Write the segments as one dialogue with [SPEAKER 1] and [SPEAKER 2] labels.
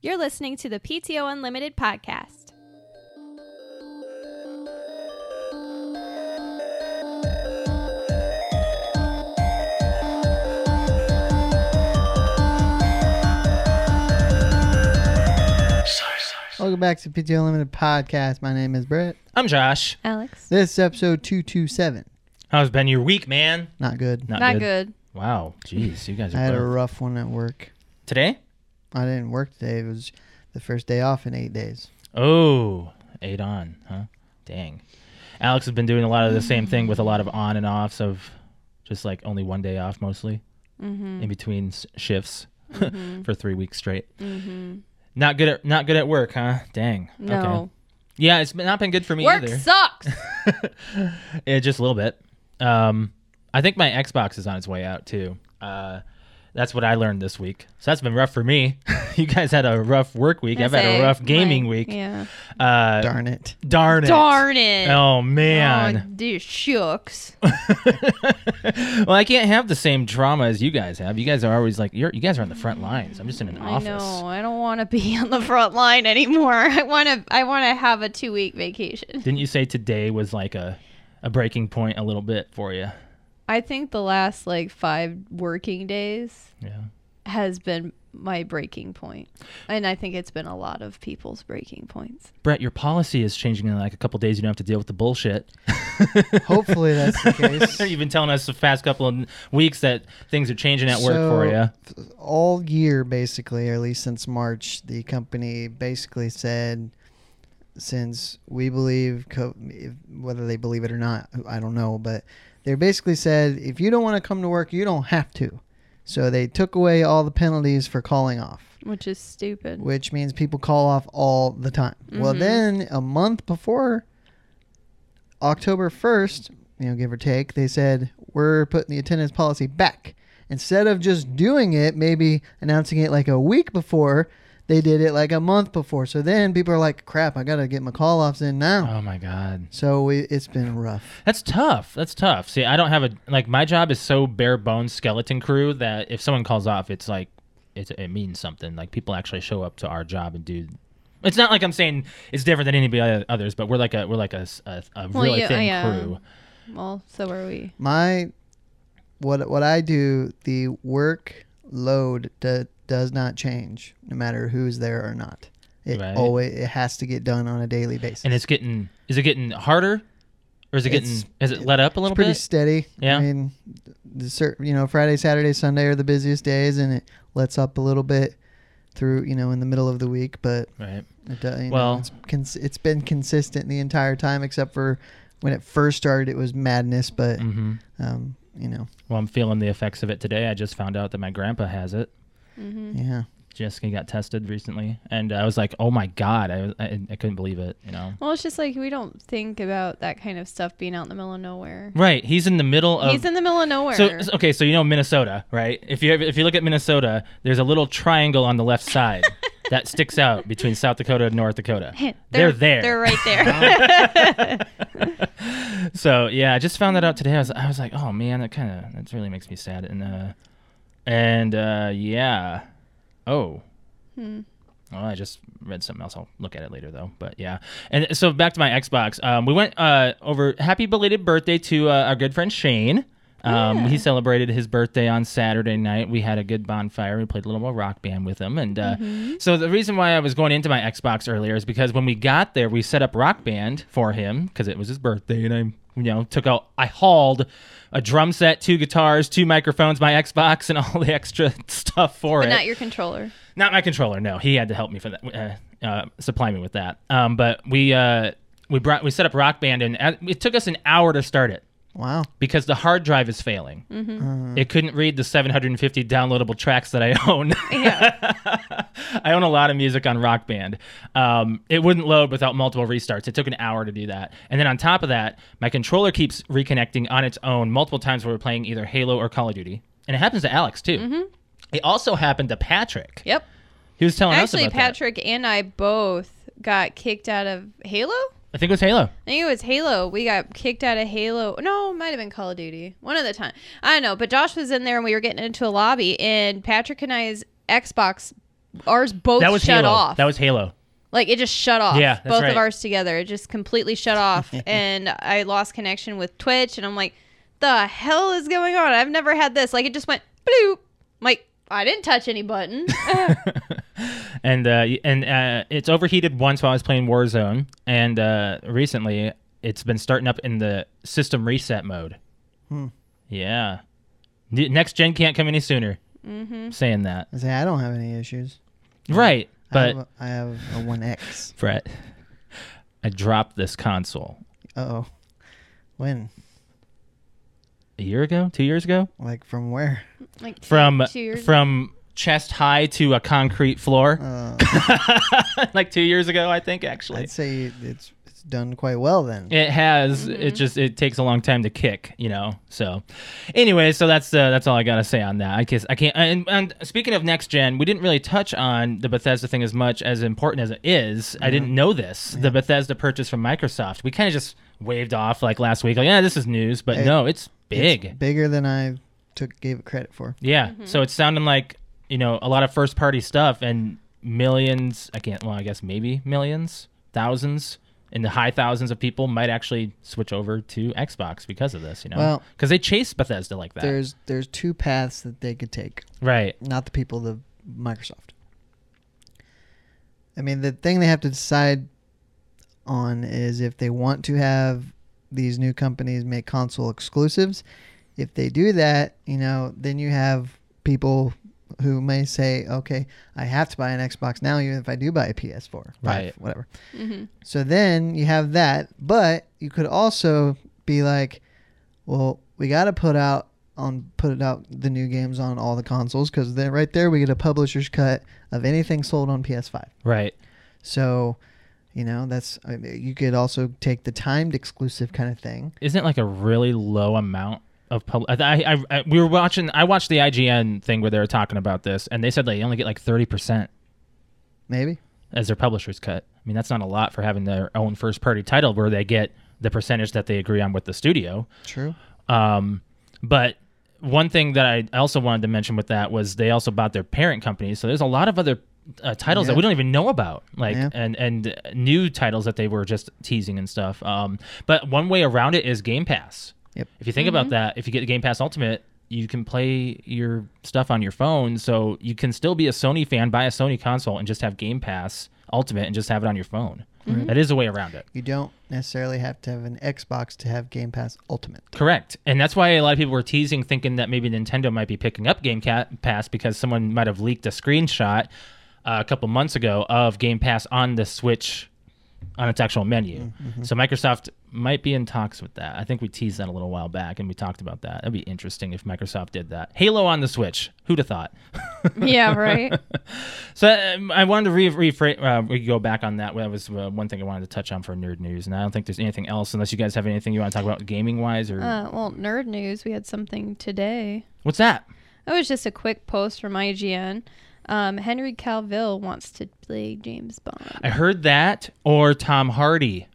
[SPEAKER 1] You're listening to the PTO Unlimited podcast.
[SPEAKER 2] Welcome back to PTO Unlimited podcast. My name is Brett.
[SPEAKER 3] I'm Josh.
[SPEAKER 1] Alex?
[SPEAKER 2] This is episode 227.
[SPEAKER 3] How's been your week, man?
[SPEAKER 2] Not good.
[SPEAKER 3] Not,
[SPEAKER 4] Not good.
[SPEAKER 3] Wow. Jeez, you guys
[SPEAKER 2] I
[SPEAKER 3] are
[SPEAKER 2] had a
[SPEAKER 3] both.
[SPEAKER 2] rough one at work.
[SPEAKER 3] today.
[SPEAKER 2] I didn't work today. It was the first day off in eight days.
[SPEAKER 3] Oh, eight on, huh? Dang. Alex has been doing a lot of the same thing with a lot of on and offs of just like only one day off mostly
[SPEAKER 4] Mm-hmm.
[SPEAKER 3] in between s- shifts for three weeks straight. Not good at not good at work, huh? Dang.
[SPEAKER 4] Mm-hmm. No.
[SPEAKER 3] Yeah, it's been- not been good for me
[SPEAKER 4] Work
[SPEAKER 3] either.
[SPEAKER 4] sucks.
[SPEAKER 3] Yeah, just a little bit. Um, I think my Xbox is on its way out too. Uh, that's what I learned this week. So that's been rough for me. you guys had a rough work week. I've had
[SPEAKER 4] Say,
[SPEAKER 3] a rough gaming
[SPEAKER 4] like,
[SPEAKER 3] week.
[SPEAKER 4] Yeah.
[SPEAKER 3] Uh,
[SPEAKER 2] Darn it.
[SPEAKER 3] darn it.
[SPEAKER 4] Darn it.
[SPEAKER 3] Oh
[SPEAKER 4] Oh,
[SPEAKER 3] man.
[SPEAKER 4] dude, shucks.
[SPEAKER 3] well, I can't have the same drama as you guys have. You guys are always like you're, you guys are on the front lines. I'm just in an
[SPEAKER 4] I
[SPEAKER 3] office.
[SPEAKER 4] know. I don't want to be on the front line anymore. I want to. I want to have a two week vacation.
[SPEAKER 3] Didn't you say today was like a a breaking point a little bit for you?
[SPEAKER 4] I think the last like five working days
[SPEAKER 3] Yeah.
[SPEAKER 4] has been my breaking point, and I think it's been a lot of people's breaking points.
[SPEAKER 3] Brett, your policy is changing in like a couple days. You don't have to deal with the bullshit.
[SPEAKER 2] Hopefully that's the case.
[SPEAKER 3] You've been telling us the past couple of weeks that things are changing at work for you.
[SPEAKER 2] for you. All year, basically, or at least since March, the company basically said, since we believe, co- if- whether they believe it or not, I don't know, but they basically said, if you don't want to come to work, you don't have to. So they took away all the penalties for calling off.
[SPEAKER 4] Which is stupid.
[SPEAKER 2] which means people call off all the time. Well, then a month before October 1st, you know, give or take, they said, we're putting the attendance policy back. Instead of just doing it, maybe announcing it like a week before, they did it like a month before. So then people are like, crap, I got to get my call offs in now.
[SPEAKER 3] Oh my god,
[SPEAKER 2] So we, it's been rough.
[SPEAKER 3] that's tough. That's tough. See, I don't have a like. My job is so bare bones skeleton crew that if someone calls off, it's like it, it means something. Like people actually show up to our job and do. It's not like I'm saying it's different than anybody oth- others, but we're like a we're like a, s- a- a
[SPEAKER 4] Well,
[SPEAKER 3] really
[SPEAKER 4] you-
[SPEAKER 3] thin
[SPEAKER 4] yeah.
[SPEAKER 3] crew.
[SPEAKER 4] Well, so are we.
[SPEAKER 2] My what what I do, the work load do, does not change no matter who's there or not. It
[SPEAKER 3] Right.
[SPEAKER 2] always it has to get done on a daily basis.
[SPEAKER 3] And it's getting is it getting harder, or is it getting
[SPEAKER 2] It's-
[SPEAKER 3] has it let up a
[SPEAKER 2] It's
[SPEAKER 3] little
[SPEAKER 2] pretty
[SPEAKER 3] bit?
[SPEAKER 2] steady.
[SPEAKER 3] Yeah.
[SPEAKER 2] I mean, the cer- you know Friday, Saturday, Sunday are the busiest days, and it lets up a little bit through you know in the middle of the week, but
[SPEAKER 3] right.
[SPEAKER 2] it does, you
[SPEAKER 3] Well-
[SPEAKER 2] know, it's cons- it's been consistent the entire time except for when it first started. It was madness, but
[SPEAKER 3] Mm-hmm.
[SPEAKER 2] um, you know,
[SPEAKER 3] Well, I'm feeling the effects of it today. I just found out that my grandpa has it.
[SPEAKER 2] yeah.
[SPEAKER 3] Jessica got tested recently, and I was like, "Oh my god!" I I, I couldn't believe it. You know,
[SPEAKER 4] Well, it's just like we don't think about that kind of stuff being out in the middle of nowhere.
[SPEAKER 3] right? He's in the middle of.
[SPEAKER 4] He's in the middle of nowhere.
[SPEAKER 3] uh, so so- okay, so you know Minnesota, right? If you ever, if you look at Minnesota, there's a little triangle on the left side that sticks out between South Dakota and North Dakota. they're, there.
[SPEAKER 4] They're right there.
[SPEAKER 3] So yeah, I just found that out today. I was I was like, "Oh man, that kind of that really makes me sad." And uh, and uh, yeah, oh. Well, I just read something else. I'll look at it later, though. But yeah, and so back to my Xbox. Um, we went uh, over happy belated birthday to uh, our good friend Shane. Um, He celebrated his birthday on Saturday night. We had a good bonfire. We played a little more rock band with him, and uh,
[SPEAKER 4] Mm-hmm.
[SPEAKER 3] so the reason why I was going into my Xbox earlier is because when we got there, we set up rock band for him because it was his birthday, and I, you know, took out I hauled a drum set, two guitars, two microphones, my Xbox, and all the extra stuff for
[SPEAKER 4] but
[SPEAKER 3] it
[SPEAKER 4] not your controller.
[SPEAKER 3] not my controller. No, he had to help me for that, uh, uh, supply me with that. Um, but we uh, we brought we set up Rock Band, and uh, it took us an hour to start it
[SPEAKER 2] Wow.
[SPEAKER 3] because the hard drive is failing. It couldn't read the 750 downloadable tracks that I own. I own a lot of music on Rock Band. Um, it wouldn't load without multiple restarts. It took an hour to do that. And then on top of that, my controller keeps reconnecting on its own multiple times when we're playing either Halo or Call of Duty. And it happens to Alex too. It also happened to Patrick.
[SPEAKER 4] Yep.
[SPEAKER 3] He Oh, was telling us
[SPEAKER 4] Actually,
[SPEAKER 3] about that.
[SPEAKER 4] Patrick and I both got kicked out of Halo.
[SPEAKER 3] I think it was Halo.
[SPEAKER 4] I think it was Halo. We got kicked out of Halo. No, it might have been Call of Duty. One of the time. I don't know. But Josh was in there and we were getting into a lobby, and Patrick and I's Xbox ours both
[SPEAKER 3] that was
[SPEAKER 4] shut
[SPEAKER 3] Halo.
[SPEAKER 4] off.
[SPEAKER 3] That was Halo.
[SPEAKER 4] like it just shut off.
[SPEAKER 3] Yeah, that's
[SPEAKER 4] both
[SPEAKER 3] right.
[SPEAKER 4] of ours together. It just completely shut off, and I lost connection with Twitch. And I'm like, the hell is going on? I've never had this. Like it just went bloop. I'm like I didn't touch any button.
[SPEAKER 3] and uh, y- and uh, it's overheated once while I was playing Warzone, and uh, recently it's been starting up in the system reset mode.
[SPEAKER 2] Hmm.
[SPEAKER 3] Yeah, N- next gen can't come any sooner. Mm-hmm. Saying that,
[SPEAKER 2] I say I don't have any issues.
[SPEAKER 3] right?
[SPEAKER 2] I have
[SPEAKER 3] But
[SPEAKER 2] a, I have a One X.
[SPEAKER 3] Brett, I dropped this console
[SPEAKER 2] Uh oh. When?
[SPEAKER 3] a year ago, two years ago,
[SPEAKER 2] Like from where?
[SPEAKER 4] like two-
[SPEAKER 3] from
[SPEAKER 4] two years
[SPEAKER 3] from chest high to a concrete floor,
[SPEAKER 2] Uh,
[SPEAKER 3] like two years ago, I think actually.
[SPEAKER 2] I'd say it's it's done quite well then.
[SPEAKER 3] It has. It just it takes a long time to kick, you know. So, anyway, so that's uh, that's all I gotta say on that. I guess I can't. And, and speaking of next gen, we didn't really touch on the Bethesda thing as much as important as it is. I didn't know this. The Bethesda purchase from Microsoft. We kind of just waved off like last week. Like, yeah, this is news, but
[SPEAKER 2] It-
[SPEAKER 3] no, it's big.
[SPEAKER 2] It's bigger than I took gave it credit for.
[SPEAKER 3] yeah. So it's sounding like you know a lot of first party stuff and millions. I can't. Well, I guess maybe millions, thousands. And the high thousands of people might actually switch over to Xbox because of this, you know,
[SPEAKER 2] Well-
[SPEAKER 3] because they chase Bethesda like that,
[SPEAKER 2] There's there's two paths that they could take.
[SPEAKER 3] right?
[SPEAKER 2] Not the people, the Microsoft. I mean, the thing they have to decide on is if they want to have these new companies make console exclusives. If they do that, you know, then you have people who may say, "Okay, I have to buy an Xbox now, even if I do buy a PS4,
[SPEAKER 3] Right.
[SPEAKER 2] five, whatever." So then you have that, but you could also be like, "Well, we got to put out on put out the new games on all the consoles because then right there we get a publisher's cut of anything sold on PS5."
[SPEAKER 3] Right.
[SPEAKER 2] So, you know, that's I mean, you could also take the timed exclusive kind of thing.
[SPEAKER 3] Isn't it like a really low amount of public? I, I, I, we were watching. I watched the IGN thing where they were talking about this, and they said they only get like thirty percent
[SPEAKER 2] Maybe
[SPEAKER 3] as their publisher's cut. I mean, that's not a lot for having their own first party title where they get the percentage that they agree on with the studio.
[SPEAKER 2] true.
[SPEAKER 3] Um, but one thing that I also wanted to mention with that was they also bought their parent company. So there's a lot of other uh, titles that
[SPEAKER 2] Yeah.
[SPEAKER 3] we don't even know about, like
[SPEAKER 2] Yeah.
[SPEAKER 3] and and new titles that they were just teasing and stuff. Um, but one way around it is Game Pass.
[SPEAKER 2] Yep.
[SPEAKER 3] If you think about that, if you get Game Pass Ultimate, you can play your stuff on your phone, so you can still be a Sony fan, buy a Sony console, and just have Game Pass Ultimate and just have it on your phone. That is a way around it.
[SPEAKER 2] You don't necessarily have to have an Xbox to have Game Pass Ultimate.
[SPEAKER 3] Correct. And that's why a lot of people were teasing, thinking that maybe Nintendo might be picking up Game Ca- Pass because someone might have leaked a screenshot uh, a couple months ago of Game Pass on the Switch on its actual menu. So Microsoft might be in talks with that. I think we teased that a little while back and we talked about that. That'd be interesting if Microsoft did that. Halo on the Switch. Who'd have thought?
[SPEAKER 4] ago. yeah, right.
[SPEAKER 3] So um, I wanted to re- rephrase. Uh, we could go back on that. That was uh, one thing I wanted to touch on for nerd news, and I don't think there's anything else, unless you guys have anything you want to talk about gaming wise or
[SPEAKER 4] Uh, well, nerd news. We had something today.
[SPEAKER 3] what's that?
[SPEAKER 4] That was just a quick post from IGN. Um, Henry Calvill wants to play James Bond.
[SPEAKER 3] I heard that or Tom Hardy.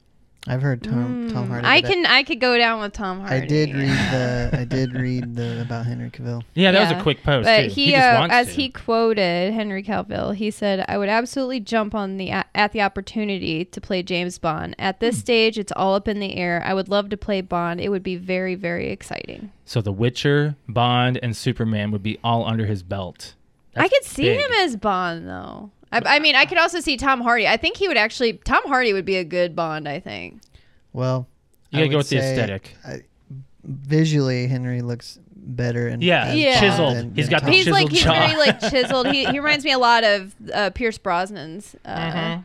[SPEAKER 2] I've heard Tom Tom Hardy.
[SPEAKER 4] Mm, I
[SPEAKER 2] but
[SPEAKER 4] can I could go down with Tom
[SPEAKER 2] I,
[SPEAKER 4] Hardy.
[SPEAKER 2] I did read the I did read the about Henry Cavill.
[SPEAKER 3] Yeah, that was
[SPEAKER 4] Yeah.
[SPEAKER 3] a quick post.
[SPEAKER 4] But
[SPEAKER 3] too.
[SPEAKER 4] he,
[SPEAKER 3] just
[SPEAKER 4] uh,
[SPEAKER 3] wants
[SPEAKER 4] as
[SPEAKER 3] to.
[SPEAKER 4] he quoted Henry Calvill, he said, "I would absolutely jump on the at the opportunity to play James Bond. At
[SPEAKER 3] Hmm.
[SPEAKER 4] this stage, it's all up in the air. I would love to play Bond. It would be very very exciting.
[SPEAKER 3] So The Witcher, Bond, and Superman would be all under his belt.
[SPEAKER 4] I
[SPEAKER 3] That's
[SPEAKER 4] could see
[SPEAKER 3] big.
[SPEAKER 4] him as Bond though. I, I mean, I could also see Tom Hardy. I think he would actually Tom Hardy would be a good Bond. I think.
[SPEAKER 2] Well,
[SPEAKER 3] You
[SPEAKER 2] I
[SPEAKER 3] gotta go
[SPEAKER 2] would
[SPEAKER 3] with the
[SPEAKER 2] say
[SPEAKER 3] aesthetic.
[SPEAKER 2] Visually, Henry looks better and
[SPEAKER 3] Yeah,
[SPEAKER 2] as
[SPEAKER 4] Yeah.
[SPEAKER 2] Bond
[SPEAKER 3] chiseled.
[SPEAKER 2] than-
[SPEAKER 3] He's
[SPEAKER 2] than
[SPEAKER 3] got the
[SPEAKER 2] Tom.
[SPEAKER 4] He's like
[SPEAKER 3] chiseled
[SPEAKER 4] he's
[SPEAKER 3] jaw.
[SPEAKER 4] very like chiseled. He, he reminds me a lot of uh, Pierce Brosnan's uh,
[SPEAKER 3] Mm-hmm.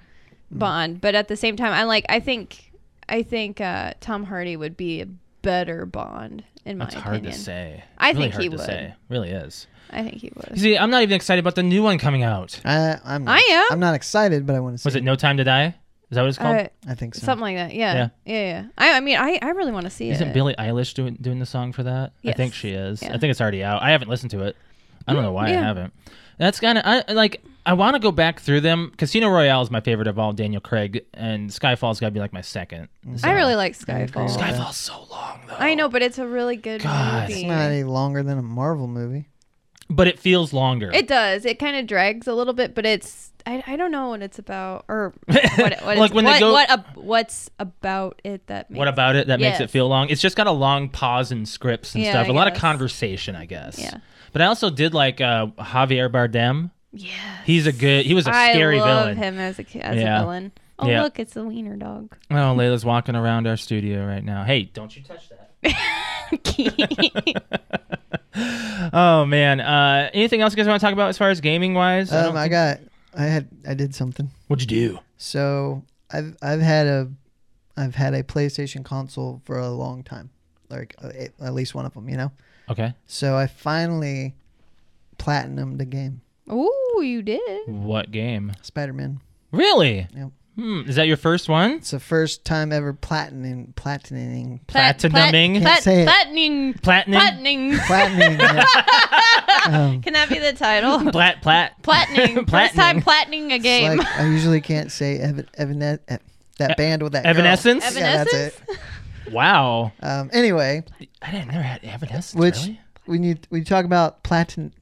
[SPEAKER 4] Bond, but at the same time, I like I think I think uh, Tom Hardy would be a better Bond in my
[SPEAKER 3] That's hard
[SPEAKER 4] opinion.
[SPEAKER 3] to say.
[SPEAKER 4] I
[SPEAKER 3] Really
[SPEAKER 4] think
[SPEAKER 3] hard
[SPEAKER 4] he
[SPEAKER 3] to
[SPEAKER 4] would.
[SPEAKER 3] Say. Really is.
[SPEAKER 4] I think he would.
[SPEAKER 3] See, I'm not even excited about the new one coming out.
[SPEAKER 2] I, I'm not,
[SPEAKER 4] I am.
[SPEAKER 2] I'm not excited, but I want to see.
[SPEAKER 3] Was it No Time to Die? Is that what it's called?
[SPEAKER 4] Uh,
[SPEAKER 2] I think so.
[SPEAKER 4] something like that. Yeah. Yeah. Yeah. I, I mean, I, I really want to see
[SPEAKER 3] Isn't
[SPEAKER 4] it.
[SPEAKER 3] Billie Eilish doing doing the song for that? I think
[SPEAKER 4] Yes.
[SPEAKER 3] she is. I
[SPEAKER 4] Yeah.
[SPEAKER 3] think it's already out. I haven't listened to it. I don't know why I
[SPEAKER 4] yeah.
[SPEAKER 3] haven't. That's kind of I like. I want to go back through them. Casino Royale is my favorite of all Daniel Craig, and Skyfall's got to be like my second.
[SPEAKER 4] I
[SPEAKER 3] So-
[SPEAKER 4] really like
[SPEAKER 2] agree
[SPEAKER 4] Skyfall.
[SPEAKER 2] with that.
[SPEAKER 3] Skyfall's so long though.
[SPEAKER 4] I know, but it's a really good
[SPEAKER 3] God.
[SPEAKER 4] movie.
[SPEAKER 2] It's not any longer than a Marvel movie.
[SPEAKER 3] but it feels longer.
[SPEAKER 4] It does. It kind of drags a little bit, but it's I, I don't know what it's about or what, what
[SPEAKER 3] Like
[SPEAKER 4] it's,
[SPEAKER 3] when they
[SPEAKER 4] what,
[SPEAKER 3] go-
[SPEAKER 4] what ab- what's about it that makes
[SPEAKER 3] what about it that
[SPEAKER 4] Yes.
[SPEAKER 3] makes it feel long? It's just got a long pause in scripts and
[SPEAKER 4] Yeah,
[SPEAKER 3] stuff.
[SPEAKER 4] I
[SPEAKER 3] A lot of
[SPEAKER 4] guess.
[SPEAKER 3] conversation, I guess.
[SPEAKER 4] Yeah.
[SPEAKER 3] But I also did like uh, Javier Bardem.
[SPEAKER 4] yeah
[SPEAKER 3] He's a good. He was a scary
[SPEAKER 4] I love
[SPEAKER 3] villain.
[SPEAKER 4] him as a ki- as
[SPEAKER 3] Yeah.
[SPEAKER 4] a villain. Oh
[SPEAKER 3] Yeah.
[SPEAKER 4] look, it's the wiener dog.
[SPEAKER 3] Oh, Layla's walking around our studio right now. Hey, don't you touch that. Oh man. Uh, anything else you guys want to talk about as far as gaming wise?
[SPEAKER 2] Um, I got, I had, I did something.
[SPEAKER 3] What'd you do?
[SPEAKER 2] So I've I've had a I've had a PlayStation console for a long time, like uh, at at least one of them, you know.
[SPEAKER 3] Okay.
[SPEAKER 2] So I finally platinumed the game
[SPEAKER 4] Ooh, you did.
[SPEAKER 3] What game?
[SPEAKER 2] Spider Man.
[SPEAKER 3] Really?
[SPEAKER 2] Yep.
[SPEAKER 3] Hmm. Is that your first one?
[SPEAKER 2] It's the first time ever platinum platinuming
[SPEAKER 3] Platinuming?
[SPEAKER 2] Can't say it.
[SPEAKER 4] Platinum.
[SPEAKER 3] Platinum.
[SPEAKER 4] Platinum.
[SPEAKER 2] platinuming. yeah. um,
[SPEAKER 4] Can that be the title?
[SPEAKER 3] Plat. Plat.
[SPEAKER 4] Platinum. First time platinuming a
[SPEAKER 2] it's
[SPEAKER 4] game.
[SPEAKER 2] like I usually can't say Evan, Evan, E, that band with that girl.
[SPEAKER 3] E, Evanescence?
[SPEAKER 2] Yeah, that's it.
[SPEAKER 4] Evanescence?
[SPEAKER 3] Wow.
[SPEAKER 2] Um, anyway,
[SPEAKER 3] I didn't never had Evanescence.
[SPEAKER 2] which
[SPEAKER 3] really?
[SPEAKER 2] we need we talk about platin.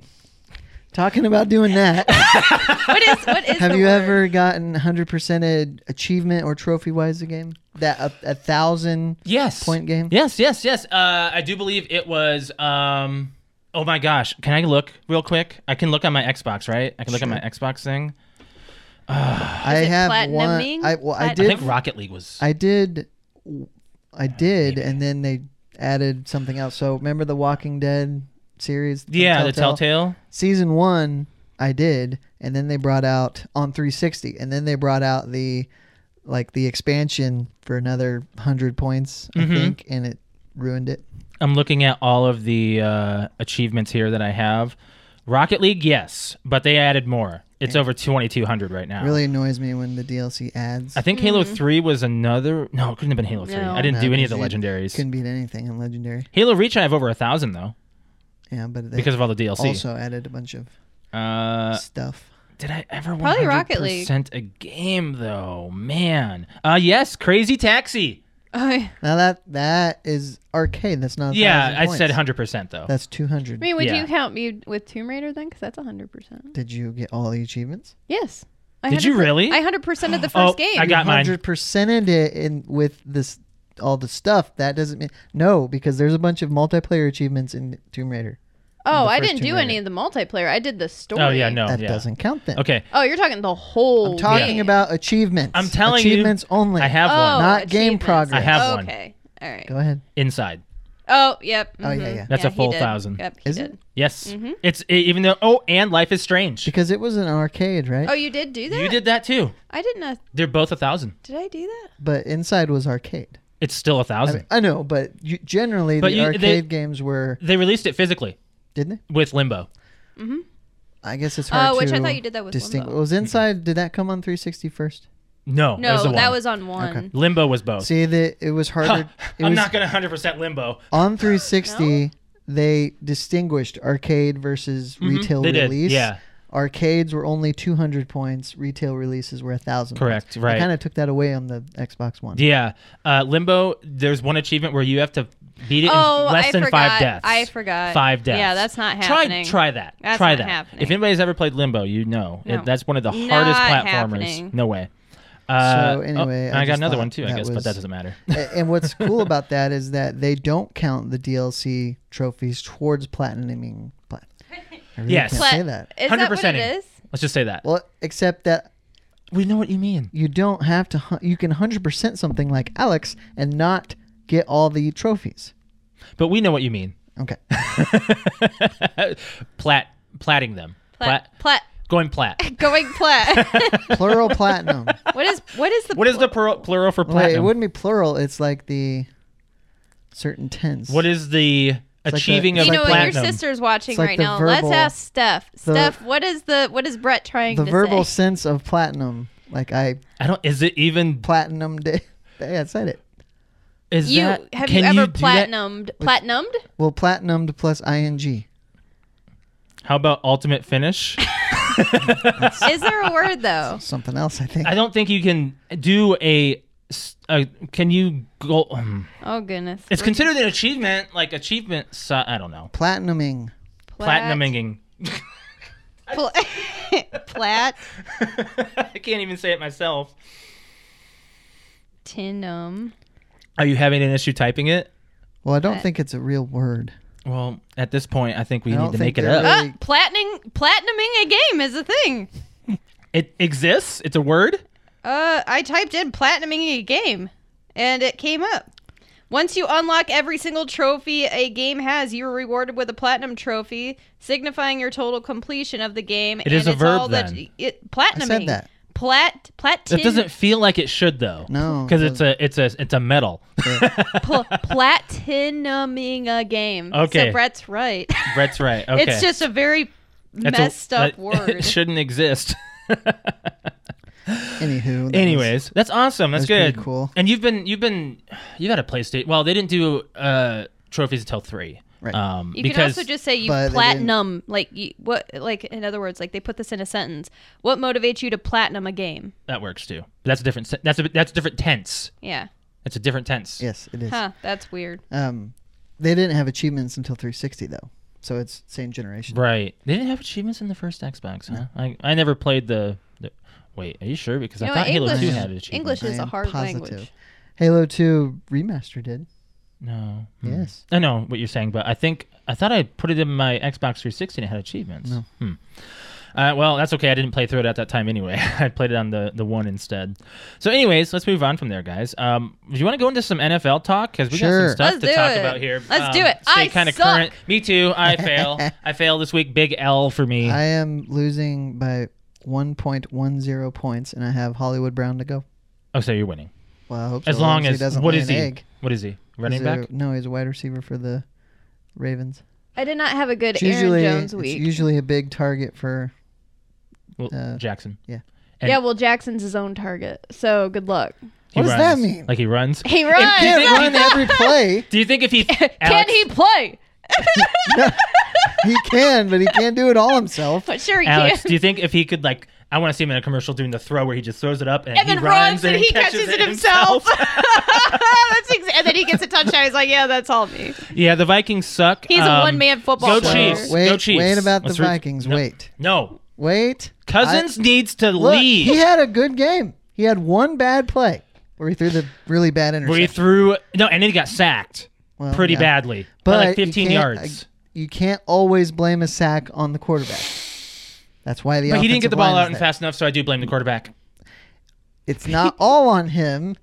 [SPEAKER 2] Talking about doing that.
[SPEAKER 4] what is what is
[SPEAKER 2] Have
[SPEAKER 4] the
[SPEAKER 2] you
[SPEAKER 4] word?
[SPEAKER 2] ever gotten 100% achievement or trophy wise a game? That a, a thousand
[SPEAKER 3] Yes.
[SPEAKER 2] point game?
[SPEAKER 3] Yes, yes, yes. Uh, I do believe it was. Um, oh my gosh, can I look real quick? I can look on my Xbox, right? I can look on my Xbox thing.
[SPEAKER 2] I
[SPEAKER 4] Is it
[SPEAKER 2] have one.
[SPEAKER 4] platinuming?
[SPEAKER 2] I, well, I
[SPEAKER 4] Plat-
[SPEAKER 2] did.
[SPEAKER 3] I think Rocket League was.
[SPEAKER 2] I did. I did, and then they added something else. So remember the Walking Dead series? from
[SPEAKER 3] yeah, the Telltale.
[SPEAKER 2] Season one, I did, and then they brought out on 360, and then they brought out the like the expansion for another hundred points,
[SPEAKER 3] Mm-hmm.
[SPEAKER 2] I think, and it ruined it.
[SPEAKER 3] I'm looking at all of the uh, achievements here that I have. Rocket League, yes, but they added more. It's over 2,200 right now.
[SPEAKER 2] Really annoys me when the DLC adds.
[SPEAKER 3] Oh. I think Halo 3 was another. No, it couldn't have been Halo 3.
[SPEAKER 4] Hmm. No.
[SPEAKER 3] I didn't
[SPEAKER 2] No,
[SPEAKER 3] do any of the
[SPEAKER 2] 'cause you
[SPEAKER 3] legendaries.
[SPEAKER 2] Couldn't beat anything in Legendary.
[SPEAKER 3] Halo Reach, I have over a 1,000, though,
[SPEAKER 2] Yeah, but they
[SPEAKER 3] because of all the DLC.
[SPEAKER 2] also added a bunch of
[SPEAKER 3] uh,
[SPEAKER 2] stuff.
[SPEAKER 3] Did I ever
[SPEAKER 4] Probably
[SPEAKER 3] 100%
[SPEAKER 4] Rocket League.
[SPEAKER 3] a game though? Man. Uh yes, Crazy Taxi.
[SPEAKER 4] Oh, yeah.
[SPEAKER 2] Now that that is arcade. That's not. a
[SPEAKER 3] Yeah,
[SPEAKER 2] thousand
[SPEAKER 3] I
[SPEAKER 2] points.
[SPEAKER 3] said 100% though.
[SPEAKER 2] That's two
[SPEAKER 4] I
[SPEAKER 2] hundred.
[SPEAKER 4] mean, would
[SPEAKER 3] Yeah.
[SPEAKER 4] you count me with Tomb Raider then? Because that's hundred percent.
[SPEAKER 2] Did you get all the achievements?
[SPEAKER 4] Yes. I
[SPEAKER 3] Did you
[SPEAKER 4] 100%
[SPEAKER 3] really?
[SPEAKER 4] I hundred percent of the
[SPEAKER 3] Oh,
[SPEAKER 4] first game.
[SPEAKER 3] I got mine.
[SPEAKER 2] Hundred percented it in with this all the stuff. That doesn't mean no, because there's a bunch of multiplayer achievements in Tomb Raider.
[SPEAKER 4] oh,
[SPEAKER 2] the
[SPEAKER 4] I
[SPEAKER 2] first
[SPEAKER 4] didn't
[SPEAKER 2] Tomb
[SPEAKER 4] do any
[SPEAKER 2] Raider.
[SPEAKER 4] of the multiplayer. I did the story.
[SPEAKER 3] Oh yeah, no.
[SPEAKER 2] that
[SPEAKER 3] yeah.
[SPEAKER 2] doesn't count then.
[SPEAKER 3] Okay.
[SPEAKER 4] Oh, you're talking the whole.
[SPEAKER 2] I'm talking
[SPEAKER 4] game.
[SPEAKER 2] about achievements.
[SPEAKER 3] I'm telling you,
[SPEAKER 2] achievements only.
[SPEAKER 3] I have
[SPEAKER 4] Oh,
[SPEAKER 3] one
[SPEAKER 2] Not game
[SPEAKER 4] achievements.
[SPEAKER 2] progress. I
[SPEAKER 3] have one.
[SPEAKER 4] Okay. All right.
[SPEAKER 2] Go ahead.
[SPEAKER 3] inside.
[SPEAKER 4] Oh, yep.
[SPEAKER 2] Oh, yeah,
[SPEAKER 4] mhm.
[SPEAKER 2] yeah.
[SPEAKER 3] That's a
[SPEAKER 4] he
[SPEAKER 3] full
[SPEAKER 4] did.
[SPEAKER 3] thousand.
[SPEAKER 4] Yep, he
[SPEAKER 2] Is
[SPEAKER 4] did.
[SPEAKER 2] it?
[SPEAKER 3] Yes. It's i- even though Oh, and Life is Strange.
[SPEAKER 2] Because it was an arcade, right?
[SPEAKER 4] Oh, you did do that?
[SPEAKER 3] You did that too.
[SPEAKER 4] I did not.
[SPEAKER 3] They're both a 1,000.
[SPEAKER 4] Did I do that?
[SPEAKER 2] But inside was arcade.
[SPEAKER 3] It's still a
[SPEAKER 2] I,
[SPEAKER 3] 1,000.
[SPEAKER 2] mean, I know, but you, generally
[SPEAKER 3] But
[SPEAKER 2] the
[SPEAKER 3] you- they-
[SPEAKER 2] arcade games were,
[SPEAKER 3] They released it physically
[SPEAKER 2] didn't they?
[SPEAKER 3] with Limbo.
[SPEAKER 2] I guess it's hard
[SPEAKER 4] Oh, which
[SPEAKER 2] to Oh,
[SPEAKER 4] I thought you did that with
[SPEAKER 2] distinguish.
[SPEAKER 4] Limbo.
[SPEAKER 2] Was inside? Did that come on 360 first?
[SPEAKER 3] No, that was
[SPEAKER 4] No,
[SPEAKER 3] the
[SPEAKER 4] that
[SPEAKER 3] one.
[SPEAKER 4] was on one.
[SPEAKER 2] Okay.
[SPEAKER 3] Limbo was both.
[SPEAKER 2] See that it was
[SPEAKER 3] Huh,
[SPEAKER 2] harder. it
[SPEAKER 3] Oh. I'm
[SPEAKER 2] was,
[SPEAKER 3] not going to 100% Limbo.
[SPEAKER 2] on 360. They distinguished arcade versus retail
[SPEAKER 3] Mm-hmm. They did,
[SPEAKER 2] release.
[SPEAKER 3] yeah.
[SPEAKER 2] Arcades were only 200 points. Retail releases were a thousand.
[SPEAKER 3] Correct, right.
[SPEAKER 2] I kind of took that away on the Xbox One.
[SPEAKER 3] Yeah. Uh, Limbo, there's one achievement where you have to beat it
[SPEAKER 4] Oh,
[SPEAKER 3] in less
[SPEAKER 4] I
[SPEAKER 3] than
[SPEAKER 4] forgot.
[SPEAKER 3] five deaths.
[SPEAKER 4] I forgot.
[SPEAKER 3] Five deaths.
[SPEAKER 4] Yeah, that's not happening.
[SPEAKER 3] Try, try that.
[SPEAKER 4] That's
[SPEAKER 3] try
[SPEAKER 4] not
[SPEAKER 3] that.
[SPEAKER 4] happening.
[SPEAKER 3] If anybody's ever played Limbo, you know.
[SPEAKER 4] No.
[SPEAKER 3] It, that's one of the
[SPEAKER 4] Not
[SPEAKER 3] hardest platformers.
[SPEAKER 4] happening.
[SPEAKER 3] No way. Uh,
[SPEAKER 2] So, anyway,
[SPEAKER 3] oh,
[SPEAKER 2] I
[SPEAKER 3] I, got
[SPEAKER 2] just
[SPEAKER 3] another
[SPEAKER 2] thought
[SPEAKER 3] one too, I
[SPEAKER 2] that
[SPEAKER 3] guess, but
[SPEAKER 2] was-
[SPEAKER 3] that doesn't matter.
[SPEAKER 2] A- and what's cool about that is that they don't count the DLC trophies towards platinuming. Plat- I really
[SPEAKER 3] Yes.
[SPEAKER 2] can't
[SPEAKER 4] Plat-
[SPEAKER 2] say that.
[SPEAKER 4] Is that what
[SPEAKER 3] 100%.
[SPEAKER 4] it is?
[SPEAKER 3] Let's just say that.
[SPEAKER 2] Well, except that
[SPEAKER 3] we know what you mean.
[SPEAKER 2] you don't have to. hun- You can 100% something like Alex and not get all the trophies.
[SPEAKER 3] But we know what you mean.
[SPEAKER 2] Okay.
[SPEAKER 3] Plat, platting them.
[SPEAKER 4] Plat. Plat.
[SPEAKER 3] Going plat.
[SPEAKER 4] Going plat.
[SPEAKER 2] Plural platinum.
[SPEAKER 4] what is what is the
[SPEAKER 3] What is the plur- plural for
[SPEAKER 2] Wait, it
[SPEAKER 3] platinum?
[SPEAKER 2] wouldn't be plural. It's like the certain tense.
[SPEAKER 3] what is the
[SPEAKER 2] the-
[SPEAKER 3] achieving
[SPEAKER 2] it's
[SPEAKER 4] you
[SPEAKER 3] of
[SPEAKER 4] know, what? your
[SPEAKER 3] platinum?
[SPEAKER 4] sister's watching
[SPEAKER 2] It's like
[SPEAKER 4] right
[SPEAKER 2] the
[SPEAKER 4] now.
[SPEAKER 2] verbal-
[SPEAKER 4] Let's ask Steph. Steph, what is the what is Brett trying
[SPEAKER 2] the
[SPEAKER 4] to
[SPEAKER 2] verbal
[SPEAKER 4] say?
[SPEAKER 2] sense of platinum? Like I
[SPEAKER 3] I don't. Is it even?
[SPEAKER 2] platinum day. I said it.
[SPEAKER 3] Is
[SPEAKER 4] You
[SPEAKER 3] that?
[SPEAKER 4] have
[SPEAKER 3] can
[SPEAKER 4] you ever
[SPEAKER 3] do that?
[SPEAKER 4] platinumed platinumed?
[SPEAKER 2] Well, platinumed plus ing.
[SPEAKER 3] How about ultimate finish?
[SPEAKER 4] is there a word though?
[SPEAKER 2] Something else, I think.
[SPEAKER 3] I don't think you can do a. s- a- can you go? um,
[SPEAKER 4] Oh goodness.
[SPEAKER 3] it's considered an achievement, like achievement. So, I don't know.
[SPEAKER 2] Platinuming.
[SPEAKER 4] Plat-
[SPEAKER 3] Platinuming.
[SPEAKER 4] Pl- Plat
[SPEAKER 3] I can't even say it myself.
[SPEAKER 4] Platinum.
[SPEAKER 3] Are you having an issue typing it?
[SPEAKER 2] Well, I don't
[SPEAKER 4] But-
[SPEAKER 2] think it's a real word.
[SPEAKER 3] Well, at this point, I think we
[SPEAKER 2] I
[SPEAKER 3] need
[SPEAKER 2] don't
[SPEAKER 3] to
[SPEAKER 2] think
[SPEAKER 3] make it
[SPEAKER 2] they're
[SPEAKER 3] up.
[SPEAKER 2] really-
[SPEAKER 4] Ah, platinum platinuming a game is a thing.
[SPEAKER 3] It exists. It's a word.
[SPEAKER 4] Uh, I typed in platinuming a game, and it came up. Once you unlock every single trophy a game has, you are rewarded with a platinum trophy, signifying your total completion of the game.
[SPEAKER 3] It is
[SPEAKER 4] and
[SPEAKER 3] a
[SPEAKER 4] it's
[SPEAKER 3] verb,
[SPEAKER 4] all
[SPEAKER 3] then.
[SPEAKER 4] That, it, platinuming.
[SPEAKER 2] I said that.
[SPEAKER 4] Plat platin.
[SPEAKER 3] It doesn't feel like it should though.
[SPEAKER 2] No,
[SPEAKER 3] because it's a it's a it's a metal.
[SPEAKER 4] pl- platinuming a game.
[SPEAKER 3] Okay.
[SPEAKER 4] So Brett's right.
[SPEAKER 3] Brett's right. Okay,
[SPEAKER 4] It's just a very
[SPEAKER 3] That's a-
[SPEAKER 4] messed up
[SPEAKER 3] that-
[SPEAKER 4] word.
[SPEAKER 3] It shouldn't exist.
[SPEAKER 2] Anywho. that was-
[SPEAKER 3] Anyways, that's awesome. That's,
[SPEAKER 2] that was pretty
[SPEAKER 3] good.
[SPEAKER 2] cool.
[SPEAKER 3] And you've been you've been you got a PlayStation. Well, they didn't do uh trophies until three.
[SPEAKER 2] Right.
[SPEAKER 3] Um,
[SPEAKER 4] You can
[SPEAKER 3] because
[SPEAKER 4] also just say you
[SPEAKER 2] But they
[SPEAKER 4] platinum, like you, what, like in other words, like they put this in a sentence. What motivates you to platinum a game?
[SPEAKER 3] that works too. But that's a different. se- That's a that's a different tense.
[SPEAKER 4] Yeah,
[SPEAKER 3] That's a different tense.
[SPEAKER 2] Yes, it is.
[SPEAKER 4] huh? That's weird.
[SPEAKER 2] Um, they didn't have achievements until 360 though, so it's same generation.
[SPEAKER 3] Right. They didn't have achievements in the first Xbox. Huh? I I never played the. the wait, are you sure? Because
[SPEAKER 4] You
[SPEAKER 3] I
[SPEAKER 4] know,
[SPEAKER 3] thought
[SPEAKER 4] English-
[SPEAKER 3] Halo Two had achievements.
[SPEAKER 4] English
[SPEAKER 2] I
[SPEAKER 4] is a
[SPEAKER 2] am
[SPEAKER 4] hard
[SPEAKER 2] positive.
[SPEAKER 4] language.
[SPEAKER 2] Halo 2 remaster did.
[SPEAKER 3] No. Hmm.
[SPEAKER 2] Yes.
[SPEAKER 3] I know what you're saying, but I think I thought I put it in my Xbox 360 and it had achievements.
[SPEAKER 2] No.
[SPEAKER 3] Hmm. Uh, well, that's okay. I didn't play through it at that time anyway. I played it on the, the one instead. So, anyways, let's move on from there, guys. Um, do you want to go into some NFL talk? Because we
[SPEAKER 2] Sure.
[SPEAKER 3] got some stuff
[SPEAKER 4] Let's
[SPEAKER 3] to
[SPEAKER 4] do
[SPEAKER 3] talk
[SPEAKER 4] it.
[SPEAKER 3] about here. Um,
[SPEAKER 4] Let's do it.
[SPEAKER 3] Stay
[SPEAKER 4] I
[SPEAKER 3] kind of
[SPEAKER 4] suck.
[SPEAKER 3] current. Me too. I fail. I fail this week. Big L for me.
[SPEAKER 2] I am losing by 1.10 points, and I have Hollywood Brown to go.
[SPEAKER 3] oh, so you're winning.
[SPEAKER 2] Well, I hope so,
[SPEAKER 3] As long
[SPEAKER 2] he
[SPEAKER 3] as
[SPEAKER 2] doesn't
[SPEAKER 3] what
[SPEAKER 2] lay
[SPEAKER 3] is
[SPEAKER 2] an
[SPEAKER 3] he?
[SPEAKER 2] egg.
[SPEAKER 3] What is he? Running
[SPEAKER 2] He's
[SPEAKER 3] back?
[SPEAKER 2] a- no, he's a wide receiver for the Ravens.
[SPEAKER 4] I did not have a good
[SPEAKER 2] It's usually,
[SPEAKER 4] Aaron Jones
[SPEAKER 2] it's
[SPEAKER 4] week.
[SPEAKER 2] usually a big target for.
[SPEAKER 3] Well,
[SPEAKER 2] uh,
[SPEAKER 3] Jackson. and-
[SPEAKER 4] yeah, well, Jackson's his own target, so good luck.
[SPEAKER 3] He
[SPEAKER 2] What does
[SPEAKER 3] runs.
[SPEAKER 2] that mean?
[SPEAKER 3] Like he runs.
[SPEAKER 4] He runs.
[SPEAKER 2] Can't run every play.
[SPEAKER 3] Do you think if he
[SPEAKER 4] Can he play?
[SPEAKER 2] He can, but he can't do it all himself.
[SPEAKER 4] But sure he
[SPEAKER 3] Alex,
[SPEAKER 4] can.
[SPEAKER 3] do you think if he could like I want to see him in a commercial doing the throw where he just throws it up and,
[SPEAKER 4] And
[SPEAKER 3] he
[SPEAKER 4] then runs, and
[SPEAKER 3] and
[SPEAKER 4] he catches, it himself. that's exa- and then he gets a touchdown. He's like, yeah, that's all me.
[SPEAKER 3] yeah, the Vikings suck.
[SPEAKER 4] He's a
[SPEAKER 3] Um,
[SPEAKER 4] one-man football
[SPEAKER 3] Go
[SPEAKER 4] player.
[SPEAKER 3] Chiefs.
[SPEAKER 2] wait,
[SPEAKER 3] go Chiefs.
[SPEAKER 2] wait about the
[SPEAKER 3] Let's root-
[SPEAKER 2] Vikings.
[SPEAKER 3] No,
[SPEAKER 2] Wait,
[SPEAKER 3] No,
[SPEAKER 2] wait.
[SPEAKER 3] Cousins needs to
[SPEAKER 2] Look,
[SPEAKER 3] leave.
[SPEAKER 2] he had a good game. He had one bad play where he threw the really bad
[SPEAKER 3] where
[SPEAKER 2] interception.
[SPEAKER 3] he threw no, and then he got sacked
[SPEAKER 2] Well,
[SPEAKER 3] pretty
[SPEAKER 2] yeah.
[SPEAKER 3] badly, by
[SPEAKER 2] But
[SPEAKER 3] like
[SPEAKER 2] you
[SPEAKER 3] 15
[SPEAKER 2] can't-
[SPEAKER 3] yards.
[SPEAKER 2] You can't always blame a sack on the quarterback. That's why the
[SPEAKER 3] but he didn't get
[SPEAKER 2] offensive
[SPEAKER 3] the
[SPEAKER 2] line
[SPEAKER 3] ball
[SPEAKER 2] is
[SPEAKER 3] out and
[SPEAKER 2] there.
[SPEAKER 3] fast enough, so I do blame the quarterback.
[SPEAKER 2] It's not all on him.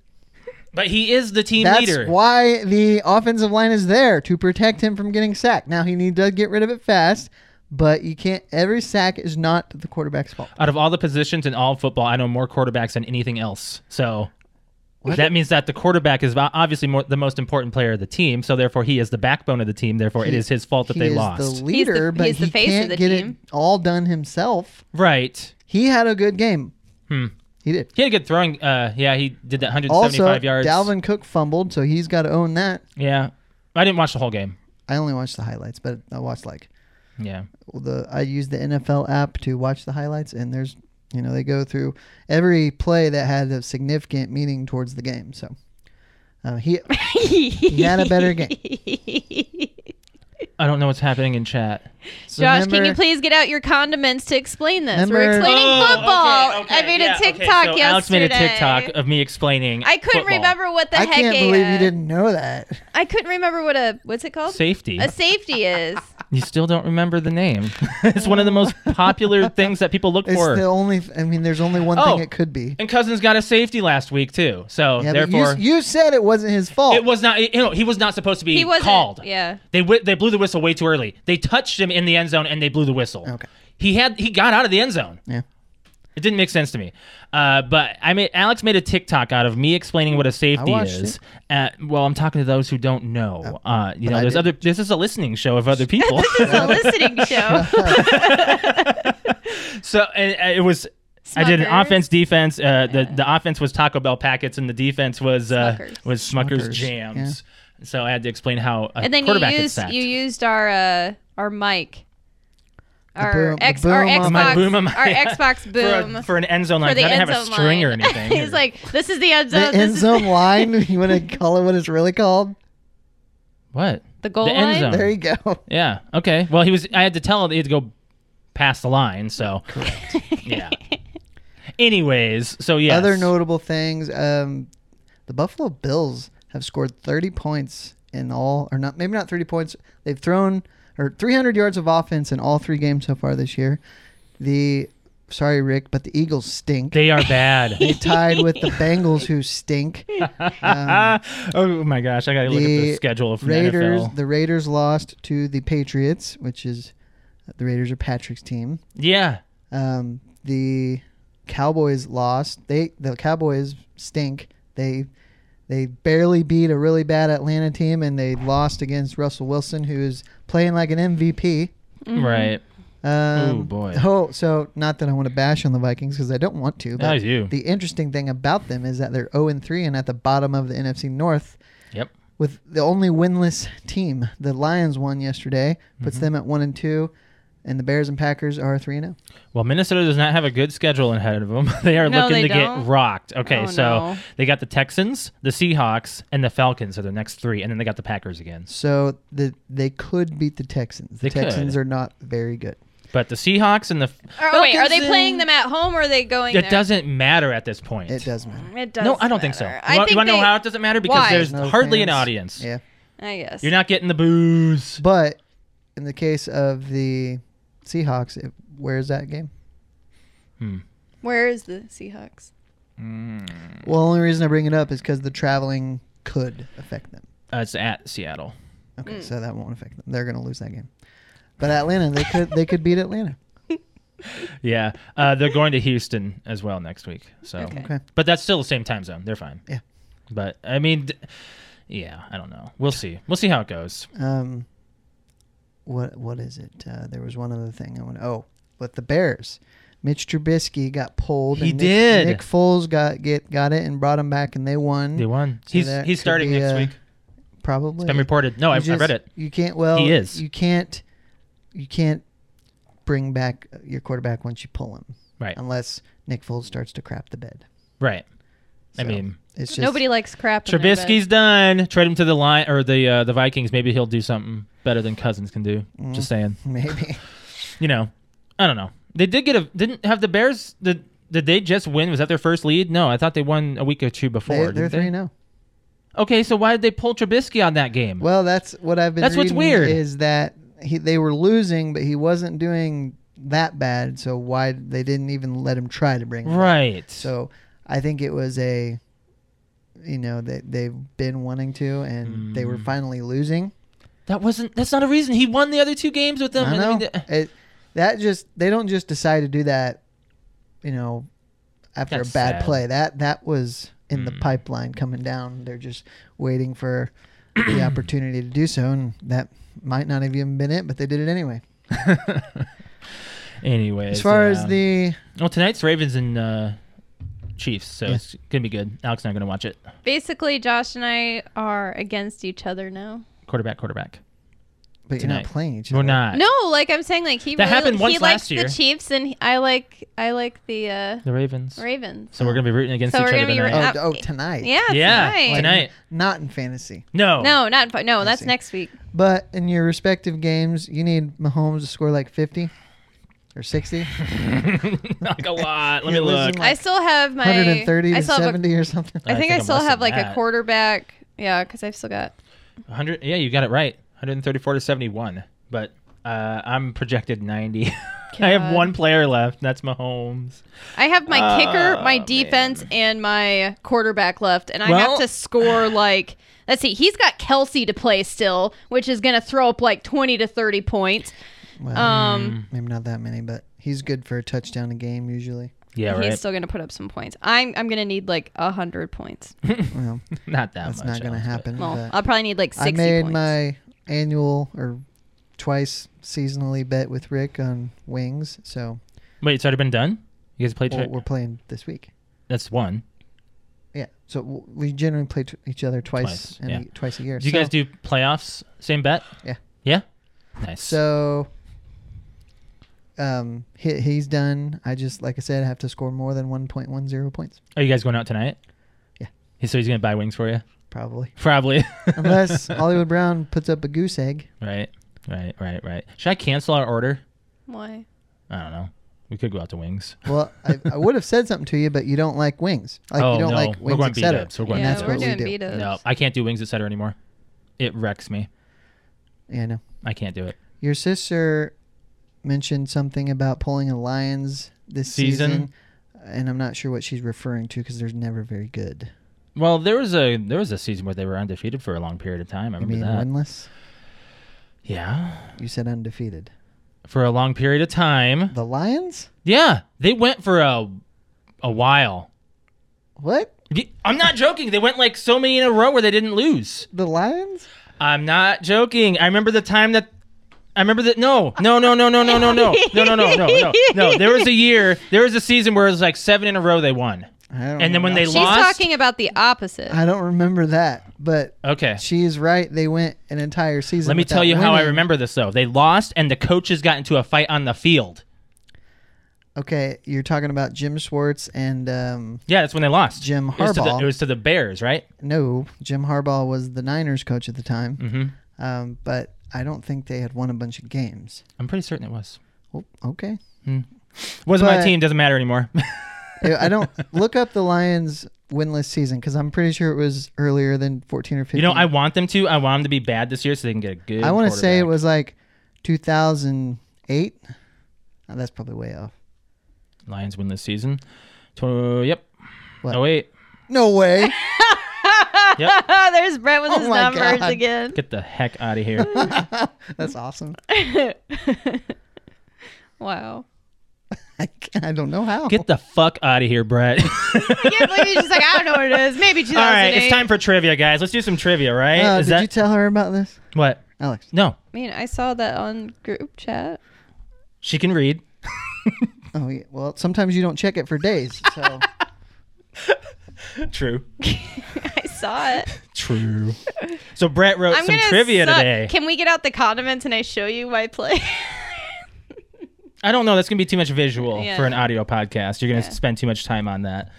[SPEAKER 3] But he is the team
[SPEAKER 2] That's
[SPEAKER 3] leader.
[SPEAKER 2] why the offensive line is there to protect him from getting sacked. Now he need to get rid of it fast, but you can't. Every sack is not the quarterback's fault.
[SPEAKER 3] Out of all the positions in all of football, I know more quarterbacks than anything else. So that means that the quarterback is o- obviously more, the most important player of the team. So therefore, he is the backbone of the team. Therefore, it is his fault that
[SPEAKER 2] he
[SPEAKER 3] they
[SPEAKER 2] is
[SPEAKER 3] lost.
[SPEAKER 2] the leader,
[SPEAKER 4] He's the-
[SPEAKER 2] but
[SPEAKER 4] he's the
[SPEAKER 2] he
[SPEAKER 4] face of
[SPEAKER 2] can't
[SPEAKER 4] the
[SPEAKER 2] get
[SPEAKER 4] team.
[SPEAKER 2] it all done himself.
[SPEAKER 3] Right.
[SPEAKER 2] He had a good game.
[SPEAKER 3] Hmm.
[SPEAKER 2] He did.
[SPEAKER 3] He had a good throwing. Uh, yeah, he did that 175
[SPEAKER 2] Also,
[SPEAKER 3] yards.
[SPEAKER 2] Dalvin Cook fumbled, so he's got to own that.
[SPEAKER 3] Yeah, I didn't watch the whole game.
[SPEAKER 2] I only watched the highlights, but I watched like
[SPEAKER 3] Yeah,
[SPEAKER 2] the I use the NFL app to watch the highlights, and there's you know they go through every play that had a significant meaning towards the game. So uh, he he had a better game.
[SPEAKER 3] I don't know what's happening in chat.
[SPEAKER 2] So
[SPEAKER 4] Josh, can
[SPEAKER 2] remember-
[SPEAKER 4] you please get out your condiments to explain this? We're
[SPEAKER 2] Remember-
[SPEAKER 4] explaining
[SPEAKER 3] Oh,
[SPEAKER 4] football.
[SPEAKER 3] okay,
[SPEAKER 4] I
[SPEAKER 3] okay,
[SPEAKER 4] made
[SPEAKER 3] yeah,
[SPEAKER 4] a
[SPEAKER 3] okay.
[SPEAKER 4] TikTok
[SPEAKER 3] So
[SPEAKER 4] yesterday.
[SPEAKER 3] Alex made a TikTok of me explaining.
[SPEAKER 4] I couldn't
[SPEAKER 3] football.
[SPEAKER 4] remember what the
[SPEAKER 2] I
[SPEAKER 4] heck
[SPEAKER 2] can't
[SPEAKER 4] a,
[SPEAKER 2] believe
[SPEAKER 4] uh,
[SPEAKER 2] you didn't know that.
[SPEAKER 4] I couldn't remember what a what's it called?
[SPEAKER 3] safety.
[SPEAKER 4] A safety is.
[SPEAKER 3] You still don't remember the name. it's one of the most popular things that people look
[SPEAKER 2] It's
[SPEAKER 3] for.
[SPEAKER 2] the only. I mean, there's only one
[SPEAKER 3] Oh.
[SPEAKER 2] thing it could be.
[SPEAKER 3] and Cousins got a safety last week too. So
[SPEAKER 2] Yeah, but you-
[SPEAKER 3] therefore,
[SPEAKER 2] you, said it wasn't his fault.
[SPEAKER 3] it was not. You know, he was not supposed to be
[SPEAKER 4] He wasn't.
[SPEAKER 3] called.
[SPEAKER 4] Yeah.
[SPEAKER 3] They whi they blew the whistle way too early. They touched him in the end zone and they blew the whistle.
[SPEAKER 2] Okay.
[SPEAKER 3] He had he got out of the end zone.
[SPEAKER 2] Yeah.
[SPEAKER 3] It didn't make sense to me. Uh, but I made Alex made a TikTok out of me explaining what a safety
[SPEAKER 2] watched Oh.
[SPEAKER 3] is. Uh, well, I'm talking to those who don't know. Uh, you know,
[SPEAKER 2] I
[SPEAKER 3] there's
[SPEAKER 2] did.
[SPEAKER 3] other. This is a listening show of other people.
[SPEAKER 4] It's a listening show.
[SPEAKER 3] so and, uh, it was. I did an
[SPEAKER 4] Smuckers.
[SPEAKER 3] offense defense. Uh, the the offense was Taco Bell packets and the defense was uh,
[SPEAKER 4] Smuckers.
[SPEAKER 3] was Smucker's
[SPEAKER 2] Smuckers,
[SPEAKER 3] jams. So I had to explain how a
[SPEAKER 4] and then you
[SPEAKER 3] quarterback gets
[SPEAKER 4] used
[SPEAKER 3] sacked.
[SPEAKER 4] you used our uh, our mic. Our
[SPEAKER 2] boom- the
[SPEAKER 4] X our
[SPEAKER 2] boom on
[SPEAKER 4] Xbox
[SPEAKER 2] my-
[SPEAKER 3] My boom on my-
[SPEAKER 4] our Xbox boom.
[SPEAKER 3] for, a, for an end zone line.
[SPEAKER 4] for the
[SPEAKER 3] I didn't
[SPEAKER 4] end
[SPEAKER 3] have a
[SPEAKER 4] zone
[SPEAKER 3] string or
[SPEAKER 4] line.
[SPEAKER 3] anything.
[SPEAKER 4] He's like, this is the end
[SPEAKER 2] the
[SPEAKER 4] zone.
[SPEAKER 2] end
[SPEAKER 4] this
[SPEAKER 2] zone
[SPEAKER 4] is
[SPEAKER 2] line. You want to call it what it's really called?
[SPEAKER 3] what?
[SPEAKER 4] the goal
[SPEAKER 3] the end
[SPEAKER 4] line.
[SPEAKER 3] zone.
[SPEAKER 2] There you go.
[SPEAKER 3] Yeah. Okay. Well, he was. I had to tell him he had to go past the line. So, yeah. Anyways, so yes.
[SPEAKER 2] Other notable things: um, the Buffalo Bills have scored 30 points in all, or not, maybe not 30 points. They've thrown or 300 yards of offense in all three games so far this year. The sorry, Rick, but the Eagles stink.
[SPEAKER 3] They are bad.
[SPEAKER 2] They tied with the Bengals, who stink. Um,
[SPEAKER 3] oh my gosh, I gotta look at the
[SPEAKER 2] the
[SPEAKER 3] schedule from
[SPEAKER 2] Raiders.
[SPEAKER 3] the NFL.
[SPEAKER 2] The Raiders lost to the Patriots, which is the Raiders are Patrick's team.
[SPEAKER 3] yeah,
[SPEAKER 2] Um, the Cowboys lost. They the Cowboys stink. They they barely beat a really bad Atlanta team, and they lost against Russell Wilson, who's playing like an MVP.
[SPEAKER 4] Mm-hmm.
[SPEAKER 3] right.
[SPEAKER 2] Um,
[SPEAKER 3] Ooh, boy.
[SPEAKER 2] Oh, so not that I want to bash on the Vikings because I don't want to.
[SPEAKER 3] That
[SPEAKER 2] But
[SPEAKER 3] was you.
[SPEAKER 2] the interesting thing about them is that they're 0 and 3 and at the bottom of the NFC North
[SPEAKER 3] Yep.
[SPEAKER 2] with the only winless team. The Lions won yesterday,
[SPEAKER 3] Mm-hmm.
[SPEAKER 2] puts them at 1 and 2, and the Bears and Packers are 3 and oh. 0.
[SPEAKER 3] Well, Minnesota does not have a good schedule ahead of them. they are
[SPEAKER 4] No, they
[SPEAKER 3] looking to
[SPEAKER 4] don't.
[SPEAKER 3] get rocked. Okay,
[SPEAKER 4] Oh,
[SPEAKER 3] so
[SPEAKER 4] no.
[SPEAKER 3] they got the Texans, the Seahawks, and the Falcons are their next three, and then they got the Packers again.
[SPEAKER 2] So the, they could beat the Texans. The
[SPEAKER 3] They could.
[SPEAKER 2] Texans are not very good.
[SPEAKER 3] But the Seahawks and the
[SPEAKER 4] Or, wait, are they
[SPEAKER 3] Falcons,
[SPEAKER 4] playing them at home or are they going?
[SPEAKER 3] It
[SPEAKER 4] there?
[SPEAKER 3] doesn't matter at this point.
[SPEAKER 2] It does matter.
[SPEAKER 4] It does.
[SPEAKER 3] No, I don't think so.
[SPEAKER 4] matter.
[SPEAKER 3] you
[SPEAKER 4] I
[SPEAKER 3] want,
[SPEAKER 4] think
[SPEAKER 3] you want to
[SPEAKER 4] they,
[SPEAKER 3] know how it doesn't matter because
[SPEAKER 4] Why?
[SPEAKER 3] there's
[SPEAKER 2] No
[SPEAKER 3] hardly an
[SPEAKER 2] fans.
[SPEAKER 3] audience.
[SPEAKER 2] Yeah.
[SPEAKER 4] I guess
[SPEAKER 3] You're not getting the booze.
[SPEAKER 2] But in the case of the Seahawks, it, where is that game?
[SPEAKER 3] Hmm.
[SPEAKER 4] Where is the Seahawks? Hmm.
[SPEAKER 2] Well, the only reason I bring it up is because the traveling could affect them.
[SPEAKER 3] Uh, it's at Seattle.
[SPEAKER 2] Okay, so that won't affect them. They're going to lose that game. But Atlanta, they could they could beat Atlanta.
[SPEAKER 3] Yeah, uh, they're going to Houston as well next week. So,
[SPEAKER 4] Okay.
[SPEAKER 2] Okay.
[SPEAKER 3] but that's still the same time zone. They're fine.
[SPEAKER 2] Yeah.
[SPEAKER 3] But I mean, d- yeah, I don't know. We'll see. We'll see how it goes.
[SPEAKER 2] Um, what what is it? Uh, there was one other thing I want. Oh, with the Bears, Mitch Trubisky got pulled.
[SPEAKER 3] He
[SPEAKER 2] and Nick-
[SPEAKER 3] did.
[SPEAKER 2] Nick Foles got get got it and brought him back, and they won.
[SPEAKER 3] They won.
[SPEAKER 2] So
[SPEAKER 3] He's
[SPEAKER 2] Mm-hmm. that
[SPEAKER 3] he's
[SPEAKER 2] could
[SPEAKER 3] starting
[SPEAKER 2] be,
[SPEAKER 3] next
[SPEAKER 2] uh,
[SPEAKER 3] week.
[SPEAKER 2] Probably.
[SPEAKER 3] It's been reported. No, I,
[SPEAKER 2] You
[SPEAKER 3] I read
[SPEAKER 2] just-
[SPEAKER 3] it.
[SPEAKER 2] You can't. Well,
[SPEAKER 3] He is.
[SPEAKER 2] You can't. You can't bring back your quarterback once you pull him,
[SPEAKER 3] Right.
[SPEAKER 2] unless Nick Foles starts to crap the bed.
[SPEAKER 3] Right. I
[SPEAKER 2] So,
[SPEAKER 3] mean,
[SPEAKER 2] It's just
[SPEAKER 4] Nobody likes crap. in their bed.
[SPEAKER 3] Trubisky's done. Trade him to the line or the uh, the Vikings. Maybe he'll do something better than Cousins can do.
[SPEAKER 2] Mm-hmm.
[SPEAKER 3] Just saying.
[SPEAKER 2] maybe.
[SPEAKER 3] You know, I don't know. They did get a didn't have the Bears. Did did they just win? Was that their first lead? No, I thought they won a week or two before.
[SPEAKER 2] They,
[SPEAKER 3] didn't
[SPEAKER 2] they're
[SPEAKER 3] they?
[SPEAKER 2] three oh. now.
[SPEAKER 3] Okay, so why did they pull Trubisky on that game?
[SPEAKER 2] Well, that's what I've been.
[SPEAKER 3] That's what's
[SPEAKER 2] reading
[SPEAKER 3] weird.
[SPEAKER 2] is that he, they were losing, but he wasn't doing that bad. So why they didn't even let him try to bring him? back.
[SPEAKER 3] right.
[SPEAKER 2] So I think it was a, you know, they they've been wanting to, and they were
[SPEAKER 3] Mm.
[SPEAKER 2] finally losing.
[SPEAKER 3] that wasn't. That's not a reason. He won the other two games with them.
[SPEAKER 2] I
[SPEAKER 3] and
[SPEAKER 2] know
[SPEAKER 3] mean, eh. the-
[SPEAKER 2] it, that just they don't just decide to do that, you know, after
[SPEAKER 3] That's
[SPEAKER 2] a bad
[SPEAKER 3] sad. Hmm.
[SPEAKER 2] play. That that was in the pipeline coming down. They're just waiting for the opportunity to do so, and that might not have even been it, but they did it anyway.
[SPEAKER 3] anyway,
[SPEAKER 2] As far
[SPEAKER 3] yeah.
[SPEAKER 2] as the
[SPEAKER 3] well, tonight's Ravens and uh, Chiefs, so it's gonna be good. Alex and I are gonna watch it.
[SPEAKER 4] Basically, Josh and I are against each other now.
[SPEAKER 3] Quarterback, quarterback.
[SPEAKER 2] but you're not
[SPEAKER 3] Tonight.
[SPEAKER 2] playing each other.
[SPEAKER 3] We're not.
[SPEAKER 4] No, like I'm saying, like he
[SPEAKER 3] That
[SPEAKER 4] really,
[SPEAKER 3] happened once
[SPEAKER 4] he
[SPEAKER 3] last
[SPEAKER 4] likes
[SPEAKER 3] year.
[SPEAKER 4] the Chiefs and he- I like I like the uh,
[SPEAKER 3] The Ravens.
[SPEAKER 4] Ravens.
[SPEAKER 3] So we're gonna be rooting against
[SPEAKER 4] So
[SPEAKER 3] each
[SPEAKER 4] we're
[SPEAKER 3] other
[SPEAKER 4] gonna be
[SPEAKER 3] tonight.
[SPEAKER 4] rooting-
[SPEAKER 2] Oh,
[SPEAKER 4] Uh,
[SPEAKER 2] d- oh, tonight.
[SPEAKER 4] Yeah,
[SPEAKER 3] yeah,
[SPEAKER 4] tonight.
[SPEAKER 3] tonight.
[SPEAKER 2] Not in fantasy,
[SPEAKER 3] No.
[SPEAKER 4] No, not fi- no. That's
[SPEAKER 2] see.
[SPEAKER 4] next week.
[SPEAKER 2] but in your respective games, you need Mahomes to score like 50 or 60,
[SPEAKER 3] like a lot. Let me
[SPEAKER 2] You're
[SPEAKER 3] look.
[SPEAKER 2] losing
[SPEAKER 4] I still have my
[SPEAKER 2] 130
[SPEAKER 4] I
[SPEAKER 2] to
[SPEAKER 4] still have a-
[SPEAKER 2] 70 or something.
[SPEAKER 4] I
[SPEAKER 3] I
[SPEAKER 4] think
[SPEAKER 3] think
[SPEAKER 4] I
[SPEAKER 3] I'm
[SPEAKER 4] still
[SPEAKER 3] less
[SPEAKER 4] have
[SPEAKER 3] than
[SPEAKER 4] like a
[SPEAKER 3] that.
[SPEAKER 4] quarterback. Yeah, because I've still got.
[SPEAKER 3] 100. Yeah, you got it right. 134 to 71. But uh, I'm projected 90. I have
[SPEAKER 4] God.
[SPEAKER 3] one player left. That's Mahomes.
[SPEAKER 4] I have my kicker, my
[SPEAKER 3] Oh,
[SPEAKER 4] defense, and my quarterback left, and I have
[SPEAKER 3] Well-
[SPEAKER 4] to score like. Let's see. He's got Kelsey to play still, which is going to throw up like twenty to thirty points.
[SPEAKER 2] Well,
[SPEAKER 3] Hmm.
[SPEAKER 4] Um,
[SPEAKER 2] maybe not that many, but he's good for a touchdown a game usually.
[SPEAKER 3] Yeah,
[SPEAKER 4] he's
[SPEAKER 3] right.
[SPEAKER 4] still going to put up some points. I'm I'm going to need like hundred points.
[SPEAKER 2] Well,
[SPEAKER 3] not that
[SPEAKER 2] that's
[SPEAKER 3] much.
[SPEAKER 2] not going to
[SPEAKER 3] Alex, but-
[SPEAKER 2] happen.
[SPEAKER 4] Well,
[SPEAKER 2] but
[SPEAKER 4] I'll probably need like
[SPEAKER 2] I
[SPEAKER 4] sixty
[SPEAKER 2] made
[SPEAKER 4] points.
[SPEAKER 2] my annual or twice seasonally bet with Rick on wings, so
[SPEAKER 3] Wait, it's already been done. You guys played.
[SPEAKER 2] well,
[SPEAKER 3] Tri-
[SPEAKER 2] we're playing this week.
[SPEAKER 3] that's one.
[SPEAKER 2] Yeah, so w- we generally play t- each other twice,
[SPEAKER 3] Twice,
[SPEAKER 2] and
[SPEAKER 3] yeah.
[SPEAKER 2] twice a year.
[SPEAKER 3] Do you
[SPEAKER 2] so,
[SPEAKER 3] guys do playoffs? Same bet.
[SPEAKER 2] Yeah.
[SPEAKER 3] Yeah. Nice.
[SPEAKER 2] So, um, he, he's done. I just, like I said, have to score more than one point one zero points,
[SPEAKER 3] Are you guys going out tonight?
[SPEAKER 2] Yeah.
[SPEAKER 3] He- So he's gonna buy wings for you.
[SPEAKER 2] probably,
[SPEAKER 3] Probably.
[SPEAKER 2] unless Hollywood Brown puts up a goose egg.
[SPEAKER 3] right. Right. Right. Right. Should I cancel our order?
[SPEAKER 4] Why?
[SPEAKER 3] I don't know. We could go out to Wings.
[SPEAKER 2] Well, I, I would have said something to you, but you don't like wings. Like
[SPEAKER 3] Oh,
[SPEAKER 2] you don't
[SPEAKER 3] no.
[SPEAKER 2] like
[SPEAKER 3] We're
[SPEAKER 2] wings,
[SPEAKER 3] going
[SPEAKER 2] etc.
[SPEAKER 3] B-dubs. We're going
[SPEAKER 2] and
[SPEAKER 4] yeah,
[SPEAKER 2] that's
[SPEAKER 4] we're
[SPEAKER 2] what we
[SPEAKER 4] doing
[SPEAKER 2] do.
[SPEAKER 4] B-dubs.
[SPEAKER 3] No, I can't do Wings, etc. anymore. It wrecks me.
[SPEAKER 2] Yeah, I know.
[SPEAKER 3] I can't do it.
[SPEAKER 2] Your sister mentioned something about pulling a lions this season,
[SPEAKER 3] Season?
[SPEAKER 2] and I'm not sure what she's referring to because they're never very good.
[SPEAKER 3] Well, there was a there was a season where they were undefeated for a long period of time. I
[SPEAKER 2] You
[SPEAKER 3] remember
[SPEAKER 2] mean
[SPEAKER 3] that.
[SPEAKER 2] winless?
[SPEAKER 3] Yeah,
[SPEAKER 2] You said undefeated.
[SPEAKER 3] for a long period of time.
[SPEAKER 2] The lions?
[SPEAKER 3] Yeah, they went for a a while.
[SPEAKER 2] What?
[SPEAKER 3] Y- I'm not joking. They went like so many in a row where they didn't lose.
[SPEAKER 2] The lions?
[SPEAKER 3] I'm not joking. I remember the time that I remember that no, no, no, no, no, no, no, no, no, no, no, no, no, no. There was a year, there was a season where it was like seven in a row they won,
[SPEAKER 2] I don't.
[SPEAKER 3] and then when
[SPEAKER 2] remember.
[SPEAKER 3] they
[SPEAKER 4] She's
[SPEAKER 3] lost,
[SPEAKER 4] talking about the opposite.
[SPEAKER 2] I don't remember that, but
[SPEAKER 3] okay.
[SPEAKER 2] she is right. They went an entire season.
[SPEAKER 3] Let me
[SPEAKER 2] without
[SPEAKER 3] tell you how I
[SPEAKER 2] winning.
[SPEAKER 3] remember this though. They lost, and the coaches got into a fight on the field.
[SPEAKER 2] Okay, you're talking about Jim Schwartz and um,
[SPEAKER 3] Yeah, that's when they lost.
[SPEAKER 2] Jim
[SPEAKER 3] It was to the,
[SPEAKER 2] Harbaugh.
[SPEAKER 3] it was to the Bears, right?
[SPEAKER 2] no, Jim Harbaugh was the Niners coach at the time,
[SPEAKER 3] Mm-hmm.
[SPEAKER 2] um, but I don't think they had won a bunch of games.
[SPEAKER 3] I'm pretty certain it was.
[SPEAKER 2] Oh, okay,
[SPEAKER 3] Wasn't my
[SPEAKER 2] But-
[SPEAKER 3] team. Doesn't matter anymore.
[SPEAKER 2] I I don't look up the Lions winless season because I'm pretty sure it was earlier than 14 or 15.
[SPEAKER 3] you know, I want them to. I want them to be bad this year so they can get a good.
[SPEAKER 2] Mm-hmm. I want to say it
[SPEAKER 3] quarterback.
[SPEAKER 2] was like 2008. Oh, that's probably way off.
[SPEAKER 3] Lions win this season. Tw- yep.
[SPEAKER 2] What?
[SPEAKER 3] Oh wait.
[SPEAKER 2] No way.
[SPEAKER 3] Yep.
[SPEAKER 4] There's Brett with
[SPEAKER 2] Oh
[SPEAKER 4] his
[SPEAKER 2] my
[SPEAKER 4] numbers
[SPEAKER 2] God.
[SPEAKER 4] again.
[SPEAKER 3] Get the heck out of here.
[SPEAKER 2] that's awesome.
[SPEAKER 4] Wow.
[SPEAKER 2] I, I don't know how.
[SPEAKER 3] Get the fuck out of here, Brett. All
[SPEAKER 4] I can't believe he's just like, "Ah, I don't know what it is. Maybe 2008.
[SPEAKER 3] right, it's time for trivia, guys. Let's do some trivia, right?
[SPEAKER 2] Uh,
[SPEAKER 3] Is
[SPEAKER 2] did
[SPEAKER 3] that
[SPEAKER 2] you tell her about this,
[SPEAKER 3] what?
[SPEAKER 2] Alex?
[SPEAKER 3] No,
[SPEAKER 4] I mean, I saw that on group chat.
[SPEAKER 3] she can read.
[SPEAKER 2] Oh, yeah. well, sometimes you don't check it for days. So
[SPEAKER 3] True.
[SPEAKER 4] I saw it.
[SPEAKER 3] True. So Brett wrote
[SPEAKER 4] I'm
[SPEAKER 3] some
[SPEAKER 4] gonna
[SPEAKER 3] trivia
[SPEAKER 4] suck.
[SPEAKER 3] today.
[SPEAKER 4] Can we get out the condiments and I show you my plate?
[SPEAKER 3] I don't know. That's gonna be too much visual
[SPEAKER 4] Yeah.
[SPEAKER 3] for an audio podcast. You're gonna
[SPEAKER 4] Yeah.
[SPEAKER 3] spend too much time on that.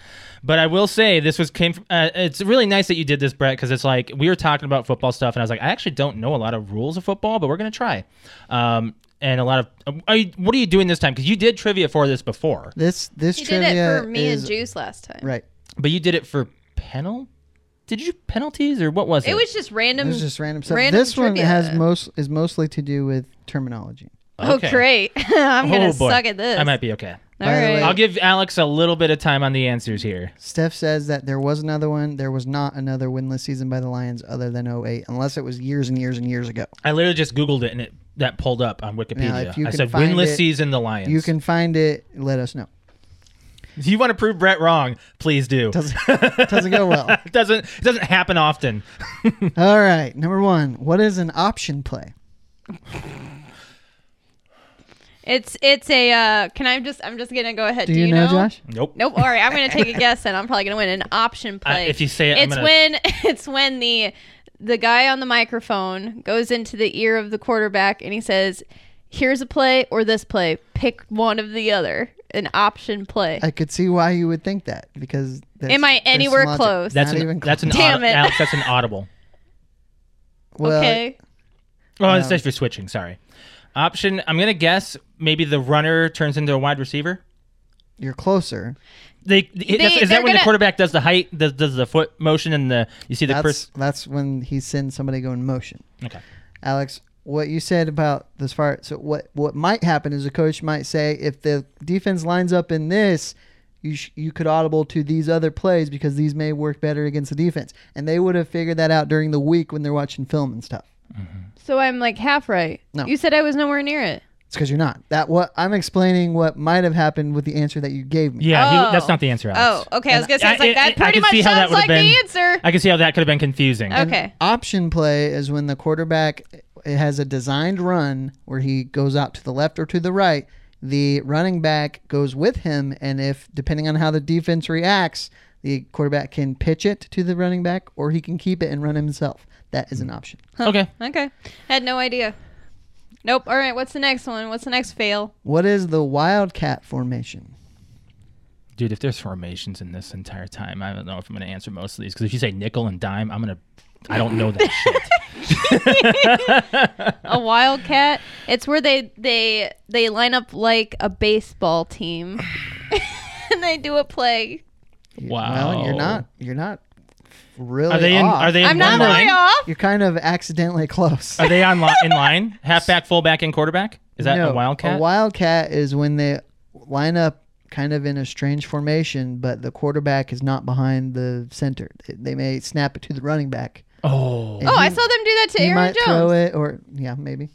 [SPEAKER 3] But I will say this was came. From, uh, it's really nice that you did this, Brett, because it's like we were talking about football stuff, and I was like, I actually don't know a lot of rules of football, but we're gonna try. Um, and a lot of, uh, are you, what are you doing this time? Because you did trivia for this before,
[SPEAKER 2] this this
[SPEAKER 4] You did
[SPEAKER 2] trivia
[SPEAKER 4] it for me
[SPEAKER 2] is
[SPEAKER 4] and Juice last time.
[SPEAKER 2] right.
[SPEAKER 3] but you did it for penal. Did you do penalties or what was it?
[SPEAKER 4] It was just random.
[SPEAKER 2] This is just random stuff.
[SPEAKER 4] Random
[SPEAKER 2] this one
[SPEAKER 4] trivia.
[SPEAKER 2] has most is mostly to do with terminology.
[SPEAKER 3] Okay.
[SPEAKER 4] Oh, great. I'm going
[SPEAKER 3] Oh,
[SPEAKER 4] to
[SPEAKER 3] boy.
[SPEAKER 4] suck at this.
[SPEAKER 3] I might be okay.
[SPEAKER 4] All
[SPEAKER 2] By the
[SPEAKER 4] right.
[SPEAKER 2] way-
[SPEAKER 3] I'll give Alex a little bit of time on the answers here.
[SPEAKER 2] Steph says that there was another one. There was not another winless season by the Lions other than 08, unless it was years and years and years ago.
[SPEAKER 3] I literally just Googled it and it that pulled up on Wikipedia.
[SPEAKER 2] you
[SPEAKER 3] I
[SPEAKER 2] can
[SPEAKER 3] said
[SPEAKER 2] find
[SPEAKER 3] winless
[SPEAKER 2] it-
[SPEAKER 3] season the Lions.
[SPEAKER 2] You can find it. Let us know.
[SPEAKER 3] If you want to prove Brett wrong, please do.
[SPEAKER 2] Doesn't doesn't go well.
[SPEAKER 3] it doesn't it doesn't happen often.
[SPEAKER 2] All right, number one. What is an option play?
[SPEAKER 4] It's it's a uh can I just I'm just gonna go ahead.
[SPEAKER 2] Do, you, know, Josh?
[SPEAKER 3] Nope.
[SPEAKER 4] Nope. All right, I'm gonna take a guess and I'm probably gonna win an option play.
[SPEAKER 3] if you say it, I'm
[SPEAKER 4] it's
[SPEAKER 3] gonna-
[SPEAKER 4] when it's when the the guy on the microphone goes into the ear of the quarterback and he says, "Here's a play or this play. Pick one of the other. An option play."
[SPEAKER 2] I could see why you would think that because that's,
[SPEAKER 4] Am I
[SPEAKER 2] there's some
[SPEAKER 4] anywhere
[SPEAKER 2] logic.
[SPEAKER 4] close?
[SPEAKER 3] That's
[SPEAKER 2] Not
[SPEAKER 3] an
[SPEAKER 2] even
[SPEAKER 3] that's an
[SPEAKER 4] close.
[SPEAKER 3] aud-
[SPEAKER 4] Damn it.
[SPEAKER 3] Alex, that's an audible.
[SPEAKER 2] Well,
[SPEAKER 4] okay.
[SPEAKER 3] Oh, it's just for switching. Sorry. Option. I'm gonna guess maybe the runner turns into a wide receiver.
[SPEAKER 2] You're closer.
[SPEAKER 3] They, that's- is
[SPEAKER 4] they're
[SPEAKER 3] that when the
[SPEAKER 4] gonna-
[SPEAKER 3] quarterback does the height, does, does the foot motion, and the you see the
[SPEAKER 2] That's
[SPEAKER 3] person?
[SPEAKER 2] that's when he sends somebody go in motion.
[SPEAKER 3] Okay.
[SPEAKER 2] Alex, what you said about this far so what what might happen is a coach might say if the defense lines up in this, you sh- you could audible to these other plays because these may work better against the defense. And they would have figured that out during the week when they're watching film and stuff.
[SPEAKER 4] So I'm like half right.
[SPEAKER 2] No.
[SPEAKER 4] You said I was nowhere near it.
[SPEAKER 2] It's because you're not. That what I'm explaining what might have happened with the answer that you gave me.
[SPEAKER 3] Yeah, he,
[SPEAKER 4] Oh.
[SPEAKER 3] that's not the answer.
[SPEAKER 4] Oh,
[SPEAKER 3] Alex.
[SPEAKER 4] okay. I was gonna say it's
[SPEAKER 3] I-
[SPEAKER 4] like
[SPEAKER 3] I-
[SPEAKER 4] that
[SPEAKER 3] I
[SPEAKER 4] pretty
[SPEAKER 3] can
[SPEAKER 4] much
[SPEAKER 3] see how that
[SPEAKER 4] sounds like
[SPEAKER 3] would've
[SPEAKER 4] the
[SPEAKER 3] been.
[SPEAKER 4] answer.
[SPEAKER 3] I can see how that could have been confusing.
[SPEAKER 4] Okay.
[SPEAKER 2] Option play is when the quarterback it has a designed run where he goes out to the left or to the right. The running back goes with him, and if depending on how the defense reacts, the quarterback can pitch it to the running back or he can keep it and run himself. That
[SPEAKER 3] Hmm.
[SPEAKER 2] is an option.
[SPEAKER 3] Okay.
[SPEAKER 4] Okay. Had no idea. Nope. All right. What's the next one? What's the next fail?
[SPEAKER 2] What is the wildcat formation?
[SPEAKER 3] Dude, if there's formations in this entire time, I don't know if I'm going to answer most of these. Because if you say nickel and dime, I'm going to I don't know that shit.
[SPEAKER 4] a wildcat. It's where they they they line up like a baseball team, and they do a play.
[SPEAKER 2] Well, you're
[SPEAKER 3] Wow.
[SPEAKER 2] not. You're not really.
[SPEAKER 3] Oh. Are they in?
[SPEAKER 2] off.
[SPEAKER 3] Are they? In
[SPEAKER 4] I'm not
[SPEAKER 3] one
[SPEAKER 4] really
[SPEAKER 3] line?
[SPEAKER 4] off.
[SPEAKER 2] You're kind of accidentally close.
[SPEAKER 3] Are they on li- in line? Halfback, fullback, and quarterback. Is that
[SPEAKER 2] No,
[SPEAKER 3] a wildcat?
[SPEAKER 2] A wildcat is when they line up kind of in a strange formation, but the quarterback is not behind the center. They- They may snap it to the running back.
[SPEAKER 3] oh,
[SPEAKER 4] Oh, I saw them do that to
[SPEAKER 2] He
[SPEAKER 4] Aaron
[SPEAKER 2] might throw
[SPEAKER 4] Jones.
[SPEAKER 2] it, or yeah, maybe.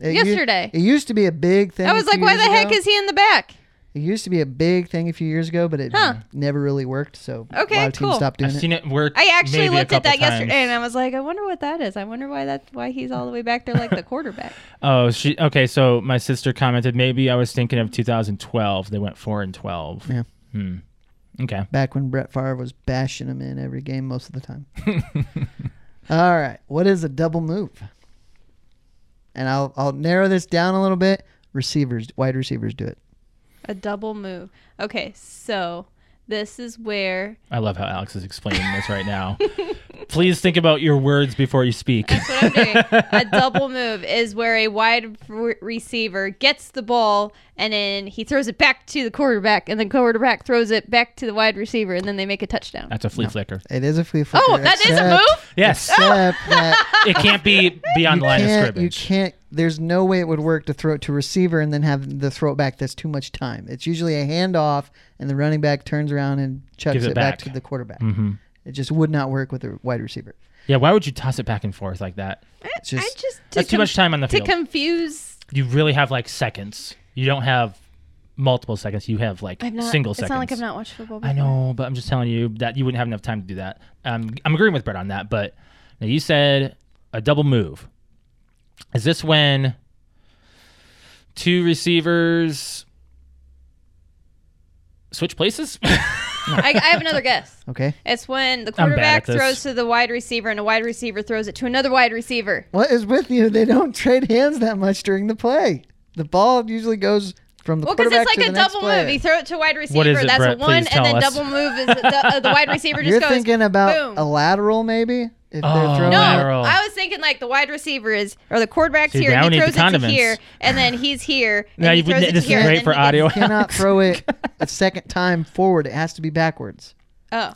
[SPEAKER 2] It u-
[SPEAKER 4] Yesterday.
[SPEAKER 2] it used to be a big thing.
[SPEAKER 4] I was
[SPEAKER 2] a few
[SPEAKER 4] like, why the
[SPEAKER 2] years
[SPEAKER 4] heck
[SPEAKER 2] ago.
[SPEAKER 4] is he in the back?
[SPEAKER 2] it used to be a big thing a few years ago, but it
[SPEAKER 4] Huh.
[SPEAKER 2] never really worked. So
[SPEAKER 4] Okay,
[SPEAKER 2] a lot of teams
[SPEAKER 4] cool.
[SPEAKER 2] stopped doing
[SPEAKER 3] I've
[SPEAKER 2] it.
[SPEAKER 3] seen it work.
[SPEAKER 4] I actually
[SPEAKER 3] maybe a
[SPEAKER 4] looked at that
[SPEAKER 3] couple
[SPEAKER 4] yesterday, and
[SPEAKER 3] times.
[SPEAKER 4] I was like, I wonder what that is. I wonder why that's why he's all the way back there like the quarterback.
[SPEAKER 3] Oh, she okay. So my sister commented, maybe I was thinking of 2012. They went four and 12.
[SPEAKER 2] Yeah.
[SPEAKER 3] Hmm. Okay.
[SPEAKER 2] back when Brett Favre was bashing him in every game most of the time. All right, what is a double move? And I'll I'll narrow this down a little bit. Receivers, wide receivers do it.
[SPEAKER 4] a double move. Okay, so this is where
[SPEAKER 3] I love how Alex is explaining this right now. Please think about your words before you speak.
[SPEAKER 4] what I'm doing. a double move is where a wide re- receiver gets the ball and then he throws it back to the quarterback, and the quarterback throws it back to the wide receiver, and then they make a touchdown.
[SPEAKER 3] That's a flea flicker.
[SPEAKER 2] It is a flea flicker.
[SPEAKER 4] Oh, that is a
[SPEAKER 2] except-
[SPEAKER 4] move.
[SPEAKER 3] Yes.
[SPEAKER 2] Except that
[SPEAKER 3] it can't be beyond
[SPEAKER 2] you
[SPEAKER 3] the line of
[SPEAKER 2] can't, you
[SPEAKER 3] scrimmage.
[SPEAKER 2] can't. There's no way it would work to throw it to receiver and then have the throw it back. That's too much time. It's usually a handoff, and the running back turns around and chucks
[SPEAKER 3] Gives
[SPEAKER 2] it,
[SPEAKER 3] it
[SPEAKER 2] back.
[SPEAKER 3] back.
[SPEAKER 2] to the quarterback.
[SPEAKER 3] hmm
[SPEAKER 2] It just would not work with a wide receiver.
[SPEAKER 3] Yeah. Why would you toss it back and forth like that?
[SPEAKER 2] It's just,
[SPEAKER 4] I just to
[SPEAKER 3] That's too
[SPEAKER 4] com-
[SPEAKER 3] much time on the
[SPEAKER 4] to
[SPEAKER 3] field.
[SPEAKER 4] confuse.
[SPEAKER 3] you really have like seconds. You don't have multiple seconds. You have like
[SPEAKER 4] I'm not
[SPEAKER 3] single
[SPEAKER 4] It's
[SPEAKER 3] seconds.
[SPEAKER 4] not like I've not watched football.
[SPEAKER 3] I know, but I'm just telling you that you wouldn't have enough time to do that. Um, I'm agreeing with Brett on that, but now you said a double move. Is this when two receivers switch places?
[SPEAKER 4] I, I have another guess.
[SPEAKER 2] okay.
[SPEAKER 4] It's when the
[SPEAKER 3] I'm
[SPEAKER 4] quarterback
[SPEAKER 3] bad at this.
[SPEAKER 4] throws to the wide receiver and a wide receiver throws it to another wide receiver.
[SPEAKER 2] What is with you? They don't trade hands that much during the play. The ball usually goes from the
[SPEAKER 4] Well, because
[SPEAKER 2] quarterback
[SPEAKER 4] it's like
[SPEAKER 2] to
[SPEAKER 4] a
[SPEAKER 2] the next
[SPEAKER 4] double
[SPEAKER 2] player.
[SPEAKER 4] move. You throw it to a wide receiver,
[SPEAKER 3] is it,
[SPEAKER 4] that's
[SPEAKER 3] Brett?
[SPEAKER 4] a one,
[SPEAKER 3] Please
[SPEAKER 4] and then
[SPEAKER 3] tell us.
[SPEAKER 4] double move is the, uh, the wide receiver just
[SPEAKER 2] You're
[SPEAKER 4] goes.
[SPEAKER 2] thinking about
[SPEAKER 4] boom.
[SPEAKER 2] a lateral, maybe? If
[SPEAKER 3] Oh.
[SPEAKER 2] they're throwing
[SPEAKER 4] No,
[SPEAKER 2] it-
[SPEAKER 3] Lateral.
[SPEAKER 4] I was thinking like the wide receiver is, or the quarterback's
[SPEAKER 3] See,
[SPEAKER 4] here,
[SPEAKER 3] now
[SPEAKER 4] and
[SPEAKER 3] we
[SPEAKER 4] he
[SPEAKER 3] need the
[SPEAKER 4] throws it to
[SPEAKER 3] condiments.
[SPEAKER 4] here, and then he's here, and
[SPEAKER 3] Now
[SPEAKER 4] he
[SPEAKER 3] you've-
[SPEAKER 4] throws it to
[SPEAKER 3] this is
[SPEAKER 4] here. and
[SPEAKER 3] great
[SPEAKER 4] then
[SPEAKER 3] for
[SPEAKER 4] he gets-
[SPEAKER 3] audio.
[SPEAKER 2] you cannot throw it a second time forward. It has to be backwards.
[SPEAKER 4] Oh,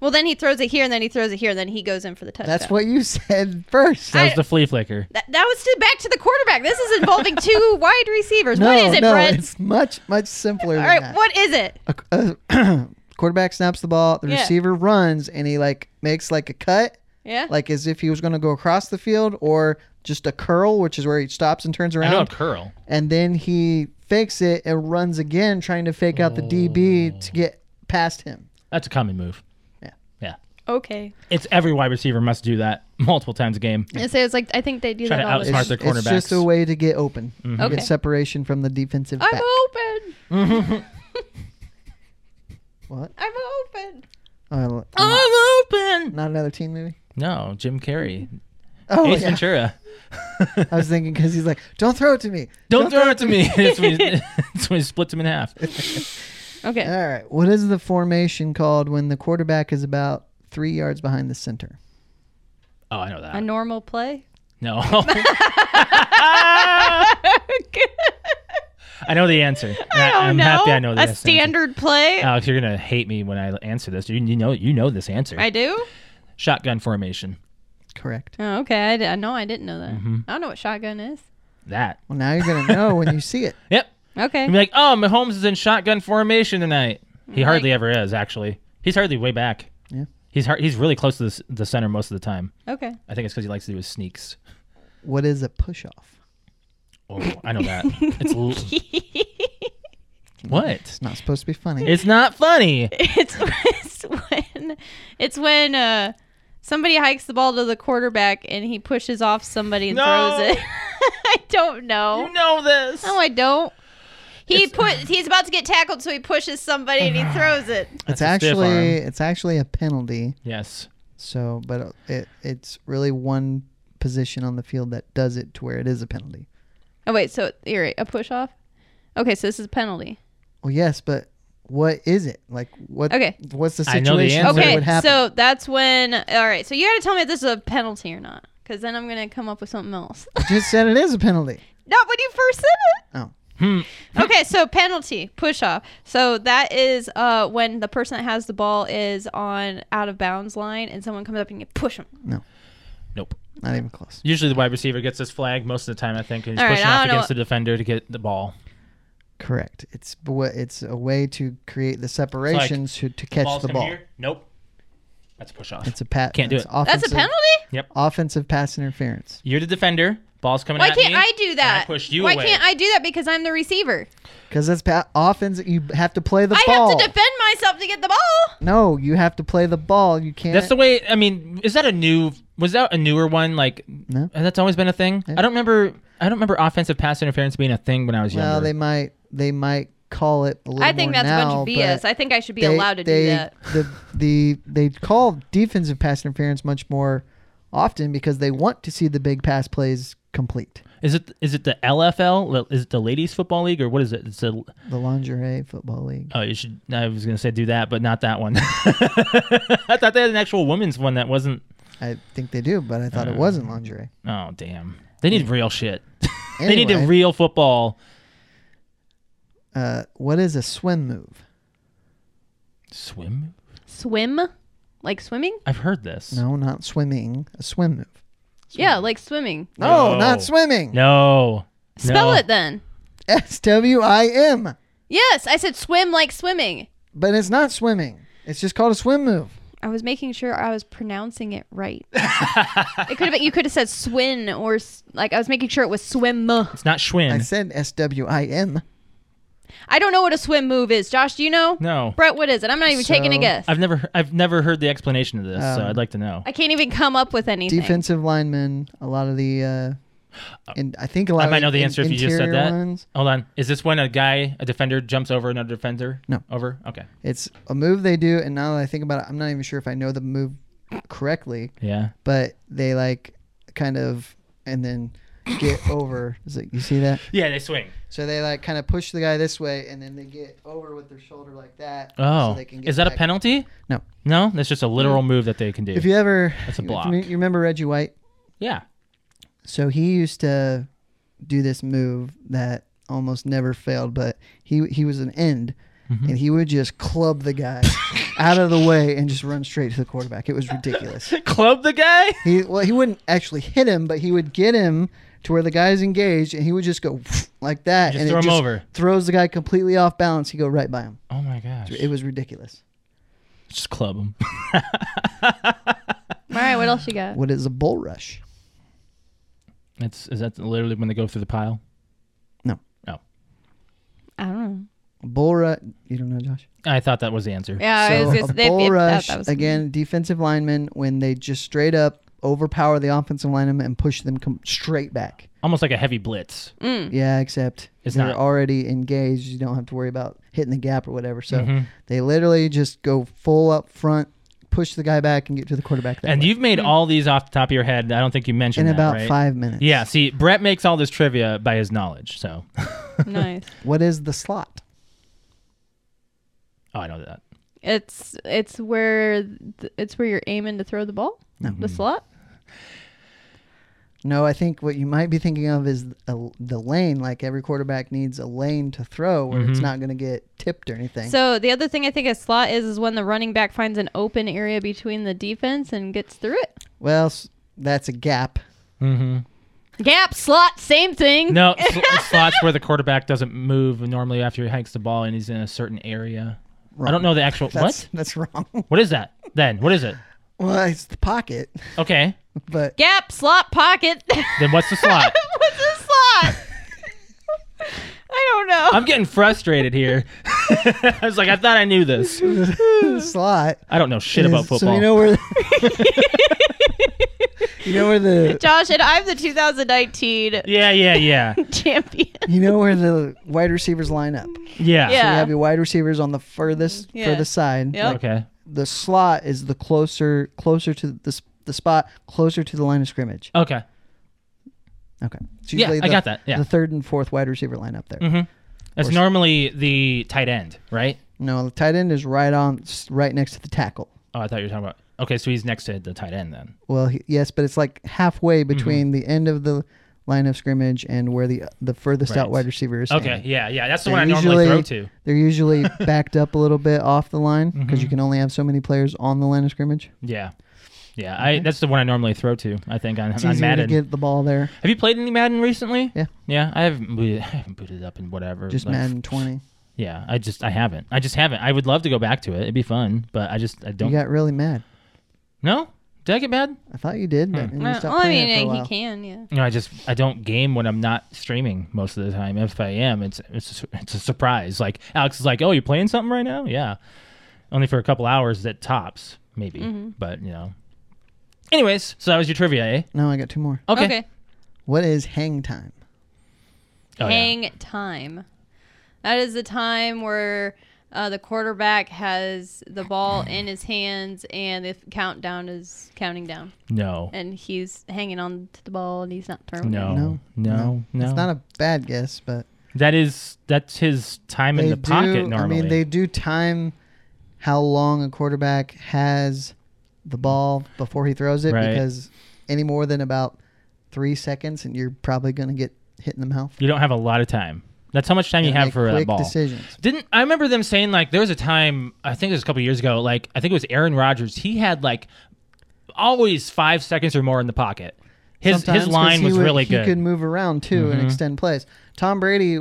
[SPEAKER 4] well, then he throws it here, and then he throws it here, and then he goes in for the touchdown.
[SPEAKER 2] That's what you said first.
[SPEAKER 3] that
[SPEAKER 4] I-
[SPEAKER 3] was the flea flicker.
[SPEAKER 4] That, that was to back to the quarterback. This is involving two wide receivers.
[SPEAKER 2] no,
[SPEAKER 4] what is it,
[SPEAKER 2] no,
[SPEAKER 4] Brett?
[SPEAKER 2] it's much, much simpler
[SPEAKER 4] All
[SPEAKER 2] than
[SPEAKER 4] right,
[SPEAKER 2] that.
[SPEAKER 4] what is it?
[SPEAKER 2] A- a- quarterback snaps the ball, the
[SPEAKER 4] Yeah.
[SPEAKER 2] receiver runs, and he like makes like a cut.
[SPEAKER 4] Yeah.
[SPEAKER 2] like as if he was going to go across the field or just a curl, which is where he stops and turns
[SPEAKER 3] I know a
[SPEAKER 2] around,
[SPEAKER 3] curl.
[SPEAKER 2] and then he fakes it and runs again, trying to fake out the DB
[SPEAKER 3] Oh.
[SPEAKER 2] to get past him.
[SPEAKER 3] That's a common move.
[SPEAKER 2] Yeah.
[SPEAKER 3] Yeah.
[SPEAKER 4] okay.
[SPEAKER 3] It's every wide receiver must do that multiple times a game.
[SPEAKER 4] And so it's like I think they do
[SPEAKER 3] Try
[SPEAKER 4] that
[SPEAKER 3] to
[SPEAKER 4] all the time.
[SPEAKER 3] outsmart their
[SPEAKER 2] It's just a
[SPEAKER 3] cornerbacks. Mm-hmm.
[SPEAKER 2] way to get open,
[SPEAKER 4] Okay.
[SPEAKER 2] get separation from the defensive
[SPEAKER 4] I'm
[SPEAKER 2] back.
[SPEAKER 4] open.
[SPEAKER 2] What?
[SPEAKER 4] I'm open.
[SPEAKER 2] Oh,
[SPEAKER 3] I'm open.
[SPEAKER 2] not another teen movie.
[SPEAKER 3] No, Jim Carrey,
[SPEAKER 2] Oh,
[SPEAKER 3] Ace
[SPEAKER 2] yeah.
[SPEAKER 3] Ventura.
[SPEAKER 2] I was thinking because he's like, "Don't throw it to me."
[SPEAKER 3] Don't throw it to me. That's when he- that's when he splits him in half.
[SPEAKER 4] Okay.
[SPEAKER 2] All right. What is the formation called when the quarterback is about three yards behind the center?
[SPEAKER 3] Oh, I know that.
[SPEAKER 4] a normal play.
[SPEAKER 3] No. I know the answer. I
[SPEAKER 4] Oh
[SPEAKER 3] am
[SPEAKER 4] no!
[SPEAKER 3] happy I know the
[SPEAKER 4] a
[SPEAKER 3] answer. Uh,
[SPEAKER 4] standard play.
[SPEAKER 3] Alex, you're gonna hate me when I answer this. You, you know, you know this answer.
[SPEAKER 4] I do.
[SPEAKER 3] Shotgun formation.
[SPEAKER 2] Correct.
[SPEAKER 4] Oh, okay. I, di- I know. I didn't know that.
[SPEAKER 3] Mm-hmm.
[SPEAKER 4] I don't know what shotgun is.
[SPEAKER 3] That.
[SPEAKER 2] Well, now you're gonna know when you see it.
[SPEAKER 3] Yep.
[SPEAKER 4] Okay.
[SPEAKER 3] You'd be like, oh, Mahomes is in shotgun formation tonight. He hardly
[SPEAKER 4] Like-
[SPEAKER 3] ever is. Actually, he's hardly way back.
[SPEAKER 2] Yeah.
[SPEAKER 3] He's hard, he's really close to the, s- the center most of the time.
[SPEAKER 4] okay.
[SPEAKER 3] I think it's because he likes to do his sneaks.
[SPEAKER 2] What is a push off?
[SPEAKER 3] Oh, I know that. It's l- what?
[SPEAKER 2] It's not supposed to be funny.
[SPEAKER 3] It's not funny.
[SPEAKER 4] It's, it's when it's when uh, somebody hikes the ball to the quarterback and he pushes off somebody and
[SPEAKER 3] No.
[SPEAKER 4] throws it. I don't know.
[SPEAKER 3] You know this.
[SPEAKER 4] No, I don't. He put he's about to get tackled, so he pushes somebody and he throws it.
[SPEAKER 2] it's
[SPEAKER 3] That's a stiff
[SPEAKER 2] actually
[SPEAKER 3] arm.
[SPEAKER 2] it's actually a penalty.
[SPEAKER 3] yes.
[SPEAKER 2] So, but uh, it it's really one position on the field that does it to where it is a penalty.
[SPEAKER 4] Oh wait, so you're right, a push off. Okay, so this is a penalty.
[SPEAKER 2] Well, yes, but what is it? Like what?
[SPEAKER 4] Okay.
[SPEAKER 2] What's the
[SPEAKER 3] I
[SPEAKER 2] situation
[SPEAKER 3] know the answer.
[SPEAKER 2] where it would
[SPEAKER 4] Okay,
[SPEAKER 2] happen?
[SPEAKER 4] so that's when. All right, so you got to tell me if this is a penalty or not, because then I'm gonna come up with something else.
[SPEAKER 2] You just said it is a penalty.
[SPEAKER 4] Not when you first said
[SPEAKER 2] Oh,
[SPEAKER 3] Hmm.
[SPEAKER 4] it. Okay, so penalty push off. So that is uh, when the person that has the ball is on out of bounds line, and someone comes up and you push them.
[SPEAKER 3] Nope.
[SPEAKER 2] not even close.
[SPEAKER 3] Usually the wide receiver gets his flag most of the time, I think, and he's
[SPEAKER 4] All right,
[SPEAKER 3] pushing
[SPEAKER 4] I
[SPEAKER 3] off
[SPEAKER 4] don't know
[SPEAKER 3] against
[SPEAKER 4] what-
[SPEAKER 3] the defender to get the ball.
[SPEAKER 2] Correct. It's b- what- it's a way to create the separations to, to catch
[SPEAKER 3] Balls
[SPEAKER 2] the
[SPEAKER 3] come
[SPEAKER 2] ball.
[SPEAKER 3] here. Nope. That's a push off.
[SPEAKER 2] It's a pat.
[SPEAKER 3] Can't do
[SPEAKER 2] it's
[SPEAKER 3] it.
[SPEAKER 4] That's a
[SPEAKER 2] offensive-
[SPEAKER 4] penalty.
[SPEAKER 2] Offensive pass interference.
[SPEAKER 3] You're the defender. Ball's coming
[SPEAKER 4] Why
[SPEAKER 3] at
[SPEAKER 4] can't
[SPEAKER 3] me,
[SPEAKER 4] I do
[SPEAKER 3] and
[SPEAKER 4] that?
[SPEAKER 3] I push you
[SPEAKER 4] Why
[SPEAKER 3] away.
[SPEAKER 4] can't I do that? Because I'm the receiver.
[SPEAKER 2] Because that's pa- offense. You have to play the
[SPEAKER 4] I
[SPEAKER 2] ball.
[SPEAKER 4] have to defend myself to get the ball.
[SPEAKER 2] no, you have to play the ball. You can't.
[SPEAKER 3] That's the way. I mean, is that a new? Was that a newer one? Like,
[SPEAKER 2] No.
[SPEAKER 3] has that's always been a thing.
[SPEAKER 2] Yeah.
[SPEAKER 3] I don't remember. I don't remember offensive pass interference being a thing when I was
[SPEAKER 2] well,
[SPEAKER 3] younger.
[SPEAKER 2] they might. They might call it a little
[SPEAKER 4] I think
[SPEAKER 2] more
[SPEAKER 4] that's
[SPEAKER 2] now,
[SPEAKER 4] a bunch of
[SPEAKER 2] but-
[SPEAKER 4] BS. I think I should be
[SPEAKER 2] they-
[SPEAKER 4] allowed to
[SPEAKER 2] they-
[SPEAKER 4] do that.
[SPEAKER 2] The, the they call defensive pass interference much more often because they want to see the big pass plays complete.
[SPEAKER 3] is it is it the LFL? L- Is it the ladies football league or what is it? It's a,
[SPEAKER 2] The lingerie football league.
[SPEAKER 3] oh, you should. I was gonna say do that, but not that one. I thought they had an actual women's one that wasn't.
[SPEAKER 2] I think they do, but I thought it
[SPEAKER 3] Uh,
[SPEAKER 2] wasn't lingerie.
[SPEAKER 3] Oh damn! They need real shit. they
[SPEAKER 2] Anyway,
[SPEAKER 3] need a real football
[SPEAKER 2] uh, what is a swim move?
[SPEAKER 3] swim.
[SPEAKER 4] Swim, like swimming.
[SPEAKER 3] I've heard this.
[SPEAKER 2] No, not swimming. A swim move.
[SPEAKER 4] Yeah, like swimming.
[SPEAKER 2] No,
[SPEAKER 3] No.
[SPEAKER 2] not swimming.
[SPEAKER 3] No.
[SPEAKER 4] Spell
[SPEAKER 3] No.
[SPEAKER 4] it then.
[SPEAKER 2] S W I M.
[SPEAKER 4] Yes, I said swim like swimming.
[SPEAKER 2] But it's not swimming. It's just called a swim move.
[SPEAKER 4] I was making sure I was pronouncing it right. it could have been, you could have said swin or s- like I was making sure it was swim.
[SPEAKER 3] It's not Schwinn.
[SPEAKER 2] I said S W I M.
[SPEAKER 4] I don't know what a swim move is. Josh, do you know?
[SPEAKER 3] no.
[SPEAKER 4] Brett, what is it? I'm not even taking a
[SPEAKER 2] So-
[SPEAKER 4] guess.
[SPEAKER 3] I've never he- I've never heard the explanation of this, so
[SPEAKER 2] Um,
[SPEAKER 3] I'd like to know.
[SPEAKER 4] I can't even come up with anything.
[SPEAKER 2] Defensive linemen. A lot of the. Uh, and I think a lot.
[SPEAKER 3] I
[SPEAKER 2] of
[SPEAKER 3] might know the
[SPEAKER 2] in-
[SPEAKER 3] answer if you just said
[SPEAKER 2] interior
[SPEAKER 3] that.
[SPEAKER 2] ones.
[SPEAKER 3] Hold on. Is this when a guy, a defender, jumps over another defender?
[SPEAKER 2] No.
[SPEAKER 3] Over? Okay.
[SPEAKER 2] It's a move they do, and now that I think about it, I'm not even sure if I know the move correctly.
[SPEAKER 3] Yeah.
[SPEAKER 2] But they like kind of and then get over. Is it you see that?
[SPEAKER 3] Yeah, they swing.
[SPEAKER 2] So they like kind of push the guy this way, and then they get over with their shoulder like that.
[SPEAKER 3] Oh.
[SPEAKER 2] so they can get
[SPEAKER 3] Is that a
[SPEAKER 2] back.
[SPEAKER 3] penalty?
[SPEAKER 2] No. Mm.
[SPEAKER 3] No? That's just a literal move that they can do.
[SPEAKER 2] If you ever,
[SPEAKER 3] That's a
[SPEAKER 2] if
[SPEAKER 3] block.
[SPEAKER 2] You, you remember Reggie White?
[SPEAKER 3] yeah.
[SPEAKER 2] So he used to do this move that almost never failed, but he he was an end,
[SPEAKER 3] Mm-hmm.
[SPEAKER 2] and he would just club the guy out of the way and just run straight to the quarterback. It was ridiculous.
[SPEAKER 3] Club the guy?
[SPEAKER 2] He well, he wouldn't actually hit him, but he would get him to where the guy's engaged, and he would just go like that,
[SPEAKER 3] Just
[SPEAKER 2] and
[SPEAKER 3] throw
[SPEAKER 2] it
[SPEAKER 3] him
[SPEAKER 2] just
[SPEAKER 3] over.
[SPEAKER 2] throws the guy completely off balance. He go right by him.
[SPEAKER 3] Oh my gosh.
[SPEAKER 2] It was ridiculous.
[SPEAKER 3] just club him.
[SPEAKER 4] All right, what else you got?
[SPEAKER 2] What is a bull rush?
[SPEAKER 3] That's is that literally when they go through the pile?
[SPEAKER 4] I don't know.
[SPEAKER 2] Bull rush. You don't know, Josh.
[SPEAKER 3] I thought that was the answer.
[SPEAKER 4] Yeah, I was
[SPEAKER 2] so
[SPEAKER 4] just,
[SPEAKER 2] a bull rush again. Defensive linemen when they just straight up overpower the offensive lineman and push them com- straight back.
[SPEAKER 3] Almost like a heavy blitz.
[SPEAKER 2] Yeah, except
[SPEAKER 3] It's
[SPEAKER 2] they're
[SPEAKER 3] not-
[SPEAKER 2] already engaged. You don't have to worry about hitting the gap or whatever. So
[SPEAKER 3] Mhm.
[SPEAKER 2] they literally just go full up front, push the guy back, and get to the quarterback. That
[SPEAKER 3] And
[SPEAKER 2] way.
[SPEAKER 3] you've made all these off the top of your head. I don't think you
[SPEAKER 2] in
[SPEAKER 3] mentioned that,
[SPEAKER 2] about
[SPEAKER 3] right?
[SPEAKER 2] five minutes.
[SPEAKER 3] Yeah, see, Brett makes all this trivia by his knowledge. So,
[SPEAKER 4] nice.
[SPEAKER 2] What is the slot?
[SPEAKER 3] oh, I know that.
[SPEAKER 4] It's it's where th- it's where you're aiming to throw the ball.
[SPEAKER 2] No.
[SPEAKER 4] The slot.
[SPEAKER 2] No, I think what you might be thinking of is a, the lane. Like every quarterback needs a lane to throw where it's
[SPEAKER 3] Mhm.
[SPEAKER 2] not going to get tipped or anything.
[SPEAKER 4] So the other thing I think a slot is is when the running back finds an open area between the defense and gets through it.
[SPEAKER 2] well, s- that's a gap.
[SPEAKER 3] Mm-hmm.
[SPEAKER 4] Gap slot, same thing.
[SPEAKER 3] No, sl- slots where the quarterback doesn't move normally after he hikes the ball and he's in a certain area. I don't know the actual
[SPEAKER 2] That's,
[SPEAKER 3] what.
[SPEAKER 2] That's wrong.
[SPEAKER 3] What is that then? What is it?
[SPEAKER 2] well, it's the pocket,
[SPEAKER 3] Okay,
[SPEAKER 2] but
[SPEAKER 4] Gap slot pocket.
[SPEAKER 3] then what's the slot?
[SPEAKER 4] What's a slot? I don't know.
[SPEAKER 3] I'm getting frustrated here. I was like, I thought I knew this.
[SPEAKER 2] the slot.
[SPEAKER 3] I don't know shit about
[SPEAKER 2] is-
[SPEAKER 3] football.
[SPEAKER 2] So you know where. you know where the
[SPEAKER 4] Josh and I'm the 2019
[SPEAKER 3] yeah, yeah, yeah,
[SPEAKER 4] champion.
[SPEAKER 2] you know where the wide receivers line up. You
[SPEAKER 3] yeah.
[SPEAKER 4] Yeah.
[SPEAKER 2] have your wide receivers on the furthest
[SPEAKER 4] Yeah.
[SPEAKER 2] furthest side.
[SPEAKER 4] Yep.
[SPEAKER 3] Okay.
[SPEAKER 2] The slot is the closer closer to the s- the spot closer to the line of scrimmage.
[SPEAKER 3] Okay.
[SPEAKER 2] Okay. It's
[SPEAKER 3] Yeah,
[SPEAKER 2] usually
[SPEAKER 3] I
[SPEAKER 2] the-
[SPEAKER 3] got that. Yeah.
[SPEAKER 2] The third and fourth wide receiver line up there.
[SPEAKER 3] That's
[SPEAKER 2] Or-
[SPEAKER 3] normally the tight end, right?
[SPEAKER 2] No, the tight end is right on, s- right next to the tackle.
[SPEAKER 3] Oh, I thought you were talking about. Okay, so he's next to the tight end then.
[SPEAKER 2] Well, he, yes, but it's like
[SPEAKER 3] Mm-hmm.
[SPEAKER 2] halfway between the end of the line of scrimmage and where the the furthest out
[SPEAKER 3] Right.
[SPEAKER 2] wide receiver is.
[SPEAKER 3] Okay,
[SPEAKER 2] standing.
[SPEAKER 3] yeah, yeah. That's the
[SPEAKER 2] They're
[SPEAKER 3] one I normally throw to.
[SPEAKER 2] They're usually backed up a little bit off the line because you
[SPEAKER 3] Mhm.
[SPEAKER 2] can only have so many players on the line of scrimmage.
[SPEAKER 3] Yeah, yeah. I that's the one I normally throw to. I think on,
[SPEAKER 2] It's
[SPEAKER 3] on
[SPEAKER 2] easier to
[SPEAKER 3] Madden.
[SPEAKER 2] get the ball there.
[SPEAKER 3] Have you played any Madden recently?
[SPEAKER 2] Yeah.
[SPEAKER 3] Yeah, I haven't booted, I haven't booted it up in whatever.
[SPEAKER 2] Just
[SPEAKER 3] like,
[SPEAKER 2] Madden 20.
[SPEAKER 3] Yeah, I just I haven't. I just haven't. I would love to go back to it. It'd be fun, but I just I don't.
[SPEAKER 2] You got really mad.
[SPEAKER 3] no, did I get bad?
[SPEAKER 2] I thought you did, but
[SPEAKER 3] Hmm.
[SPEAKER 2] then you
[SPEAKER 4] Uh,
[SPEAKER 2] stopped
[SPEAKER 4] well, I
[SPEAKER 2] playing it for a
[SPEAKER 4] mean,
[SPEAKER 2] while.
[SPEAKER 4] he can, yeah.
[SPEAKER 3] No, I just I don't game when I'm not streaming most of the time. If I am, it's it's a, su- it's a surprise. Like Alex is like, "Oh, you playing something right now?" Yeah, only for a couple hours that tops maybe.
[SPEAKER 4] Mhm.
[SPEAKER 3] But you know. Anyways, so that was your trivia, eh?
[SPEAKER 2] No, I got two more.
[SPEAKER 3] Okay.
[SPEAKER 2] What is hang time?
[SPEAKER 3] Oh, yeah.
[SPEAKER 4] Hang time. That is the time where uh, the quarterback has the ball in his hands and the countdown is counting down,
[SPEAKER 3] No.
[SPEAKER 4] and he's hanging on to the ball and he's not throwing.
[SPEAKER 3] No.
[SPEAKER 4] it.
[SPEAKER 2] No,
[SPEAKER 3] No. No.
[SPEAKER 2] It's not a bad guess, but
[SPEAKER 3] that is that's his time in
[SPEAKER 2] they
[SPEAKER 3] the pocket
[SPEAKER 2] do.
[SPEAKER 3] normally.
[SPEAKER 2] I mean, they do time how long a quarterback has the ball before he throws it
[SPEAKER 3] Right.
[SPEAKER 2] because any more than about three seconds, and you're probably going to get hit in the mouth.
[SPEAKER 3] you don't have a lot of time. That's how much time you
[SPEAKER 2] Gotta
[SPEAKER 3] have
[SPEAKER 2] make
[SPEAKER 3] for that
[SPEAKER 2] quick
[SPEAKER 3] ball.
[SPEAKER 2] decisions.
[SPEAKER 3] Didn't I remember them saying like there was a time I think it was a couple years ago like I think it was Aaron Rodgers he had like always five seconds or more in the pocket. His
[SPEAKER 2] Sometimes,
[SPEAKER 3] his
[SPEAKER 2] 'cause
[SPEAKER 3] line
[SPEAKER 2] he
[SPEAKER 3] was
[SPEAKER 2] would-
[SPEAKER 3] really
[SPEAKER 2] He could
[SPEAKER 3] good.
[SPEAKER 2] move around too and
[SPEAKER 3] Mhm.
[SPEAKER 2] extend plays. Tom Brady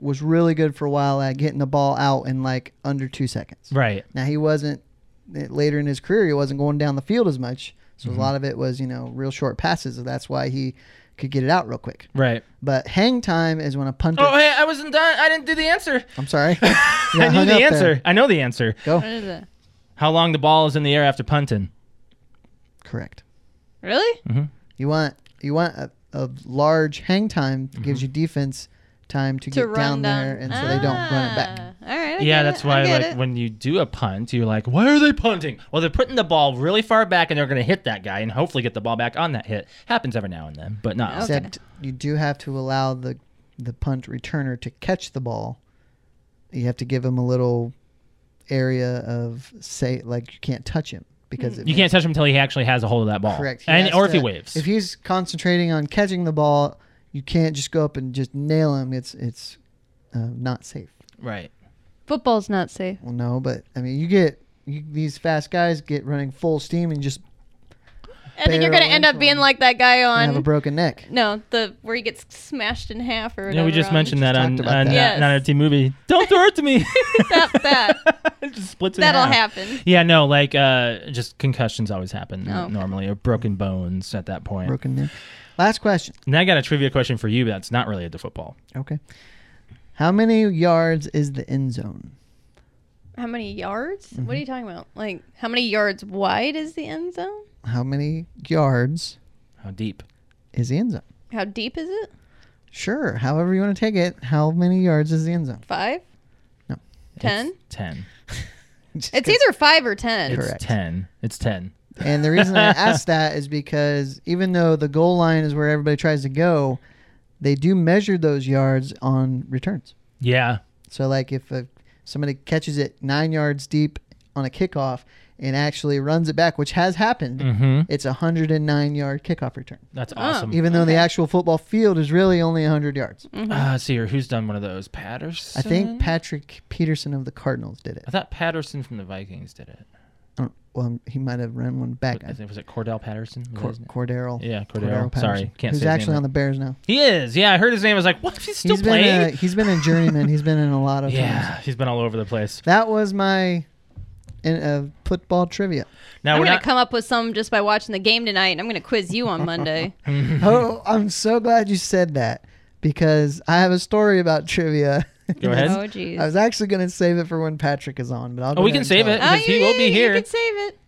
[SPEAKER 2] was really good for a while at getting the ball out in like under two seconds.
[SPEAKER 3] Right.
[SPEAKER 2] Now he wasn't eh, later in his career. He wasn't going down the field as much, so
[SPEAKER 3] Mm-hmm.
[SPEAKER 2] a lot of it was you know real short passes. So that's why he could get it out real quick.
[SPEAKER 3] Right.
[SPEAKER 2] But hang time is when a punter.
[SPEAKER 3] Oh hey, I wasn't done. I didn't do the answer.
[SPEAKER 2] I'm sorry. You
[SPEAKER 3] I
[SPEAKER 2] got
[SPEAKER 3] knew
[SPEAKER 2] hung up
[SPEAKER 3] the
[SPEAKER 2] there.
[SPEAKER 3] answer. I know the answer.
[SPEAKER 2] Go
[SPEAKER 4] What is it?
[SPEAKER 3] How long the ball is in the air after punting?
[SPEAKER 2] correct.
[SPEAKER 4] Really?
[SPEAKER 2] You want you want a, a large hang time that gives you
[SPEAKER 3] Mm-hmm.
[SPEAKER 2] defense time to,
[SPEAKER 4] To
[SPEAKER 2] get
[SPEAKER 4] run
[SPEAKER 2] down there,
[SPEAKER 4] down-
[SPEAKER 2] and so they don't run it back.
[SPEAKER 4] Ah, All right. I
[SPEAKER 3] Yeah,
[SPEAKER 4] get
[SPEAKER 3] that's
[SPEAKER 4] it, I
[SPEAKER 3] why
[SPEAKER 4] get
[SPEAKER 3] like
[SPEAKER 4] it.
[SPEAKER 3] when you do a punt, you're like, why are they punting? Well, they're putting the ball really far back and they're going to hit that guy and hopefully get the ball back on that hit. Happens every now and then, but not. often.
[SPEAKER 4] Okay.
[SPEAKER 2] Except you do have to allow the the punt returner to catch the ball. You have to give him a little area of say like you can't touch him because it
[SPEAKER 3] You
[SPEAKER 2] makes-
[SPEAKER 3] can't touch him until he actually has a hold of that ball.
[SPEAKER 2] correct He
[SPEAKER 3] And
[SPEAKER 2] has
[SPEAKER 3] or if he
[SPEAKER 2] to-
[SPEAKER 3] waves.
[SPEAKER 2] If he's concentrating on catching the ball, you can't just go up and just nail him. It's it's uh, not safe.
[SPEAKER 3] right.
[SPEAKER 4] football's not safe.
[SPEAKER 2] Well, no, but I mean you get you, these fast guys get running full steam and just
[SPEAKER 4] And then you're gonna
[SPEAKER 2] Barrel
[SPEAKER 4] end up
[SPEAKER 2] into
[SPEAKER 4] being
[SPEAKER 2] him.
[SPEAKER 4] like that guy
[SPEAKER 2] have a
[SPEAKER 4] on.
[SPEAKER 2] broken neck.
[SPEAKER 4] No, the where he gets smashed in half or
[SPEAKER 3] Yeah,
[SPEAKER 4] whatever.
[SPEAKER 3] we just
[SPEAKER 4] on-
[SPEAKER 3] mentioned that on,
[SPEAKER 2] talked about
[SPEAKER 3] on
[SPEAKER 2] that.
[SPEAKER 3] yes.
[SPEAKER 4] Yes.
[SPEAKER 3] movie. Don't throw it to me.
[SPEAKER 4] Stop that.
[SPEAKER 3] It just splits in
[SPEAKER 4] That'll
[SPEAKER 3] half.
[SPEAKER 4] happen.
[SPEAKER 3] Yeah, no, like uh, just concussions always happen
[SPEAKER 4] Oh, okay.
[SPEAKER 3] normally, or broken bones at that point.
[SPEAKER 2] Broken neck. Last question.
[SPEAKER 3] And I got a trivia question for you, but that's not related to football.
[SPEAKER 2] Okay. How many yards is the end zone?
[SPEAKER 4] How many yards?
[SPEAKER 3] Mm-hmm.
[SPEAKER 4] What are you talking about? Like how many yards wide is the end zone?
[SPEAKER 2] How many yards
[SPEAKER 3] How deep?
[SPEAKER 2] is the end zone?
[SPEAKER 4] How deep is it?
[SPEAKER 2] Sure, however you want to take it. How many yards is the end zone?
[SPEAKER 4] Five?
[SPEAKER 2] No.
[SPEAKER 4] Ten?
[SPEAKER 3] It's ten.
[SPEAKER 2] Just
[SPEAKER 4] It's
[SPEAKER 2] 'cause-
[SPEAKER 4] either five or ten.
[SPEAKER 3] It's
[SPEAKER 2] Correct.
[SPEAKER 3] ten. It's ten.
[SPEAKER 2] And the reason I asked that is because even though the goal line is where everybody tries to go, they do measure those yards on returns.
[SPEAKER 3] Yeah.
[SPEAKER 2] So, like if a, somebody catches it nine yards deep on a kickoff and actually runs it back, which has happened,
[SPEAKER 4] Mm.
[SPEAKER 3] Mm-hmm.
[SPEAKER 2] it's a 109 yard kickoff return,
[SPEAKER 3] That's
[SPEAKER 4] Oh.
[SPEAKER 3] awesome.
[SPEAKER 2] even though the
[SPEAKER 4] Okay. Mm.
[SPEAKER 2] actual football field is really only 100 yards.
[SPEAKER 3] Uh, let's see here. Who's done one of those? Patterson.
[SPEAKER 2] I
[SPEAKER 4] Mm-hmm.
[SPEAKER 2] think Patrick Peterson of the Cardinals did it.
[SPEAKER 3] I thought Patterson from the Vikings did it.
[SPEAKER 2] I don't- Well, he might have run one back.
[SPEAKER 3] I think was it Cordell Patterson? Was that
[SPEAKER 2] Cor-
[SPEAKER 3] his name?
[SPEAKER 2] Cordero.
[SPEAKER 3] Yeah,
[SPEAKER 2] Cordero
[SPEAKER 3] Cordero. Sorry,
[SPEAKER 2] Patterson,
[SPEAKER 3] can't
[SPEAKER 2] Who's
[SPEAKER 3] say his
[SPEAKER 2] actually
[SPEAKER 3] name
[SPEAKER 2] on the Bears now?
[SPEAKER 3] He is. Yeah, I heard his name. I was like, what? He's still
[SPEAKER 2] he's been uh,
[SPEAKER 3] playing?
[SPEAKER 2] a, he's been a journeyman. he's been in a lot of things.
[SPEAKER 3] yeah, he's been all over the place.
[SPEAKER 2] That was my in, uh, football trivia.
[SPEAKER 3] Now
[SPEAKER 4] I'm
[SPEAKER 3] we're
[SPEAKER 4] gonna
[SPEAKER 3] not.
[SPEAKER 4] come up with some just by watching the game tonight, and I'm gonna quiz you on Monday.
[SPEAKER 2] oh, I'm so glad you said that because I have a story about trivia.
[SPEAKER 3] Go ahead.
[SPEAKER 4] Oh jeez.
[SPEAKER 2] I was actually going to save it for when Patrick is on, but I'll.
[SPEAKER 3] Oh,
[SPEAKER 2] go
[SPEAKER 3] we
[SPEAKER 2] ahead
[SPEAKER 3] can
[SPEAKER 2] and
[SPEAKER 3] save
[SPEAKER 2] tell
[SPEAKER 3] it. because he will be here.
[SPEAKER 4] You can save it.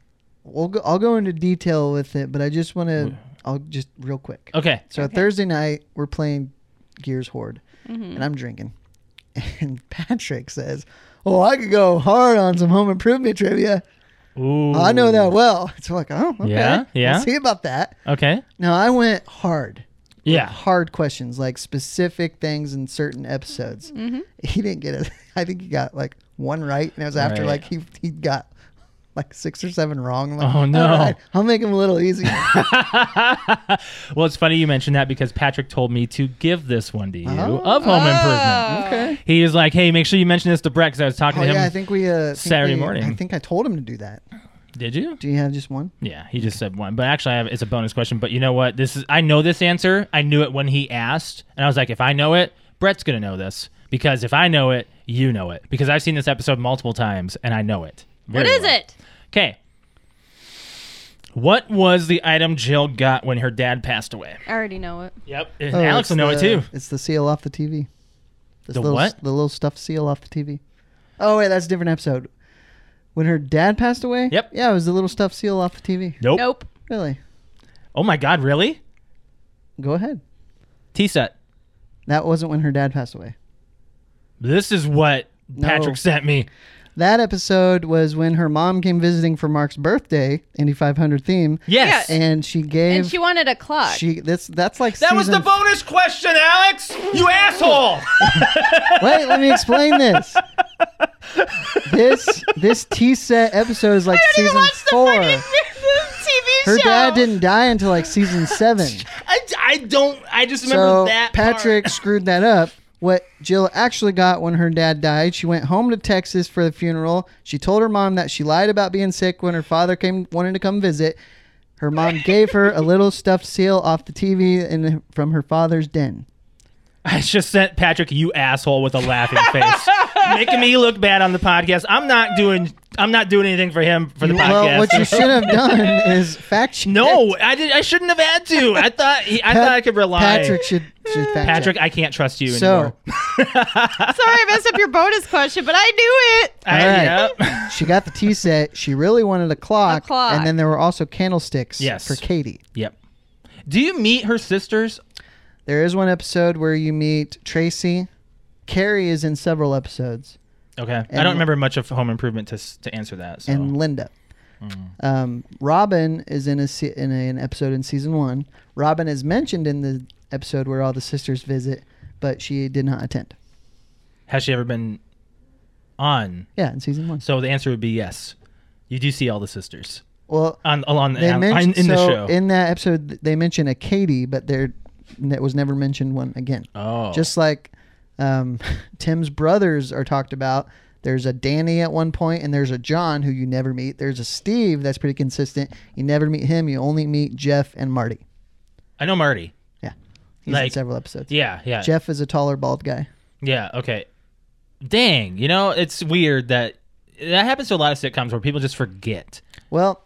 [SPEAKER 2] We'll go, I'll go into detail with it, but I just want to. I'll just real quick.
[SPEAKER 3] okay.
[SPEAKER 2] So
[SPEAKER 4] Okay.
[SPEAKER 2] Thursday night we're playing Gears Horde,
[SPEAKER 4] Mm-hmm.
[SPEAKER 2] and I'm drinking, and Patrick says, "Oh, I could go hard on some home improvement trivia.
[SPEAKER 3] Ooh.
[SPEAKER 2] I know that well." It's like, oh, okay,
[SPEAKER 3] Yeah, yeah.
[SPEAKER 2] We'll see about that.
[SPEAKER 3] Okay.
[SPEAKER 2] Now I went hard.
[SPEAKER 3] Yeah.
[SPEAKER 2] hard questions like specific things in certain episodes. He didn't get it. I think he got like one right, and it was after
[SPEAKER 3] Right.
[SPEAKER 2] like he he got like six or seven wrong. I'm like,
[SPEAKER 3] Oh,
[SPEAKER 2] "All
[SPEAKER 3] no.
[SPEAKER 2] I'll make him a little easy.
[SPEAKER 3] well, it's funny you mentioned that because Patrick told me to give this one to you
[SPEAKER 2] Oh.
[SPEAKER 3] of Home Improvement.
[SPEAKER 4] Oh.
[SPEAKER 2] okay.
[SPEAKER 3] He was like, "Hey, make sure you mention this to Brett because I was talking
[SPEAKER 2] Oh
[SPEAKER 3] to him.
[SPEAKER 2] yeah, I think we uh, think
[SPEAKER 3] Saturday
[SPEAKER 2] we-
[SPEAKER 3] morning.
[SPEAKER 2] I think I told him to do that.
[SPEAKER 3] Did you?
[SPEAKER 2] Do you have just one?
[SPEAKER 3] Yeah, he just said one, but actually, I have, it's a bonus question. But you know what? This is I know this answer. I knew it when he asked, and I was like, if I know it, Brett's gonna know this because if I know it, you know it because I've seen this episode multiple times and I know it.
[SPEAKER 4] What is it?
[SPEAKER 3] Okay. What was the item Jill got when her dad passed away?
[SPEAKER 4] I already know it.
[SPEAKER 3] Yep,
[SPEAKER 2] Oh,
[SPEAKER 3] Alex will
[SPEAKER 2] it's
[SPEAKER 3] know it
[SPEAKER 2] the-
[SPEAKER 3] too.
[SPEAKER 2] It's the seal off the TV. This
[SPEAKER 3] The
[SPEAKER 2] little,
[SPEAKER 3] what?
[SPEAKER 2] The little stuffed seal off the TV. Oh wait, that's a different episode. When her dad passed away.
[SPEAKER 3] Yep.
[SPEAKER 2] Yeah, it was the little stuffed seal off the TV.
[SPEAKER 3] Nope.
[SPEAKER 4] Nope.
[SPEAKER 2] Really?
[SPEAKER 3] Oh my God, really?
[SPEAKER 2] Go ahead.
[SPEAKER 3] T set.
[SPEAKER 2] That wasn't when her dad passed away.
[SPEAKER 3] This is what
[SPEAKER 2] No.
[SPEAKER 3] Patrick sent me.
[SPEAKER 2] That episode was when her mom came visiting for Mark's birthday, Indy 500 theme,
[SPEAKER 3] Yes.
[SPEAKER 4] Yeah.
[SPEAKER 2] and she gave
[SPEAKER 4] And she wanted a clock.
[SPEAKER 2] she this that's like
[SPEAKER 3] That was the
[SPEAKER 2] season-
[SPEAKER 3] bonus question, Alex. You asshole.
[SPEAKER 2] Wait, let me explain this. this this T set episode is like season four.
[SPEAKER 4] TV
[SPEAKER 2] Her dad didn't die until like season seven.
[SPEAKER 3] I, I don't. I just
[SPEAKER 2] so
[SPEAKER 3] remember that. part.
[SPEAKER 2] Patrick screwed that up. What Jill actually got when her dad died, she went home to Texas for the funeral. She told her mom that she lied about being sick when her father came wanted to come visit. Her mom gave her a little stuffed seal off the TV in, from her father's den.
[SPEAKER 3] I just sent Patrick, you asshole, with a laughing face, making me look bad on the podcast. I'm not doing. I'm not doing anything for him for the podcast.
[SPEAKER 2] Well, what you should have done is fact check.
[SPEAKER 3] no, I did. I shouldn't have had to. I thought. He, I
[SPEAKER 2] Pat-
[SPEAKER 3] thought I could rely.
[SPEAKER 2] Patrick should, should fact
[SPEAKER 3] Patrick,
[SPEAKER 2] check.
[SPEAKER 3] I can't trust you
[SPEAKER 2] So
[SPEAKER 3] anymore.
[SPEAKER 4] Sorry, I messed up your bonus question, but I knew it.
[SPEAKER 3] I,
[SPEAKER 2] Alright.
[SPEAKER 3] yep.
[SPEAKER 2] she got the tea set. She really wanted a clock,
[SPEAKER 4] A clock.
[SPEAKER 2] and then there were also candlesticks
[SPEAKER 3] Yes.
[SPEAKER 2] for Katie.
[SPEAKER 3] Yep. Do you meet her sisters?
[SPEAKER 2] There is one episode where you meet Tracy. Carrie is in several episodes,
[SPEAKER 3] Okay, I
[SPEAKER 2] And-
[SPEAKER 3] don't remember much of Home Improvement to s- to answer that. So.
[SPEAKER 2] and Linda.
[SPEAKER 3] Hmm.
[SPEAKER 2] Um, Robin is in a se- in a, an episode in season one. Robin is mentioned in the episode where all the sisters visit, but she did not attend.
[SPEAKER 3] Has she ever been on?
[SPEAKER 2] Yeah, in season one.
[SPEAKER 3] So the answer would be yes. You do see all the sisters
[SPEAKER 2] Well,
[SPEAKER 3] on along the
[SPEAKER 2] they
[SPEAKER 3] on-
[SPEAKER 2] mentioned
[SPEAKER 3] in the
[SPEAKER 2] so
[SPEAKER 3] show.
[SPEAKER 2] in that episode th- they mention a Katie, but there that was never mentioned one again.
[SPEAKER 3] oh,
[SPEAKER 2] Just like um, Tim's brothers are talked about. There's a Danny at one point, and there's a John who you never meet. There's a Steve that's pretty consistent. You never meet him. You only meet Jeff and Marty.
[SPEAKER 3] I know Marty.
[SPEAKER 2] Yeah, he's in
[SPEAKER 3] Like-
[SPEAKER 2] several episodes.
[SPEAKER 3] Yeah, yeah,
[SPEAKER 2] Jeff is a taller, bald guy.
[SPEAKER 3] yeah. Okay. Dang, you know it's weird that that happens to a lot of sitcoms where people just forget.
[SPEAKER 2] Well,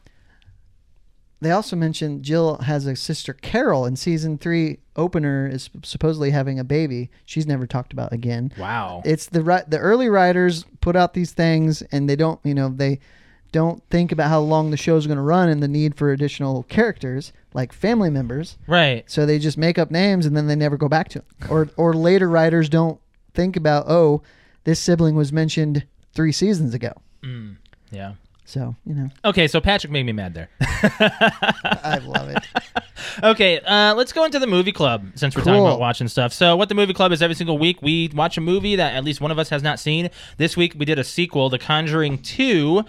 [SPEAKER 2] they also mentioned Jill has a sister Carol in season three. Opener is supposedly having a baby. She's never talked about again.
[SPEAKER 3] Wow.
[SPEAKER 2] it's the ri- the early writers put out these things and they don't you know they don't think about how long the show's going to run and the need for additional characters like family members
[SPEAKER 3] right.
[SPEAKER 2] so they just make up names and then they never go back to them or or later writers don't think about oh this sibling was mentioned 3 seasons ago
[SPEAKER 3] Yeah.
[SPEAKER 2] so you know
[SPEAKER 3] Okay, so Patrick made me mad there.
[SPEAKER 2] i love it
[SPEAKER 3] Okay, uh, let's go into the movie club since we're talking
[SPEAKER 2] Cool.
[SPEAKER 3] about watching stuff. So, what the movie club is every single week, we watch a movie that at least one of us has not seen. This week, we did a sequel, The Conjuring 2,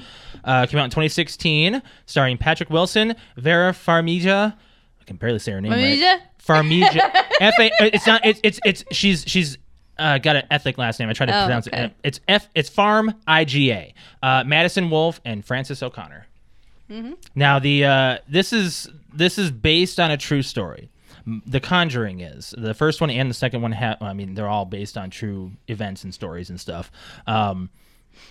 [SPEAKER 3] uh, came out in 2016, starring Patrick Wilson, Vera Farmiga. I can barely say her name. Right.
[SPEAKER 4] Farmiga?
[SPEAKER 3] Farmiga. F A. It's not. It's it's it's. She's she's. Uh, got an ethnic last name. I tried to
[SPEAKER 4] Oh,
[SPEAKER 3] pronounce
[SPEAKER 4] okay.
[SPEAKER 3] it. It's F. It's Farm I G A. Uh, Madison Wolf and Francis O'Connor.
[SPEAKER 4] Mm-hmm.
[SPEAKER 3] Now the uh, this is this is based on a true story. M- The Conjuring is the first one and the second one. Ha- I mean, they're all based on true events and stories and stuff. Um,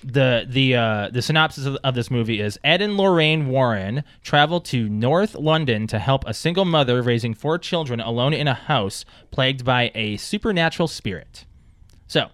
[SPEAKER 3] the the uh, the synopsis of, of this movie is Ed and Lorraine Warren travel to North London to help a single mother raising four children alone in a house plagued by a supernatural spirit. So,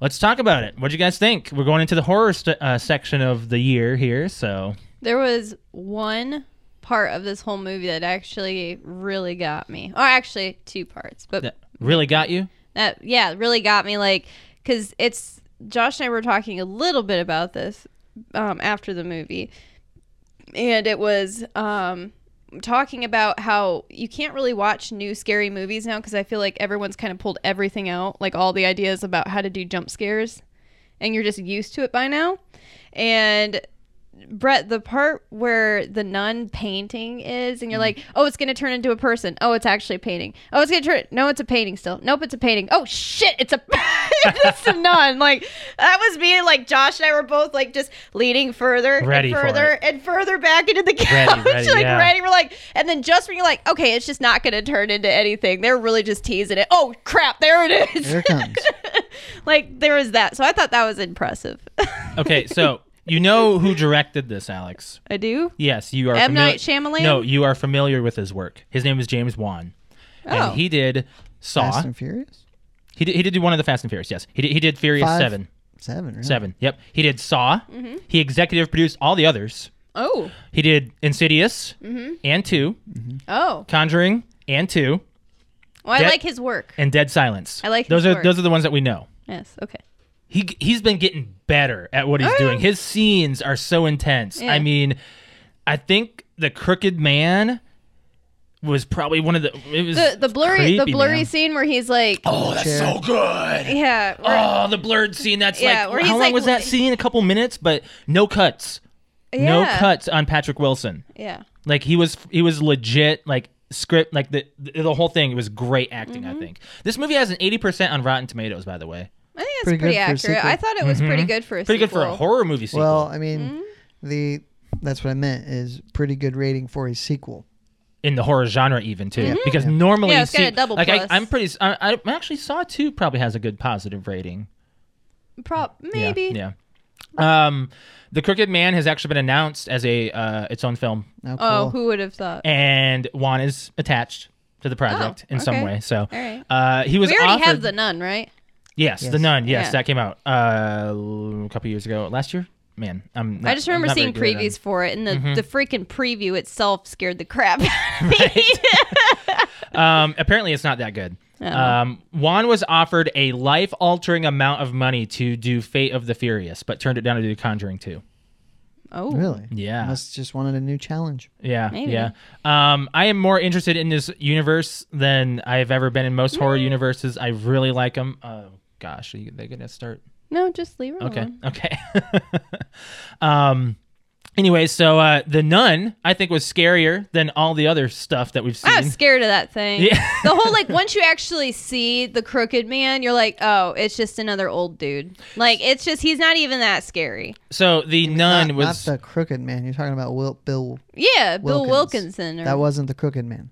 [SPEAKER 3] let's talk about it. What do you guys think? We're going into the horror st- uh, section of the year here, so
[SPEAKER 4] There was one part of this whole movie that actually really got me. Or actually, two parts, but
[SPEAKER 3] that really got you.
[SPEAKER 4] that yeah really got me like because it's josh and i were talking a little bit about this um, after the movie and it was um, talking about how you can't really watch new scary movies now because i feel like everyone's kind of pulled everything out like all the ideas about how to do jump scares and you're just used to it by now. And Brett, the part where the nun painting is, and
[SPEAKER 3] Mm.
[SPEAKER 4] you're like, oh, it's gonna turn into a person. Oh, it's actually a painting. Oh, it's gonna turn. No, it's a painting still. Nope, it's a painting. Oh shit, it's a it's a nun. Like that was me. Like Josh and I were both like just leaning further
[SPEAKER 3] Ready
[SPEAKER 4] and
[SPEAKER 3] for
[SPEAKER 4] further
[SPEAKER 3] it.
[SPEAKER 4] and further back into the couch.
[SPEAKER 3] ready,
[SPEAKER 4] like
[SPEAKER 3] yeah.
[SPEAKER 4] ready. We're like, and then just when you're like, okay, it's just not gonna turn into anything. They're really just teasing it. Oh crap, there it is.
[SPEAKER 2] Here it comes.
[SPEAKER 4] like there was that. So I thought that was impressive.
[SPEAKER 3] Okay, so you know who directed this, Alex?
[SPEAKER 4] I do.
[SPEAKER 3] Yes, you are.
[SPEAKER 4] M.
[SPEAKER 3] famili-
[SPEAKER 4] Night Shyamalan?
[SPEAKER 3] No, you are familiar with his work. His name is James Wan,
[SPEAKER 4] Oh.
[SPEAKER 3] and he did Saw.
[SPEAKER 2] Fast and Furious?
[SPEAKER 3] He did, he did do one of the Fast and Furious. Yes, he did, he did Furious
[SPEAKER 2] Five?
[SPEAKER 3] Seven.
[SPEAKER 2] Seven, right?
[SPEAKER 3] Seven. Yep. He did Saw.
[SPEAKER 4] Mm-hmm.
[SPEAKER 3] He executive produced all the others.
[SPEAKER 4] Oh,
[SPEAKER 3] He did Insidious
[SPEAKER 4] Mm-hmm.
[SPEAKER 3] and 2
[SPEAKER 4] oh.
[SPEAKER 3] Conjuring and two,
[SPEAKER 4] Well, I
[SPEAKER 3] That-
[SPEAKER 4] like his work.
[SPEAKER 3] and Dead Silence.
[SPEAKER 4] I like his
[SPEAKER 3] those are
[SPEAKER 4] work.
[SPEAKER 3] those are the ones that we know.
[SPEAKER 4] Yes. Okay.
[SPEAKER 3] He he's been getting better at what he's
[SPEAKER 4] Oh, yeah.
[SPEAKER 3] doing. His scenes are so intense.
[SPEAKER 4] Yeah.
[SPEAKER 3] I mean, I think the Crooked Man was probably one of the it was
[SPEAKER 4] The the blurry the
[SPEAKER 3] creepy,
[SPEAKER 4] blurry
[SPEAKER 3] man.
[SPEAKER 4] scene where he's like,
[SPEAKER 3] Oh, that's so good.
[SPEAKER 4] yeah, where-
[SPEAKER 3] Oh, the blurred scene. That's
[SPEAKER 4] Yeah, where
[SPEAKER 3] like
[SPEAKER 4] he's
[SPEAKER 3] how long
[SPEAKER 4] like-
[SPEAKER 3] was that scene? A couple minutes, but no cuts. No
[SPEAKER 4] yeah,
[SPEAKER 3] cuts on Patrick Wilson.
[SPEAKER 4] yeah.
[SPEAKER 3] Like he was he was legit like script like the the, the whole thing it was great acting
[SPEAKER 4] Mm-hmm.
[SPEAKER 3] I think. This movie has an 80% on Rotten Tomatoes by the way.
[SPEAKER 4] I think that's pretty,
[SPEAKER 2] Pretty good for a
[SPEAKER 4] accurate.
[SPEAKER 2] sequel.
[SPEAKER 4] I thought it was pretty good for a
[SPEAKER 3] Mm-hmm. Pretty good for a
[SPEAKER 4] sequel.
[SPEAKER 3] horror movie sequel.
[SPEAKER 2] Well, I mean, the that's what I meant is pretty good rating for a sequel.
[SPEAKER 3] in the horror genre even too because normally
[SPEAKER 4] Yeah, it's
[SPEAKER 3] you
[SPEAKER 4] got
[SPEAKER 3] see-
[SPEAKER 4] a double
[SPEAKER 3] like
[SPEAKER 4] plus.
[SPEAKER 3] I, am pretty s- I, I actually saw 2 probably has a good positive rating.
[SPEAKER 4] Prop
[SPEAKER 3] Yeah,
[SPEAKER 4] maybe.
[SPEAKER 3] Yeah. Um The Crooked Man has actually been announced as a uh, its own film
[SPEAKER 2] Now,
[SPEAKER 4] Oh, who would have thought?
[SPEAKER 3] and Juan is attached to the project
[SPEAKER 4] Oh,
[SPEAKER 3] in some
[SPEAKER 4] okay.
[SPEAKER 3] way. So
[SPEAKER 4] right.
[SPEAKER 3] uh, he was
[SPEAKER 4] We already have
[SPEAKER 3] offered-
[SPEAKER 4] the nun, right?
[SPEAKER 3] Yes, the
[SPEAKER 2] Yes.
[SPEAKER 3] nun. Yes,
[SPEAKER 4] Yeah.
[SPEAKER 3] that came out uh, a couple years ago. Last year, man. I'm. Not,
[SPEAKER 4] I just remember
[SPEAKER 3] I'm not
[SPEAKER 4] seeing
[SPEAKER 3] very good um, Mm-hmm.
[SPEAKER 4] previews for it, and the, the freaking preview itself scared the crap out of me.
[SPEAKER 3] at- Um, apparently, it's not that good.
[SPEAKER 4] Oh.
[SPEAKER 3] Um, Juan was offered a life-altering amount of money to do Fate of the Furious, but turned it down to do Conjuring Two.
[SPEAKER 4] Oh,
[SPEAKER 2] Really?
[SPEAKER 3] Yeah.
[SPEAKER 2] Must just wanted a new challenge.
[SPEAKER 3] Yeah,
[SPEAKER 4] Maybe.
[SPEAKER 3] yeah. Um, I am more interested in this universe than I've ever been in most
[SPEAKER 4] Mm.
[SPEAKER 3] horror universes. I really like them. Oh gosh, are you- they gonna start?
[SPEAKER 4] No, just leave her
[SPEAKER 3] Okay.
[SPEAKER 4] alone.
[SPEAKER 3] Okay. um anyway, so uh the nun I think was scarier than all the other stuff that we've seen.
[SPEAKER 4] I was scared of that thing.
[SPEAKER 3] Yeah.
[SPEAKER 4] the whole like once you actually see the crooked man, you're like, oh, it's just another old dude. Like it's just he's not even that scary.
[SPEAKER 3] so the nun
[SPEAKER 2] Not,
[SPEAKER 3] was
[SPEAKER 2] not the crooked man. You're talking about Wil- Bill.
[SPEAKER 4] Yeah, Bill
[SPEAKER 2] Wilkins.
[SPEAKER 4] Wilkinson. Or,
[SPEAKER 2] That wasn't the crooked man.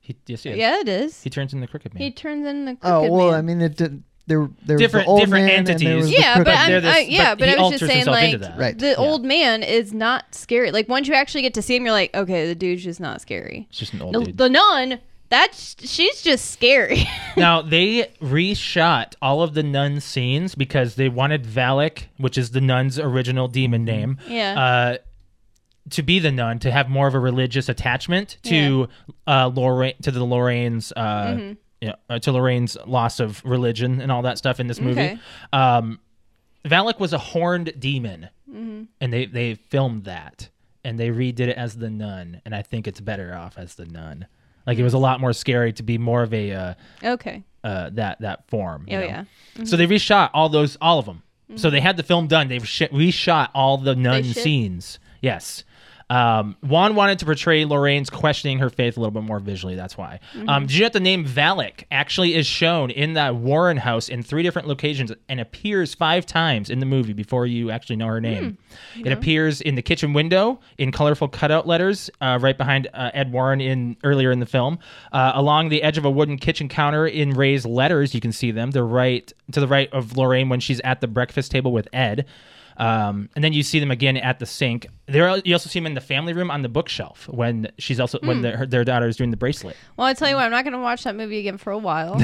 [SPEAKER 3] he, yes, he is.
[SPEAKER 4] yeah, it is.
[SPEAKER 3] He turns into the crooked man.
[SPEAKER 4] He turns in the crooked
[SPEAKER 2] Oh well,
[SPEAKER 4] man.
[SPEAKER 2] I mean, it did, there there was
[SPEAKER 3] Different-
[SPEAKER 2] the old
[SPEAKER 3] different
[SPEAKER 2] man and there
[SPEAKER 3] entities.
[SPEAKER 2] was the
[SPEAKER 4] yeah, but
[SPEAKER 2] crooked
[SPEAKER 4] I'm,
[SPEAKER 3] They're
[SPEAKER 4] I,
[SPEAKER 3] this-
[SPEAKER 4] yeah,
[SPEAKER 3] but
[SPEAKER 4] but
[SPEAKER 3] he
[SPEAKER 4] I was just
[SPEAKER 3] alters
[SPEAKER 4] saying
[SPEAKER 3] himself into
[SPEAKER 4] like
[SPEAKER 3] that.
[SPEAKER 2] Right.
[SPEAKER 4] the old man is not scary. Like once you actually get to see him, you're like, okay, the dude's just not scary.
[SPEAKER 3] it's just an old
[SPEAKER 4] The,
[SPEAKER 3] dude.
[SPEAKER 4] the nun, that's she's just scary.
[SPEAKER 3] now they reshot all of the nun scenes because they wanted Valak, which is the nun's original demon name,
[SPEAKER 4] yeah.
[SPEAKER 3] uh, to be the nun, to have more of a religious attachment to uh, Lorraine, to the Lorraine's, uh,
[SPEAKER 4] Mm-hmm.
[SPEAKER 3] yeah, uh, to Lorraine's loss of religion and all that stuff in this movie.
[SPEAKER 4] Okay.
[SPEAKER 3] Um, Valak was a horned demon,
[SPEAKER 4] Mm-hmm.
[SPEAKER 3] and they they filmed that and they redid it as the nun, and I think it's better off as the nun. Like it was a lot more scary to be more of a uh,
[SPEAKER 4] okay.
[SPEAKER 3] uh, that that form. you
[SPEAKER 4] Oh,
[SPEAKER 3] know?
[SPEAKER 4] yeah.
[SPEAKER 3] So they reshot all those, all of them. So they had the film done. They've sh- reshot all the nun
[SPEAKER 4] shit?
[SPEAKER 3] scenes. Yes. Um, Juan wanted to portray Lorraine's questioning her faith a little bit more visually. That's why. Um, did you know that the name Valak actually is shown in the Warren house in three different locations and appears five times in the movie before you actually know her name? It appears in the kitchen window in colorful cutout letters uh, right behind uh, Ed Warren in earlier in the film. Uh, along the edge of a wooden kitchen counter in raised letters, you can see them. The right to the right of Lorraine when she's at the breakfast table with Ed. Um, and then you see them again at the sink. There, you also see them in the family room on the bookshelf when she's also
[SPEAKER 4] Hmm.
[SPEAKER 3] when their, her, their daughter is doing the bracelet.
[SPEAKER 4] Well, I tell you what, I'm not going to watch that movie again for a while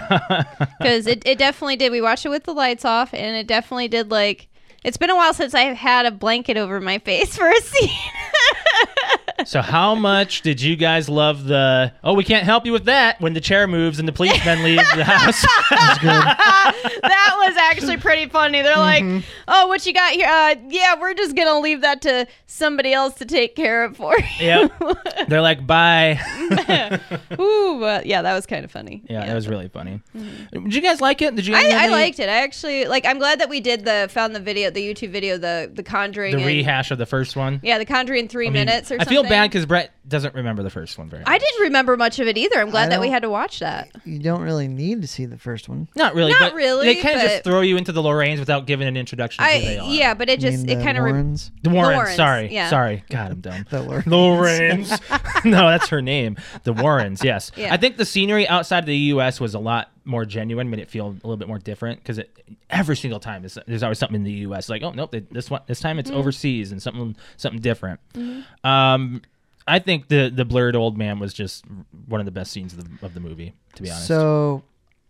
[SPEAKER 4] because it, it definitely did. We watched it with the lights off, and it definitely did. Like, it's been a while since I've had a blanket over my face for a scene.
[SPEAKER 3] So how much did you guys love the? Oh, we can't help you with that. When the chair moves and the policeman leaves the house.
[SPEAKER 4] that was actually pretty funny. They're like,
[SPEAKER 3] Mm-hmm.
[SPEAKER 4] "Oh, what you got here? Uh, yeah, we're just gonna leave that to somebody else to take care of for you."
[SPEAKER 3] yep. They're like, bye.
[SPEAKER 4] Ooh, uh, yeah, that was kind of funny.
[SPEAKER 3] Yeah, that was really funny. Did you guys like it? Did you? Guys have
[SPEAKER 4] Mm-hmm. I, I
[SPEAKER 3] any-
[SPEAKER 4] liked it. I actually like. I'm glad that we did the found the video, the YouTube video, the the Conjuring.
[SPEAKER 3] the
[SPEAKER 4] and-
[SPEAKER 3] rehash of the first one.
[SPEAKER 4] yeah, the Conjuring in three
[SPEAKER 3] I mean,
[SPEAKER 4] minutes or
[SPEAKER 3] I
[SPEAKER 4] something.
[SPEAKER 3] feel bad because Brett doesn't remember the first one very.
[SPEAKER 4] I
[SPEAKER 3] much.
[SPEAKER 4] didn't remember much of it either. I'm glad
[SPEAKER 2] I
[SPEAKER 4] that we
[SPEAKER 2] don't-
[SPEAKER 4] had to watch that.
[SPEAKER 2] You don't really need to see the first one.
[SPEAKER 3] Not really.
[SPEAKER 4] Not
[SPEAKER 3] but
[SPEAKER 4] really,
[SPEAKER 3] They kind of
[SPEAKER 4] but-
[SPEAKER 3] just throw you into the Lorraines without giving an introduction to who they
[SPEAKER 4] I
[SPEAKER 3] are.
[SPEAKER 4] yeah, but it
[SPEAKER 2] You
[SPEAKER 4] just
[SPEAKER 2] mean
[SPEAKER 4] it
[SPEAKER 2] the
[SPEAKER 4] kind of re-
[SPEAKER 2] Warrens.
[SPEAKER 3] The Warrens.
[SPEAKER 4] Lawrence,
[SPEAKER 3] sorry.
[SPEAKER 4] yeah.
[SPEAKER 3] Sorry. God, I'm dumb.
[SPEAKER 2] The Lawrence.
[SPEAKER 3] Lawrence. no, that's her name. The Warrens. Yes.
[SPEAKER 4] Yeah.
[SPEAKER 3] I think the scenery outside of the U.S. was a lot more genuine, made it feel a little bit more different because every single time there's, there's always something in the U.S. Like, oh nope, they, this one this
[SPEAKER 4] Mm.
[SPEAKER 3] time it's overseas and something something different.
[SPEAKER 4] Mm-hmm.
[SPEAKER 3] Um, I think the the blurred old man was just one of the best scenes of the, of the movie. To be honest.
[SPEAKER 2] So,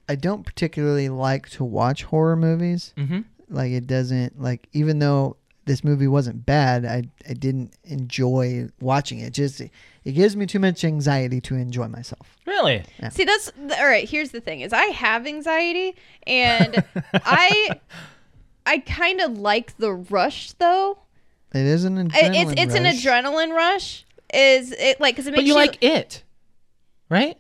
[SPEAKER 2] I don't particularly like to watch horror movies.
[SPEAKER 3] hmm
[SPEAKER 2] Like it doesn't like even though this movie wasn't bad, I I didn't enjoy watching it. Just it gives me too much anxiety to enjoy myself.
[SPEAKER 3] Really.
[SPEAKER 4] See, that's th- all right. Here's the thing: is I have anxiety, and I, I kind of like the rush though.
[SPEAKER 2] It is an
[SPEAKER 4] I- it's
[SPEAKER 2] adrenaline
[SPEAKER 4] it's
[SPEAKER 2] rush.
[SPEAKER 4] an adrenaline rush. Is it like because it makes
[SPEAKER 3] But you like it, right?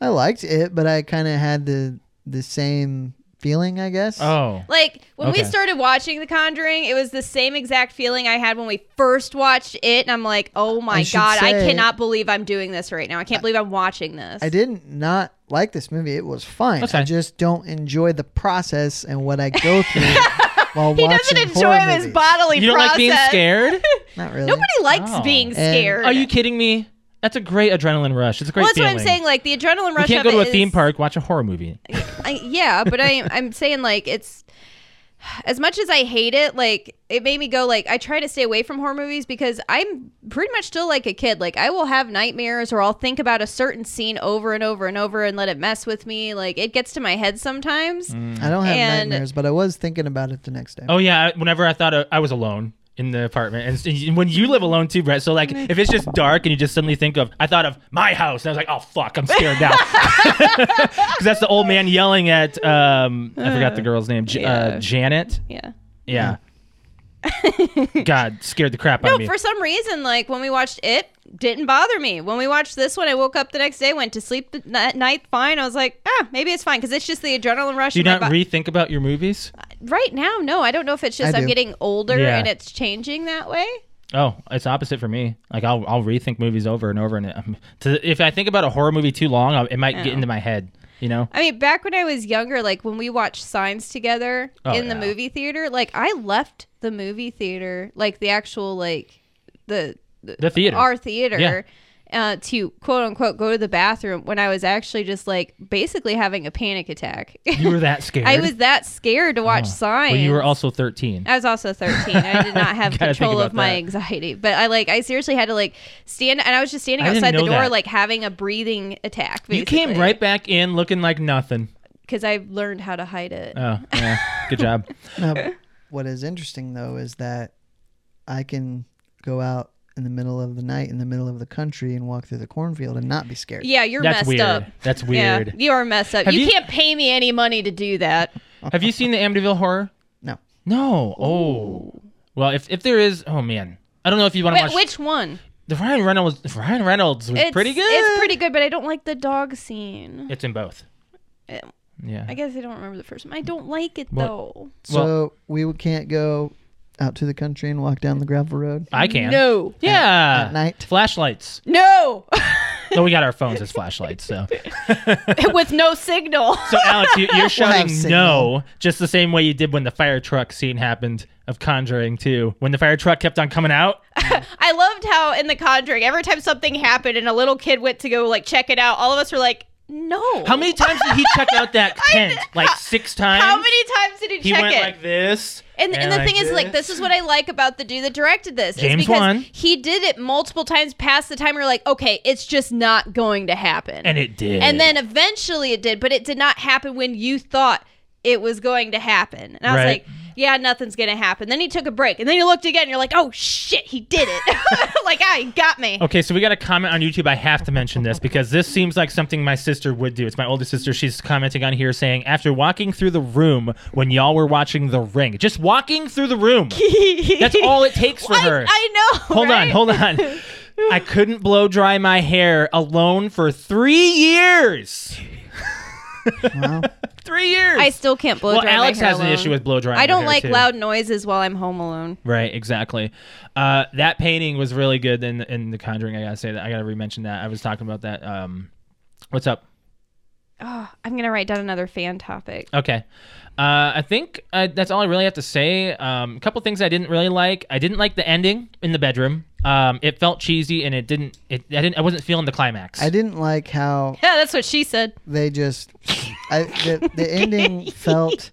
[SPEAKER 2] I liked it, but I kind of had the the same feeling, I guess.
[SPEAKER 3] Oh.
[SPEAKER 4] Like when we
[SPEAKER 3] Okay.
[SPEAKER 4] started watching The Conjuring, it was the same exact feeling I had when we first watched it, and I'm like, "Oh my
[SPEAKER 2] should
[SPEAKER 4] god, I
[SPEAKER 2] say-
[SPEAKER 4] cannot believe I'm doing this right now. I can't believe I'm watching this."
[SPEAKER 2] I didn't not like this movie. It was fine.
[SPEAKER 3] Okay.
[SPEAKER 2] I just don't enjoy the process and what I go through while
[SPEAKER 4] He
[SPEAKER 2] watching
[SPEAKER 4] doesn't enjoy
[SPEAKER 2] horror
[SPEAKER 4] his
[SPEAKER 2] movies.
[SPEAKER 4] bodily
[SPEAKER 3] You don't
[SPEAKER 4] process.
[SPEAKER 3] like being scared?
[SPEAKER 2] Not really.
[SPEAKER 4] Nobody likes
[SPEAKER 3] Oh.
[SPEAKER 4] being
[SPEAKER 3] And-
[SPEAKER 4] scared.
[SPEAKER 3] Are you kidding me? That's a great adrenaline rush. It's a great
[SPEAKER 4] well, that's
[SPEAKER 3] feeling.
[SPEAKER 4] what I'm saying. Like the adrenaline
[SPEAKER 3] You
[SPEAKER 4] rush.
[SPEAKER 3] can't
[SPEAKER 4] of
[SPEAKER 3] go to a
[SPEAKER 4] it
[SPEAKER 3] theme
[SPEAKER 4] is-
[SPEAKER 3] park, watch a horror movie.
[SPEAKER 4] I, yeah, but I, I'm saying like it's as much as I hate it, like it made me go like I try to stay away from horror movies because I'm pretty much still like a kid. Like I will have nightmares or I'll think about a certain scene over and over and over and let it mess with me. Like it gets to my head sometimes.
[SPEAKER 3] Mm.
[SPEAKER 2] I don't have
[SPEAKER 4] And-
[SPEAKER 2] nightmares, but I was thinking about it the next day.
[SPEAKER 3] Oh yeah, I- whenever I thought uh, I was alone in the apartment, and s- and when you live alone too, Brett. So like,
[SPEAKER 4] Mm-hmm.
[SPEAKER 3] if it's just dark and you just suddenly think of, I thought of my house, and I was like, oh fuck, I'm scared now, because that's the old man yelling at, um, I forgot the girl's name, J-
[SPEAKER 4] Yeah.
[SPEAKER 3] uh, Janet.
[SPEAKER 4] Yeah.
[SPEAKER 3] Yeah. God, scared the crap out
[SPEAKER 4] No,
[SPEAKER 3] of me.
[SPEAKER 4] for some reason, like when we watched it, didn't bother me. When we watched this one, I woke up the next day, went to sleep at ni- night fine. I was like, ah, maybe it's fine because it's just the adrenaline rush.
[SPEAKER 3] Do you
[SPEAKER 4] in my
[SPEAKER 3] not
[SPEAKER 4] bo-
[SPEAKER 3] rethink about your movies?
[SPEAKER 4] right now, no, I don't know if it's just
[SPEAKER 2] I
[SPEAKER 4] I'm
[SPEAKER 2] do.
[SPEAKER 4] getting older
[SPEAKER 3] Yeah.
[SPEAKER 4] and it's changing that way.
[SPEAKER 3] Oh, it's opposite for me. Like I'll I'll rethink movies over and over, and um, to, if I think about a horror movie too long, i it might
[SPEAKER 4] Oh.
[SPEAKER 3] get into my head. You know?
[SPEAKER 4] I mean, back when I was younger, like when we watched Signs together
[SPEAKER 3] Oh,
[SPEAKER 4] in the
[SPEAKER 3] yeah.
[SPEAKER 4] movie theater, like I left the movie theater, like the actual like the the,
[SPEAKER 3] The theater.
[SPEAKER 4] our theater. Uh, to quote unquote go to the bathroom when I was actually just like basically having a panic attack.
[SPEAKER 3] You were that scared.
[SPEAKER 4] I was that scared to watch
[SPEAKER 3] Oh.
[SPEAKER 4] Signs.
[SPEAKER 3] Well, you were also thirteen.
[SPEAKER 4] I was also 13. I did not have
[SPEAKER 3] Gotta think
[SPEAKER 4] control of
[SPEAKER 3] about
[SPEAKER 4] my
[SPEAKER 3] that.
[SPEAKER 4] anxiety, but I like I seriously had to like stand and I was just standing
[SPEAKER 3] I didn't
[SPEAKER 4] outside the
[SPEAKER 3] know
[SPEAKER 4] door
[SPEAKER 3] that.
[SPEAKER 4] like having a breathing attack.
[SPEAKER 3] You came right back in looking like nothing.
[SPEAKER 4] because I learned how to hide it.
[SPEAKER 3] Oh, yeah. Good job.
[SPEAKER 2] Now, what is interesting though is that I can go out in the middle of the night in the middle of the country and walk through the cornfield and not be scared.
[SPEAKER 4] yeah, you're
[SPEAKER 3] That's
[SPEAKER 4] messed
[SPEAKER 3] weird.
[SPEAKER 4] up.
[SPEAKER 3] That's weird.
[SPEAKER 4] Yeah, you are messed up.
[SPEAKER 3] Have
[SPEAKER 4] You,
[SPEAKER 3] you-
[SPEAKER 4] can't pay me any money to do that.
[SPEAKER 3] Have you seen the Amityville horror?
[SPEAKER 2] No.
[SPEAKER 3] No. Oh. Well, if if there is, oh man, I don't know if you want to
[SPEAKER 4] Wait,
[SPEAKER 3] watch
[SPEAKER 4] which one?
[SPEAKER 3] the Ryan Reynolds. Ryan Reynolds was
[SPEAKER 4] It's
[SPEAKER 3] pretty good.
[SPEAKER 4] It's pretty good, but I don't like the dog scene.
[SPEAKER 3] It's in both.
[SPEAKER 4] Eh,
[SPEAKER 3] Yeah.
[SPEAKER 4] I guess I don't remember the first one. I don't like it
[SPEAKER 3] What?
[SPEAKER 4] though.
[SPEAKER 2] So we can't go out to the country and walk down the gravel road
[SPEAKER 3] I can.
[SPEAKER 4] No.
[SPEAKER 3] Yeah.
[SPEAKER 2] at night.
[SPEAKER 3] Flashlights.
[SPEAKER 4] No,
[SPEAKER 3] No, we got our phones as flashlights. So,
[SPEAKER 4] with no signal.
[SPEAKER 3] so Alex, you, you're shouting
[SPEAKER 2] signal.
[SPEAKER 3] no, just the same way you did when the fire truck scene happened of Conjuring 2. When the fire truck kept on coming out,
[SPEAKER 4] I loved how in The Conjuring, every time something happened and a little kid went to go like check it out, all of us were like, "No."
[SPEAKER 3] how many times did he check out that tent? Like six times.
[SPEAKER 4] How many times did he,
[SPEAKER 3] He
[SPEAKER 4] check
[SPEAKER 3] went
[SPEAKER 4] it?
[SPEAKER 3] like this.
[SPEAKER 4] and, and the
[SPEAKER 3] like
[SPEAKER 4] thing is, like, this is what I like about the dude that directed this. is
[SPEAKER 3] James
[SPEAKER 4] because
[SPEAKER 3] Wan.
[SPEAKER 4] He did it multiple times past the time you're like, okay, it's just not going to happen.
[SPEAKER 3] And it did.
[SPEAKER 4] And then eventually it did, but it did not happen when you thought it was going to happen. And I was
[SPEAKER 3] Right.
[SPEAKER 4] like, yeah, nothing's going to happen. Then he took a break. And then he looked again. And you're like, oh, shit, he did it. like, ah, you got me.
[SPEAKER 3] Okay, so we got a comment on YouTube. I have to mention this because this seems like something my sister would do. It's my older sister. She's commenting on here saying, after walking through the room when y'all were watching The Ring, just walking through the room. That's all it takes for
[SPEAKER 4] I,
[SPEAKER 3] her.
[SPEAKER 4] I know.
[SPEAKER 3] hold on,
[SPEAKER 4] right?
[SPEAKER 3] hold on. I couldn't blow dry my hair alone for three years.
[SPEAKER 2] Wow.
[SPEAKER 3] Three years.
[SPEAKER 4] I still can't blow
[SPEAKER 3] well,
[SPEAKER 4] dry
[SPEAKER 3] Alex
[SPEAKER 4] my hair
[SPEAKER 3] has an
[SPEAKER 4] alone.
[SPEAKER 3] issue with blow drying.
[SPEAKER 4] I
[SPEAKER 3] her
[SPEAKER 4] don't
[SPEAKER 3] hair,
[SPEAKER 4] like
[SPEAKER 3] too.
[SPEAKER 4] loud noises while I'm home alone.
[SPEAKER 3] Right, exactly. Uh, that painting was really good in in The Conjuring. I gotta say that. I gotta re-mention that. I was talking about that. Um, what's up?
[SPEAKER 4] Oh, I'm gonna write down another fan topic.
[SPEAKER 3] Okay. Uh, I think uh, that's all I really have to say. Um, a couple things I didn't really like. I didn't like the ending in the bedroom. Um, it felt cheesy, and it didn't. It I didn't. I wasn't feeling the climax.
[SPEAKER 2] I didn't like how
[SPEAKER 4] Yeah, that's what she said.
[SPEAKER 2] they just I, the, the ending felt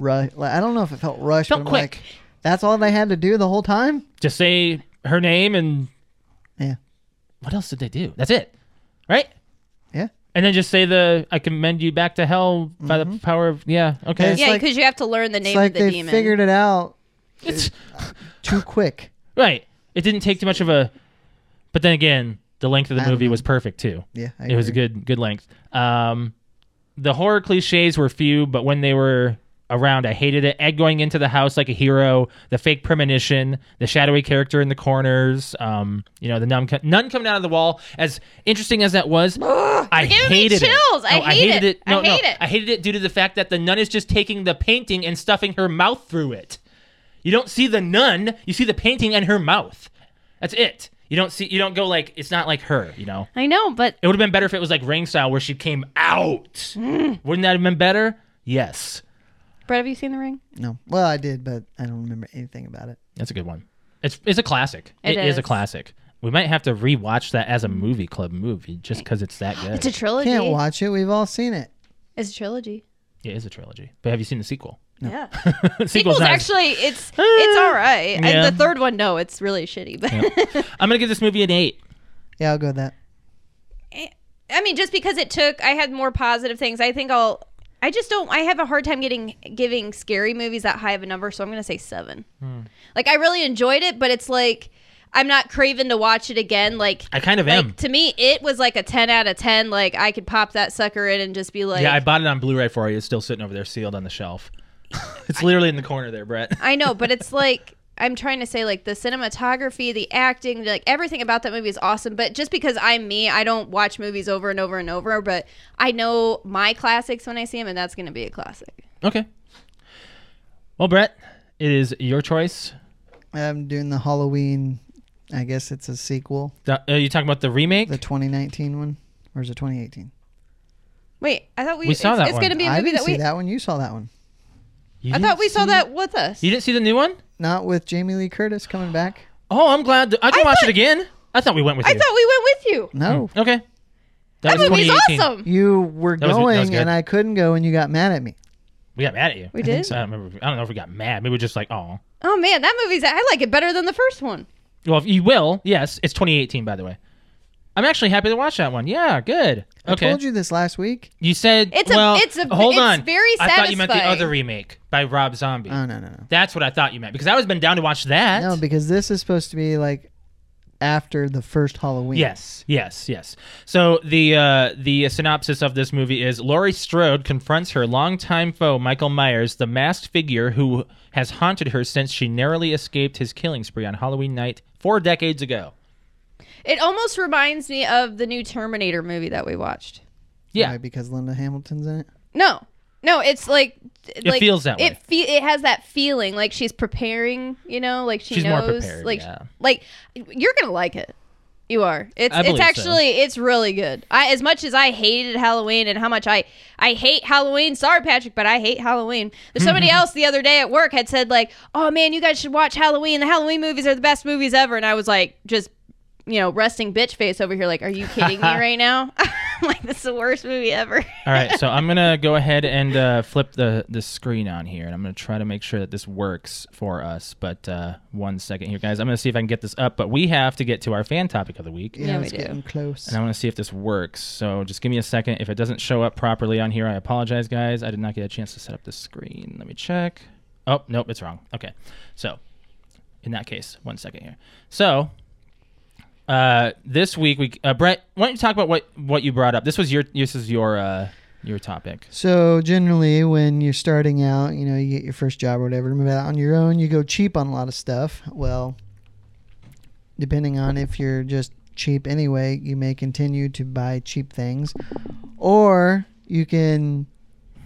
[SPEAKER 2] rushed. Like, I don't know if it felt rushed.
[SPEAKER 3] Felt
[SPEAKER 2] but I'm
[SPEAKER 3] quick.
[SPEAKER 2] Like, That's all they had to do the whole time.
[SPEAKER 3] Just say her name and
[SPEAKER 2] Yeah.
[SPEAKER 3] what else did they do? That's it, right?
[SPEAKER 2] Yeah.
[SPEAKER 3] And then just say the I commend you back to hell by the power of yeah. Okay.
[SPEAKER 2] It's
[SPEAKER 4] yeah,
[SPEAKER 2] like-
[SPEAKER 4] because you have to learn the name
[SPEAKER 2] it's like
[SPEAKER 4] of the
[SPEAKER 2] they
[SPEAKER 4] demon.
[SPEAKER 2] figured it out
[SPEAKER 3] It's-
[SPEAKER 2] too quick.
[SPEAKER 3] Right. It didn't take too much of a. But then again, the length of
[SPEAKER 2] I
[SPEAKER 3] the
[SPEAKER 2] don't
[SPEAKER 3] movie
[SPEAKER 2] know.
[SPEAKER 3] was perfect too.
[SPEAKER 2] Yeah, I
[SPEAKER 3] it was a
[SPEAKER 2] agree.
[SPEAKER 3] good good length. Um, the horror cliches were few, but when they were around, I hated it. Ed going into the house like a hero, the fake premonition, the shadowy character in the corners. Um, you know, the nun co- nun coming out of the wall. As interesting as that was, I
[SPEAKER 4] giving me
[SPEAKER 3] hated
[SPEAKER 4] chills.
[SPEAKER 3] it.
[SPEAKER 4] I
[SPEAKER 3] No, I
[SPEAKER 4] hate
[SPEAKER 3] hated
[SPEAKER 4] it.
[SPEAKER 3] it. No,
[SPEAKER 4] I
[SPEAKER 3] no,
[SPEAKER 4] hate it.
[SPEAKER 3] I hated it due to the fact that the nun is just taking the painting and stuffing her mouth through it. You don't see the nun. You see the painting and her mouth. That's it. You don't see. You don't go like it's not like her. You know.
[SPEAKER 4] I know, but
[SPEAKER 3] It would have been better if it was like ring style where she came out.
[SPEAKER 4] Mm.
[SPEAKER 3] Wouldn't that have been better? Yes.
[SPEAKER 4] Brett, have you seen The Ring?
[SPEAKER 2] No, well, I did, but I don't remember anything about it.
[SPEAKER 3] That's a good one. It's it's a classic.
[SPEAKER 4] It
[SPEAKER 3] it is. a
[SPEAKER 4] is.
[SPEAKER 3] classic. We might have to rewatch that as a movie club movie just because it's that good.
[SPEAKER 4] It's a trilogy.
[SPEAKER 2] Can't watch it. We've all seen it.
[SPEAKER 4] It's a trilogy.
[SPEAKER 3] it is a trilogy. But have you seen the sequel?
[SPEAKER 4] Yeah.
[SPEAKER 3] Sequel's
[SPEAKER 4] Sequels
[SPEAKER 3] not-
[SPEAKER 4] actually, it's it's all right.
[SPEAKER 3] yeah.
[SPEAKER 4] And the third one, no, it's really shitty. But
[SPEAKER 3] I'm gonna give this movie an eight.
[SPEAKER 2] Yeah, I'll go with that.
[SPEAKER 4] I mean, just because it took, I had more positive things. I think I'll. I just don't. I have a hard time getting giving scary movies that high of a number, so I'm gonna say seven.
[SPEAKER 3] Hmm.
[SPEAKER 4] Like I really enjoyed it, but it's like I'm not craving to watch it again. Like
[SPEAKER 3] I kind of
[SPEAKER 4] like,
[SPEAKER 3] am.
[SPEAKER 4] to me, it was like a ten out of ten. Like I could pop that sucker in and just be like,
[SPEAKER 3] yeah, I
[SPEAKER 4] I,
[SPEAKER 3] bought it on Blu-ray for you. It's still sitting over there, sealed on the shelf. it's literally in the corner there, Brett.
[SPEAKER 4] know, but it's like. I'm trying to say like the cinematography, the acting, like everything about that movie is awesome. But just because I'm me, I don't watch movies over and over and over. But I know my classics when I see them, and that's going to be a classic.
[SPEAKER 3] okay. Well, Brett, it is your choice.
[SPEAKER 2] I'm doing the Halloween. I guess it's a sequel,
[SPEAKER 3] The- uh, you talking about the remake?
[SPEAKER 2] the 2019 one, or is it 2018?
[SPEAKER 4] Wait, I thought we,
[SPEAKER 3] We saw
[SPEAKER 4] it's,
[SPEAKER 3] that
[SPEAKER 4] It's
[SPEAKER 3] one.
[SPEAKER 4] going to be a
[SPEAKER 2] I
[SPEAKER 4] movie
[SPEAKER 2] didn't
[SPEAKER 4] that
[SPEAKER 2] see
[SPEAKER 4] we.
[SPEAKER 2] that one. You saw that one.
[SPEAKER 3] You
[SPEAKER 4] I
[SPEAKER 3] didn't
[SPEAKER 4] thought we saw
[SPEAKER 3] see-
[SPEAKER 4] that with us.
[SPEAKER 3] You didn't see the new one?
[SPEAKER 2] Not with Jamie Lee Curtis coming back.
[SPEAKER 3] Oh, I'm glad. th- I can
[SPEAKER 4] I
[SPEAKER 3] watch
[SPEAKER 4] thought-
[SPEAKER 3] it again. I thought we went with
[SPEAKER 4] I
[SPEAKER 3] you.
[SPEAKER 4] thought we went with you.
[SPEAKER 2] No,
[SPEAKER 3] okay.
[SPEAKER 4] That, movie's awesome.
[SPEAKER 2] you were
[SPEAKER 3] That was- that was
[SPEAKER 2] going,
[SPEAKER 3] good.
[SPEAKER 2] and I couldn't go, and you got mad at me.
[SPEAKER 3] We got mad at you.
[SPEAKER 4] We
[SPEAKER 3] I
[SPEAKER 4] did?
[SPEAKER 3] think so. I, don't remember. I don't know if we got mad. Maybe we were just like, oh.
[SPEAKER 4] Oh man, that movie's. I like it better than the first one.
[SPEAKER 3] Well, if you will, yes. It's 2018, by the way. I'm actually happy to watch that one. Yeah, good. Okay.
[SPEAKER 2] I told you this last week.
[SPEAKER 3] You said
[SPEAKER 4] It's a-
[SPEAKER 3] well,
[SPEAKER 4] it's a-
[SPEAKER 3] hold
[SPEAKER 4] it's
[SPEAKER 3] on.
[SPEAKER 4] very
[SPEAKER 3] I thought you meant the
[SPEAKER 4] satisfying.
[SPEAKER 3] other remake by Rob Zombie.
[SPEAKER 2] Oh no, no, no,
[SPEAKER 3] That's what I thought you meant because I was been down to watch that.
[SPEAKER 2] no, because this is supposed to be like after the first Halloween.
[SPEAKER 3] Yes, yes, yes. So the uh, the synopsis of this movie is: Laurie Strode confronts her longtime foe Michael Myers, the masked figure who has haunted her since she narrowly escaped his killing spree on Halloween night four decades ago.
[SPEAKER 4] It almost reminds me of the new Terminator movie that we watched.
[SPEAKER 3] Yeah,
[SPEAKER 2] Why, because Linda Hamilton's in it.
[SPEAKER 4] No, no, it's like it like,
[SPEAKER 3] feels that way.
[SPEAKER 4] It fe- it has that feeling like she's preparing. You know, like she
[SPEAKER 3] She's more
[SPEAKER 4] knows.
[SPEAKER 3] prepared,
[SPEAKER 4] like
[SPEAKER 3] yeah.
[SPEAKER 4] like you're gonna like it. You are. It's
[SPEAKER 3] I believe
[SPEAKER 4] it's
[SPEAKER 3] so.
[SPEAKER 4] actually it's really good. I as much as I hated Halloween and how much I I hate Halloween. Sorry, Patrick, but I hate Halloween. There's somebody else the other day at work had said like, "Oh man, you guys should watch Halloween. The Halloween movies are the best movies ever." And I was like, just you know, resting bitch face over here. Like, are you kidding me right now? I'm like, this is the worst movie ever.
[SPEAKER 3] All right, so I'm gonna go ahead and uh, flip the the screen on here, and I'm gonna try to make sure that this works for us. But uh, one second here, guys, I'm gonna see if I can get this up. But we have to get to our fan topic of the week.
[SPEAKER 2] Yeah,
[SPEAKER 4] Yeah, we
[SPEAKER 2] it's
[SPEAKER 4] do.
[SPEAKER 2] getting close.
[SPEAKER 3] And I want to see if this works. So just give me a second. If it doesn't show up properly on here, I apologize, guys. I did not get a chance to set up the screen. Let me check. Oh, nope, it's wrong. Okay. So in that case, one second here. So Uh, this week we uh, Brett, why don't you talk about what what you brought up? This was your this is your uh your topic.
[SPEAKER 2] So generally, when you're starting out, you know, you get your first job or whatever, to move out on your own, you go cheap on a lot of stuff. Well, depending on if you're just cheap anyway, you may continue to buy cheap things, or you can,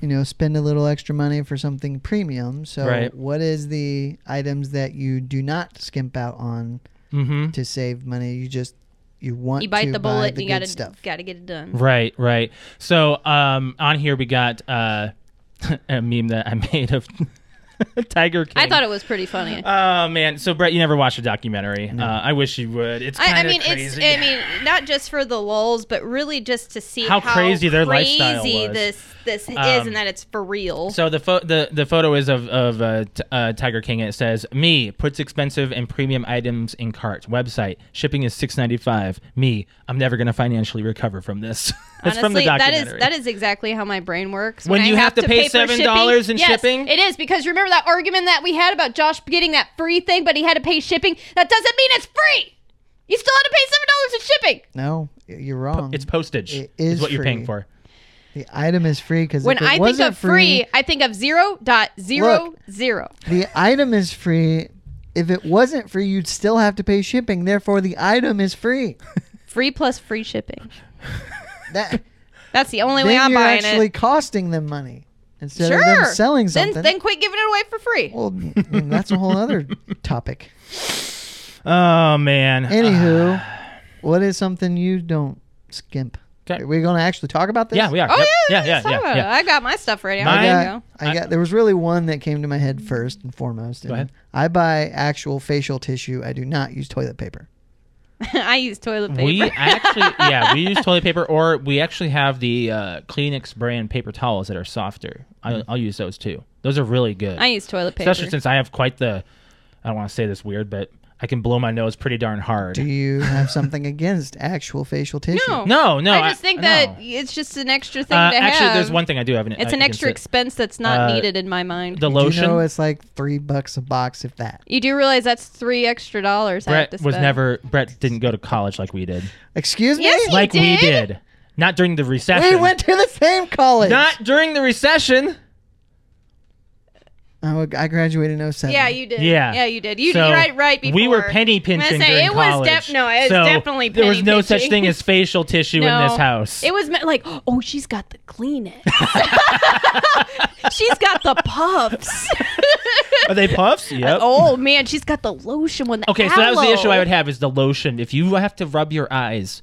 [SPEAKER 2] you know, spend a little extra money for something premium. So,
[SPEAKER 3] Right.
[SPEAKER 2] what is the items that you do not skimp out on
[SPEAKER 3] Mm-hmm.
[SPEAKER 2] to save money? You just you want
[SPEAKER 4] you bite
[SPEAKER 2] to
[SPEAKER 4] the bullet
[SPEAKER 2] buy
[SPEAKER 4] and
[SPEAKER 2] the
[SPEAKER 4] you
[SPEAKER 2] good
[SPEAKER 4] gotta
[SPEAKER 2] stuff.
[SPEAKER 4] gotta get it done.
[SPEAKER 3] Right, right. So um, on here we got uh, a meme that I made of Tiger King.
[SPEAKER 4] I thought it was pretty funny.
[SPEAKER 3] Oh man! So Brett, you never watched a documentary. Uh, I wish you would. It's
[SPEAKER 4] I, I
[SPEAKER 3] kind of
[SPEAKER 4] mean,
[SPEAKER 3] crazy.
[SPEAKER 4] it's I mean, not just for the lulls, but really just to see
[SPEAKER 3] How crazy their lifestyle
[SPEAKER 4] crazy
[SPEAKER 3] was.
[SPEAKER 4] This this is,
[SPEAKER 3] Um,
[SPEAKER 4] and that it's for real.
[SPEAKER 3] So the pho- the the photo is of of uh, t- uh, Tiger King. and It says, "Me puts expensive and premium items in cart. Website shipping is six ninety five. Me, I'm never gonna financially recover from this." That's
[SPEAKER 4] Honestly,
[SPEAKER 3] from the documentary.
[SPEAKER 4] that is that is exactly how my brain works.
[SPEAKER 3] When
[SPEAKER 4] I
[SPEAKER 3] you have to pay
[SPEAKER 4] for shipping-
[SPEAKER 3] $7 in
[SPEAKER 4] Yes,
[SPEAKER 3] shipping?
[SPEAKER 4] it is because remember that argument that we had about Josh getting that free thing, but he had to pay shipping. That doesn't mean it's free. You still had to pay seven dollars in shipping.
[SPEAKER 2] No, you're wrong.
[SPEAKER 3] It's postage.
[SPEAKER 2] It
[SPEAKER 3] is
[SPEAKER 2] is
[SPEAKER 3] what you're paying
[SPEAKER 2] free.
[SPEAKER 3] for.
[SPEAKER 2] The item is free because
[SPEAKER 4] When
[SPEAKER 2] if it
[SPEAKER 4] I think
[SPEAKER 2] wasn't
[SPEAKER 4] of free, I think of zero dot zero
[SPEAKER 2] Look.
[SPEAKER 4] zero.
[SPEAKER 2] the item is free. If it wasn't free, you'd still have to pay shipping. Therefore, the item is free.
[SPEAKER 4] Free plus free shipping.
[SPEAKER 2] That
[SPEAKER 4] That's the only way
[SPEAKER 2] then
[SPEAKER 4] I'm
[SPEAKER 2] you're
[SPEAKER 4] buying
[SPEAKER 2] actually
[SPEAKER 4] it.
[SPEAKER 2] costing them money instead
[SPEAKER 4] Sure,
[SPEAKER 2] of them selling something.
[SPEAKER 4] Then, then quit giving it away for free.
[SPEAKER 2] well, mm, that's a whole other topic.
[SPEAKER 3] Oh man.
[SPEAKER 2] Anywho,
[SPEAKER 4] Uh.
[SPEAKER 2] what is something you don't skimp?
[SPEAKER 3] 'Kay.
[SPEAKER 2] Are we going to actually talk about this?
[SPEAKER 3] yeah, we are.
[SPEAKER 4] Oh
[SPEAKER 3] Yep.
[SPEAKER 4] yeah, yeah,
[SPEAKER 3] yeah, yeah, yeah.
[SPEAKER 4] I got my stuff ready. I'm
[SPEAKER 3] Mine-
[SPEAKER 2] I
[SPEAKER 4] ready to
[SPEAKER 2] got,
[SPEAKER 4] go.
[SPEAKER 2] I
[SPEAKER 3] I-
[SPEAKER 2] got. There was really one that came to my head first and foremost. and
[SPEAKER 3] ahead.
[SPEAKER 2] I buy actual facial tissue. I do not use toilet paper.
[SPEAKER 4] I use toilet paper.
[SPEAKER 3] We actually, yeah, we use toilet paper, or we actually have the uh, Kleenex brand paper towels that are softer. I, I'll use those too. Those are really good,
[SPEAKER 4] Mm. I use toilet paper.
[SPEAKER 3] especially since I have quite the. I don't want to say this weird, but I can blow my nose pretty darn hard.
[SPEAKER 2] Do you have something against actual facial tissue?
[SPEAKER 4] no,
[SPEAKER 3] no, no,
[SPEAKER 4] I just
[SPEAKER 3] I-
[SPEAKER 4] think that
[SPEAKER 3] no.
[SPEAKER 4] it's just an extra
[SPEAKER 3] Uh,
[SPEAKER 4] thing to
[SPEAKER 3] actually,
[SPEAKER 4] have.
[SPEAKER 3] there's one thing I do have. An,
[SPEAKER 4] It's
[SPEAKER 3] uh,
[SPEAKER 4] an extra
[SPEAKER 3] against
[SPEAKER 4] expense that's not
[SPEAKER 3] Uh,
[SPEAKER 4] needed in my mind.
[SPEAKER 3] it. the
[SPEAKER 2] Do
[SPEAKER 3] lotion
[SPEAKER 2] You know it's like three bucks a box, if that.
[SPEAKER 4] you do realize that's three extra dollars. I have
[SPEAKER 3] Brett
[SPEAKER 4] to
[SPEAKER 3] was
[SPEAKER 4] spend.
[SPEAKER 3] never. Brett didn't go to college like we did.
[SPEAKER 2] Excuse me.
[SPEAKER 4] Yes, He
[SPEAKER 3] like we
[SPEAKER 4] did?
[SPEAKER 3] did. Not during the recession.
[SPEAKER 2] we went to the same college.
[SPEAKER 3] Not during the recession.
[SPEAKER 2] I, would- Oh, I graduated in 07.
[SPEAKER 4] Yeah, you did.
[SPEAKER 3] Yeah.
[SPEAKER 4] yeah, you did. You
[SPEAKER 3] So,
[SPEAKER 4] did right, right before.
[SPEAKER 3] We were penny
[SPEAKER 4] I'm gonna
[SPEAKER 3] pinching
[SPEAKER 4] say,
[SPEAKER 3] during
[SPEAKER 4] it
[SPEAKER 3] college.
[SPEAKER 4] Was def- no, it was
[SPEAKER 3] So
[SPEAKER 4] definitely penny
[SPEAKER 3] there was no such
[SPEAKER 4] pinching.
[SPEAKER 3] thing as facial tissue in
[SPEAKER 4] No.
[SPEAKER 3] this house.
[SPEAKER 4] It was meant like, oh, she's got the Kleenex. she's got the puffs.
[SPEAKER 3] Are they puffs? Yep.
[SPEAKER 4] oh man, she's got the lotion one. The
[SPEAKER 3] okay, so that was the
[SPEAKER 4] aloe.
[SPEAKER 3] issue I would have is the lotion. If you have to rub your eyes,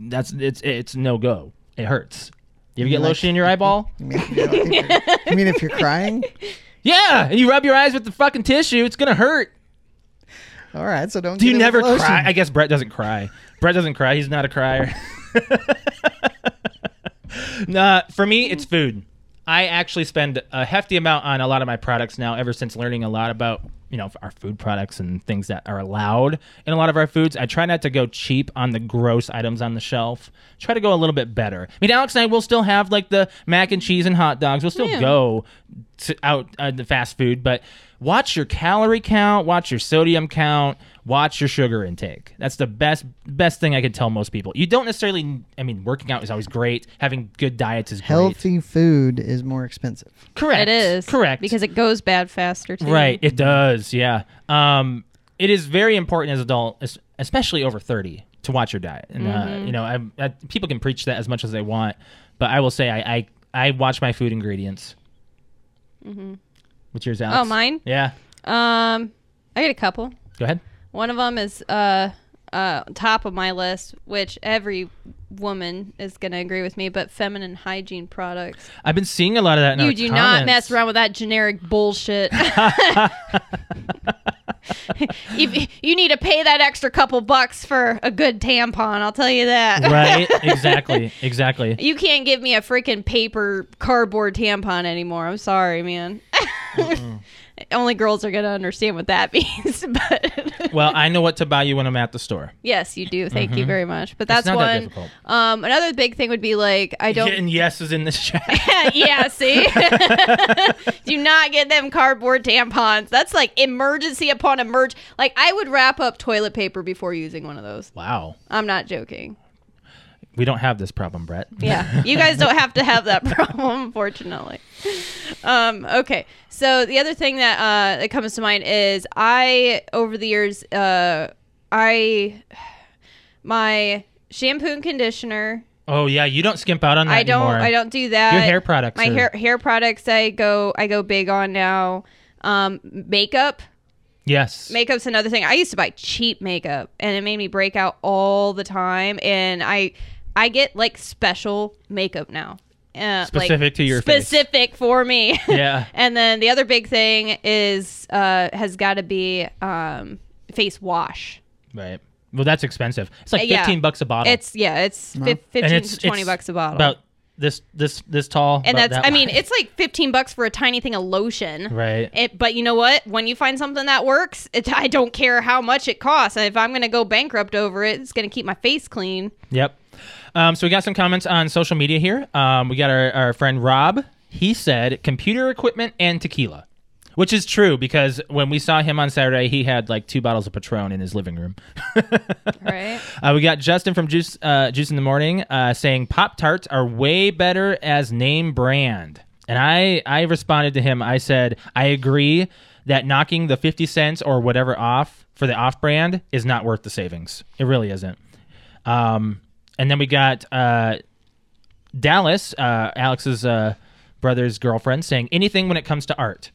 [SPEAKER 3] that's it's it's no go. It hurts. You ever get
[SPEAKER 2] Like-
[SPEAKER 3] lotion in your eyeball?
[SPEAKER 2] I mean, you know, if you're- I mean, if you're crying,
[SPEAKER 3] Yeah, and you rub your eyes with the fucking tissue, it's gonna hurt.
[SPEAKER 2] all right. So don't. get
[SPEAKER 3] Do you
[SPEAKER 2] it with
[SPEAKER 3] never
[SPEAKER 2] lotion.
[SPEAKER 3] cry? I guess Brett doesn't cry. Brett doesn't cry. He's not a crier. nah, for me, it's food. I actually spend a hefty amount on a lot of my products now. Ever since learning a lot about you know our food products and things that are allowed in a lot of our foods, I try not to go cheap on the gross items on the shelf. Try to go a little bit better. I mean, Alex and I will still have like the mac and cheese and hot dogs. We'll still
[SPEAKER 4] Yeah.
[SPEAKER 3] go to out uh, the fast food, but watch your calorie count, watch your sodium count, watch your sugar intake. That's the best best thing I could tell most people. You don't necessarily. I mean, working out is always great. Having good diets is great.
[SPEAKER 2] Healthy food is more expensive.
[SPEAKER 3] Correct.
[SPEAKER 4] It is
[SPEAKER 3] correct
[SPEAKER 4] because it goes bad faster. Too.
[SPEAKER 3] right. It does. Yeah. Um, it is very important as an adult, es- especially over thirty, to watch your diet. And
[SPEAKER 4] Mm-hmm.
[SPEAKER 3] uh, you know, I, I, people can preach that as much as they want, but I will say I I, I watch my food ingredients. What's yours, Alex?
[SPEAKER 4] Mm-hmm. Oh, mine?
[SPEAKER 3] Yeah.
[SPEAKER 4] Um, I get a couple.
[SPEAKER 3] Go ahead.
[SPEAKER 4] One of them is uh, uh, top of my list, which every woman is going to agree with me, but feminine hygiene products.
[SPEAKER 3] I've been seeing a lot of that. In
[SPEAKER 4] you
[SPEAKER 3] our
[SPEAKER 4] do
[SPEAKER 3] comments.
[SPEAKER 4] not mess around with that generic bullshit. if you need to pay that extra couple bucks for a good tampon, I'll tell you that.
[SPEAKER 3] right. Exactly. Exactly.
[SPEAKER 4] You can't give me a freaking paper cardboard tampon anymore. I'm sorry, man.
[SPEAKER 1] Only girls are gonna understand what that means. But
[SPEAKER 3] Well, I know what to buy you when I'm at the store.
[SPEAKER 1] yes, you do. Thank you very much. But that's
[SPEAKER 3] Mm-hmm. not that
[SPEAKER 1] one.
[SPEAKER 3] difficult.
[SPEAKER 1] um, another big thing would be like I don't.
[SPEAKER 3] And yes is in this chat.
[SPEAKER 1] yeah, see? Do not get them cardboard tampons. That's like emergency upon emerge. Like I would wrap up toilet paper before using one of those.
[SPEAKER 3] wow.
[SPEAKER 1] I'm not joking.
[SPEAKER 3] We don't have this problem, Brett.
[SPEAKER 1] Yeah. You guys don't have to have that problem, unfortunately. Um, okay. So the other thing that uh, that comes to mind is I over the years uh, I my shampoo and conditioner
[SPEAKER 3] Oh yeah, you don't skimp out on that
[SPEAKER 1] I don't.
[SPEAKER 3] anymore.
[SPEAKER 1] I don't do that.
[SPEAKER 3] Your hair products
[SPEAKER 1] My
[SPEAKER 3] are-
[SPEAKER 1] hair hair products. I go. I go big on now. Um, makeup.
[SPEAKER 3] Yes.
[SPEAKER 1] Makeup's another thing. I used to buy cheap makeup, and it made me break out all the time. And I, I get like special makeup now. Uh,
[SPEAKER 3] Specific to your face.
[SPEAKER 1] specific for me.
[SPEAKER 3] Yeah.
[SPEAKER 1] and then the other big thing is uh, has got to be um, face wash.
[SPEAKER 3] Right. Well, that's expensive. It's like
[SPEAKER 1] Uh, yeah.
[SPEAKER 3] fifteen bucks a bottle. Uh-huh.
[SPEAKER 1] It's yeah, it's fif- fifteen
[SPEAKER 3] and it's
[SPEAKER 1] to twenty
[SPEAKER 3] it's
[SPEAKER 1] bucks a bottle.
[SPEAKER 3] About this this this tall.
[SPEAKER 1] and
[SPEAKER 3] about
[SPEAKER 1] that's
[SPEAKER 3] that
[SPEAKER 1] i mean
[SPEAKER 3] wide.
[SPEAKER 1] it's like 15 bucks for a tiny thing of lotion
[SPEAKER 3] right.
[SPEAKER 1] it, but you know what when you find something that works it, i don't care how much it costs and if i'm gonna go bankrupt over it it's gonna keep my face clean
[SPEAKER 3] Yep. Um, so we got some comments on social media here. Um, we got our, our friend Rob. He said computer equipment and tequila, which is true because when we saw him on Saturday, he had like two bottles of Patron in his living room.
[SPEAKER 1] right
[SPEAKER 3] Uh, we got Justin from Juice uh, Juice in the Morning uh, saying Pop Tarts are way better as name brand, and I I responded to him. I said I agree that knocking the fifty cents or whatever off for the off brand is not worth the savings. It really isn't. Um, and then we got uh, Dallas, uh, Alex's uh, brother's girlfriend, saying anything when it comes to art.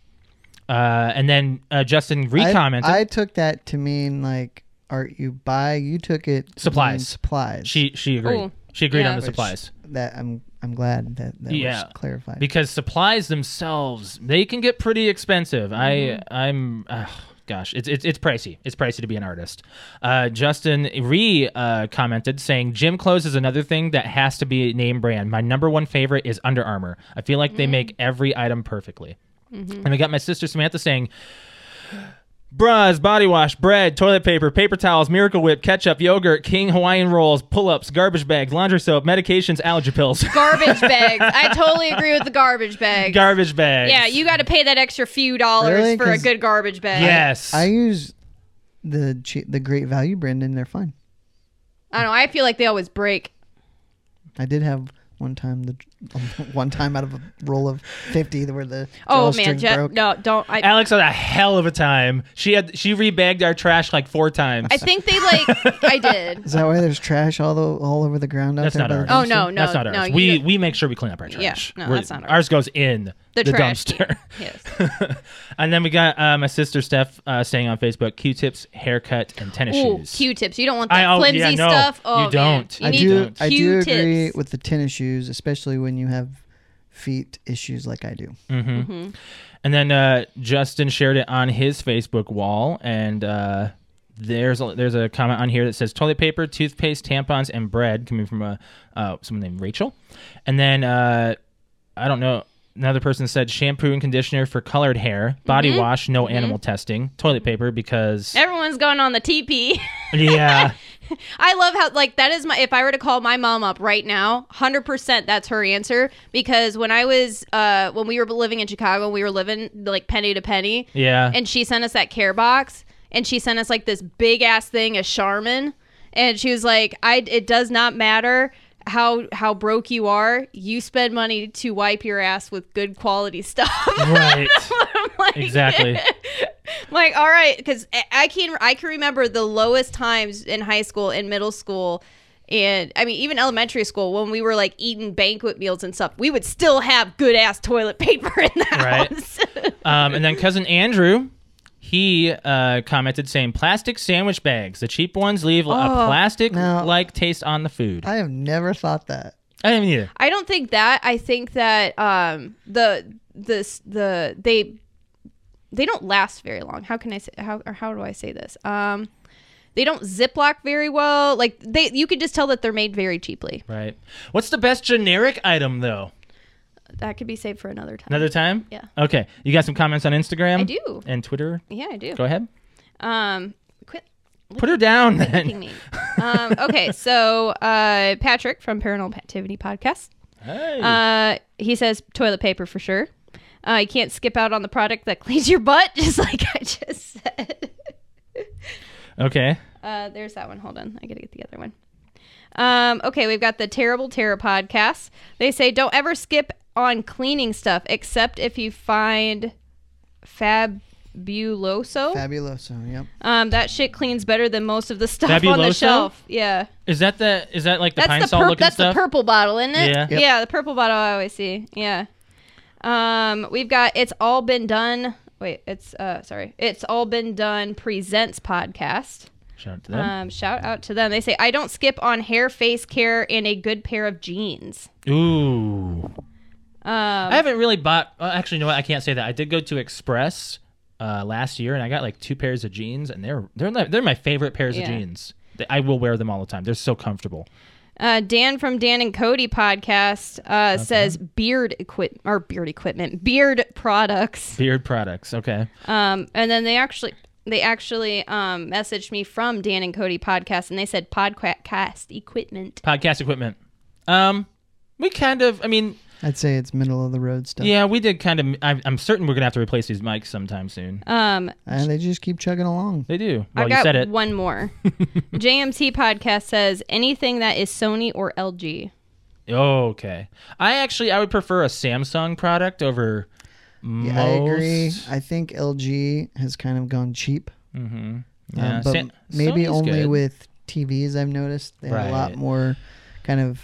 [SPEAKER 3] Uh, and then uh, Justin
[SPEAKER 2] I-
[SPEAKER 3] recommented.
[SPEAKER 2] I, took that to mean like art you buy. You took it to mean
[SPEAKER 3] Supplies.
[SPEAKER 2] Supplies.
[SPEAKER 3] she she agreed.
[SPEAKER 1] Ooh.
[SPEAKER 3] She agreed
[SPEAKER 1] Yeah.
[SPEAKER 3] on the
[SPEAKER 2] Which-
[SPEAKER 3] supplies.
[SPEAKER 2] That I'm I'm glad that that
[SPEAKER 3] Yeah.
[SPEAKER 2] was clarified.
[SPEAKER 3] because supplies themselves they can get pretty expensive. I I'm ugh, gosh, it's, it's it's pricey. It's pricey to be an artist. Uh, Justin re uh, commented saying gym clothes is another thing that has to be a name brand. My number one favorite is Under Armour. I feel like they make every item perfectly. And we got my sister Samantha saying Bras, body wash, bread, toilet paper, paper towels, Miracle Whip, ketchup, yogurt, King Hawaiian rolls, pull ups, garbage bags, laundry soap, medications, allergy pills,
[SPEAKER 1] garbage bags i totally agree with the garbage bags
[SPEAKER 3] garbage bags.
[SPEAKER 1] yeah you got to pay that extra few dollars
[SPEAKER 2] Really?
[SPEAKER 1] for a
[SPEAKER 2] 'Cause-
[SPEAKER 1] good garbage bag
[SPEAKER 3] Yes.
[SPEAKER 2] I use the che- the Great Value brand and they're fine.
[SPEAKER 1] i don't know i feel like they always break
[SPEAKER 2] I did have one time the one time out of a roll of fifty where the
[SPEAKER 1] oh
[SPEAKER 2] drawstring
[SPEAKER 1] man Je-
[SPEAKER 2] broke.
[SPEAKER 1] no don't i
[SPEAKER 3] Alex had a hell of a time. She had she rebagged our trash like four times.
[SPEAKER 1] i think they like i did
[SPEAKER 2] Is that why there's trash all the, all over the ground out
[SPEAKER 3] that's
[SPEAKER 2] there?
[SPEAKER 3] not
[SPEAKER 2] by the
[SPEAKER 3] ours.
[SPEAKER 1] Oh, no,
[SPEAKER 2] dumpster?
[SPEAKER 1] no,
[SPEAKER 3] that's not
[SPEAKER 1] no,
[SPEAKER 3] ours.
[SPEAKER 1] you
[SPEAKER 3] we
[SPEAKER 1] don't-
[SPEAKER 3] we make sure we clean up our trash.
[SPEAKER 1] no, that's not ours.
[SPEAKER 3] goes in
[SPEAKER 1] the,
[SPEAKER 3] the,
[SPEAKER 1] trash
[SPEAKER 3] dumpster.
[SPEAKER 1] yes
[SPEAKER 3] and then we got uh, my sister Steph uh, saying on Facebook, Q-tips, haircut, and tennis
[SPEAKER 1] Ooh,
[SPEAKER 3] shoes.
[SPEAKER 1] Q-tips. You don't want
[SPEAKER 3] I-
[SPEAKER 1] that
[SPEAKER 3] oh,
[SPEAKER 1] flimsy
[SPEAKER 3] yeah, no.
[SPEAKER 1] stuff.
[SPEAKER 3] You
[SPEAKER 1] Oh, man.
[SPEAKER 3] don't.
[SPEAKER 1] You
[SPEAKER 2] I
[SPEAKER 1] need
[SPEAKER 2] do
[SPEAKER 1] Q-tips.
[SPEAKER 2] I do agree with the tennis shoes, especially when you have feet issues like I do.
[SPEAKER 3] And then uh, Justin shared it on his Facebook wall, and uh, there's a, there's a comment on here that says toilet paper, toothpaste, tampons, and bread coming from a uh, someone named Rachel. And then uh, I don't know. Another person said shampoo and conditioner for colored hair, body wash, no animal testing, toilet paper because
[SPEAKER 1] Everyone's going on the TP.
[SPEAKER 3] yeah,
[SPEAKER 1] I love how like that is my if I were to call my mom up right now, 100% that's her answer because when I was uh when we were living in Chicago, we were living like penny to penny.
[SPEAKER 3] yeah.
[SPEAKER 1] And she sent us that care box and she sent us like this big ass thing of Charmin and she was like, "I it does not matter how how broke you are, you spend money to wipe your ass with good quality stuff."
[SPEAKER 3] right,
[SPEAKER 1] I'm like,
[SPEAKER 3] exactly.
[SPEAKER 1] I'm like, all right, because I can I can remember the lowest times in high school, in middle school, and I mean even elementary school when we were like eating banquet meals and stuff. We would still have good ass toilet paper in the
[SPEAKER 3] Right.
[SPEAKER 1] house.
[SPEAKER 3] Um, and then cousin Andrew, he uh, commented saying plastic sandwich bags. The cheap ones leave a plastic like taste on the food.
[SPEAKER 2] I have never thought that.
[SPEAKER 3] I didn't either.
[SPEAKER 1] I don't think that. I think that um the this the they they don't last very long. How can I say how or how do I say this? Um they don't ziplock very well. Like they you could just tell that they're made very cheaply.
[SPEAKER 3] Right. What's the best generic item though?
[SPEAKER 1] that could be saved for another time.
[SPEAKER 3] Another time?
[SPEAKER 1] Yeah.
[SPEAKER 3] Okay. You got some comments on Instagram?
[SPEAKER 1] I do.
[SPEAKER 3] And Twitter?
[SPEAKER 1] Yeah, I do.
[SPEAKER 3] Go ahead.
[SPEAKER 1] Um, quit
[SPEAKER 3] Put her down
[SPEAKER 1] licking
[SPEAKER 3] then.
[SPEAKER 1] me. um, okay, so uh, Patrick from Paranormal Activity podcast.
[SPEAKER 3] Hey.
[SPEAKER 1] Uh, he says toilet paper for sure. Uh, you can't skip out on the product that cleans your butt, just like I just said.
[SPEAKER 3] okay.
[SPEAKER 1] Uh, there's that one. Hold on. I got to get the other one. Um, okay, we've got the Terrible Terror podcast. They say don't ever skip on cleaning stuff except if you find Fabuloso.
[SPEAKER 2] Fabuloso. Yep.
[SPEAKER 1] Um, that shit cleans better than most of the stuff on the
[SPEAKER 3] Fabuloso?
[SPEAKER 1] shelf. Yeah.
[SPEAKER 3] Is that the is that like the pine
[SPEAKER 1] That's the
[SPEAKER 3] salt
[SPEAKER 1] purple
[SPEAKER 3] looking
[SPEAKER 1] that's
[SPEAKER 3] stuff?
[SPEAKER 1] the purple bottle, isn't it?
[SPEAKER 3] Yeah.
[SPEAKER 2] Yep.
[SPEAKER 1] Yeah, the purple bottle I always see. Yeah. Um, we've got it's all been done. Wait, it's uh sorry. It's all been done presents podcast.
[SPEAKER 3] Shout out to them.
[SPEAKER 1] Um, shout out to them. They say I don't skip on hair, face care, and a good pair of jeans.
[SPEAKER 3] Ooh. I
[SPEAKER 1] Um,
[SPEAKER 3] haven't really bought. Well, actually, you know what? I can't say that. I did go to Express uh, last year, and I got like two pairs of jeans, and they're they're like, they're my favorite pairs
[SPEAKER 1] Yeah.
[SPEAKER 3] of jeans. They- I will wear them all the time. They're so comfortable.
[SPEAKER 1] uh, Dan from Dan and Cody podcast uh, says beard equip or beard equipment, beard products.
[SPEAKER 3] Beard products. Okay.
[SPEAKER 1] Um, and then they actually they actually um, messaged me from Dan and Cody podcast, and they said podcast equipment.
[SPEAKER 3] Podcast equipment. Um, we kind of. I mean,
[SPEAKER 2] I'd say it's middle of the road stuff.
[SPEAKER 3] yeah, we did kind of. I'm, I'm certain we're gonna have to replace these mics sometime soon.
[SPEAKER 1] Um,
[SPEAKER 2] And they just keep chugging along.
[SPEAKER 3] They do. Well,
[SPEAKER 1] I've
[SPEAKER 3] you
[SPEAKER 1] got
[SPEAKER 3] said it.
[SPEAKER 1] one more. JMT podcast says anything that is Sony or LG.
[SPEAKER 3] okay. I actually I would prefer a Samsung product over. Most.
[SPEAKER 2] Yeah, I agree. I think LG has kind of gone cheap.
[SPEAKER 3] Mm-hmm.
[SPEAKER 2] Um,
[SPEAKER 3] Yeah,
[SPEAKER 2] but
[SPEAKER 3] Sam-
[SPEAKER 2] maybe
[SPEAKER 3] Sony's
[SPEAKER 2] only
[SPEAKER 3] good.
[SPEAKER 2] with TVs. I've noticed they have a lot
[SPEAKER 3] Right.
[SPEAKER 2] more kind of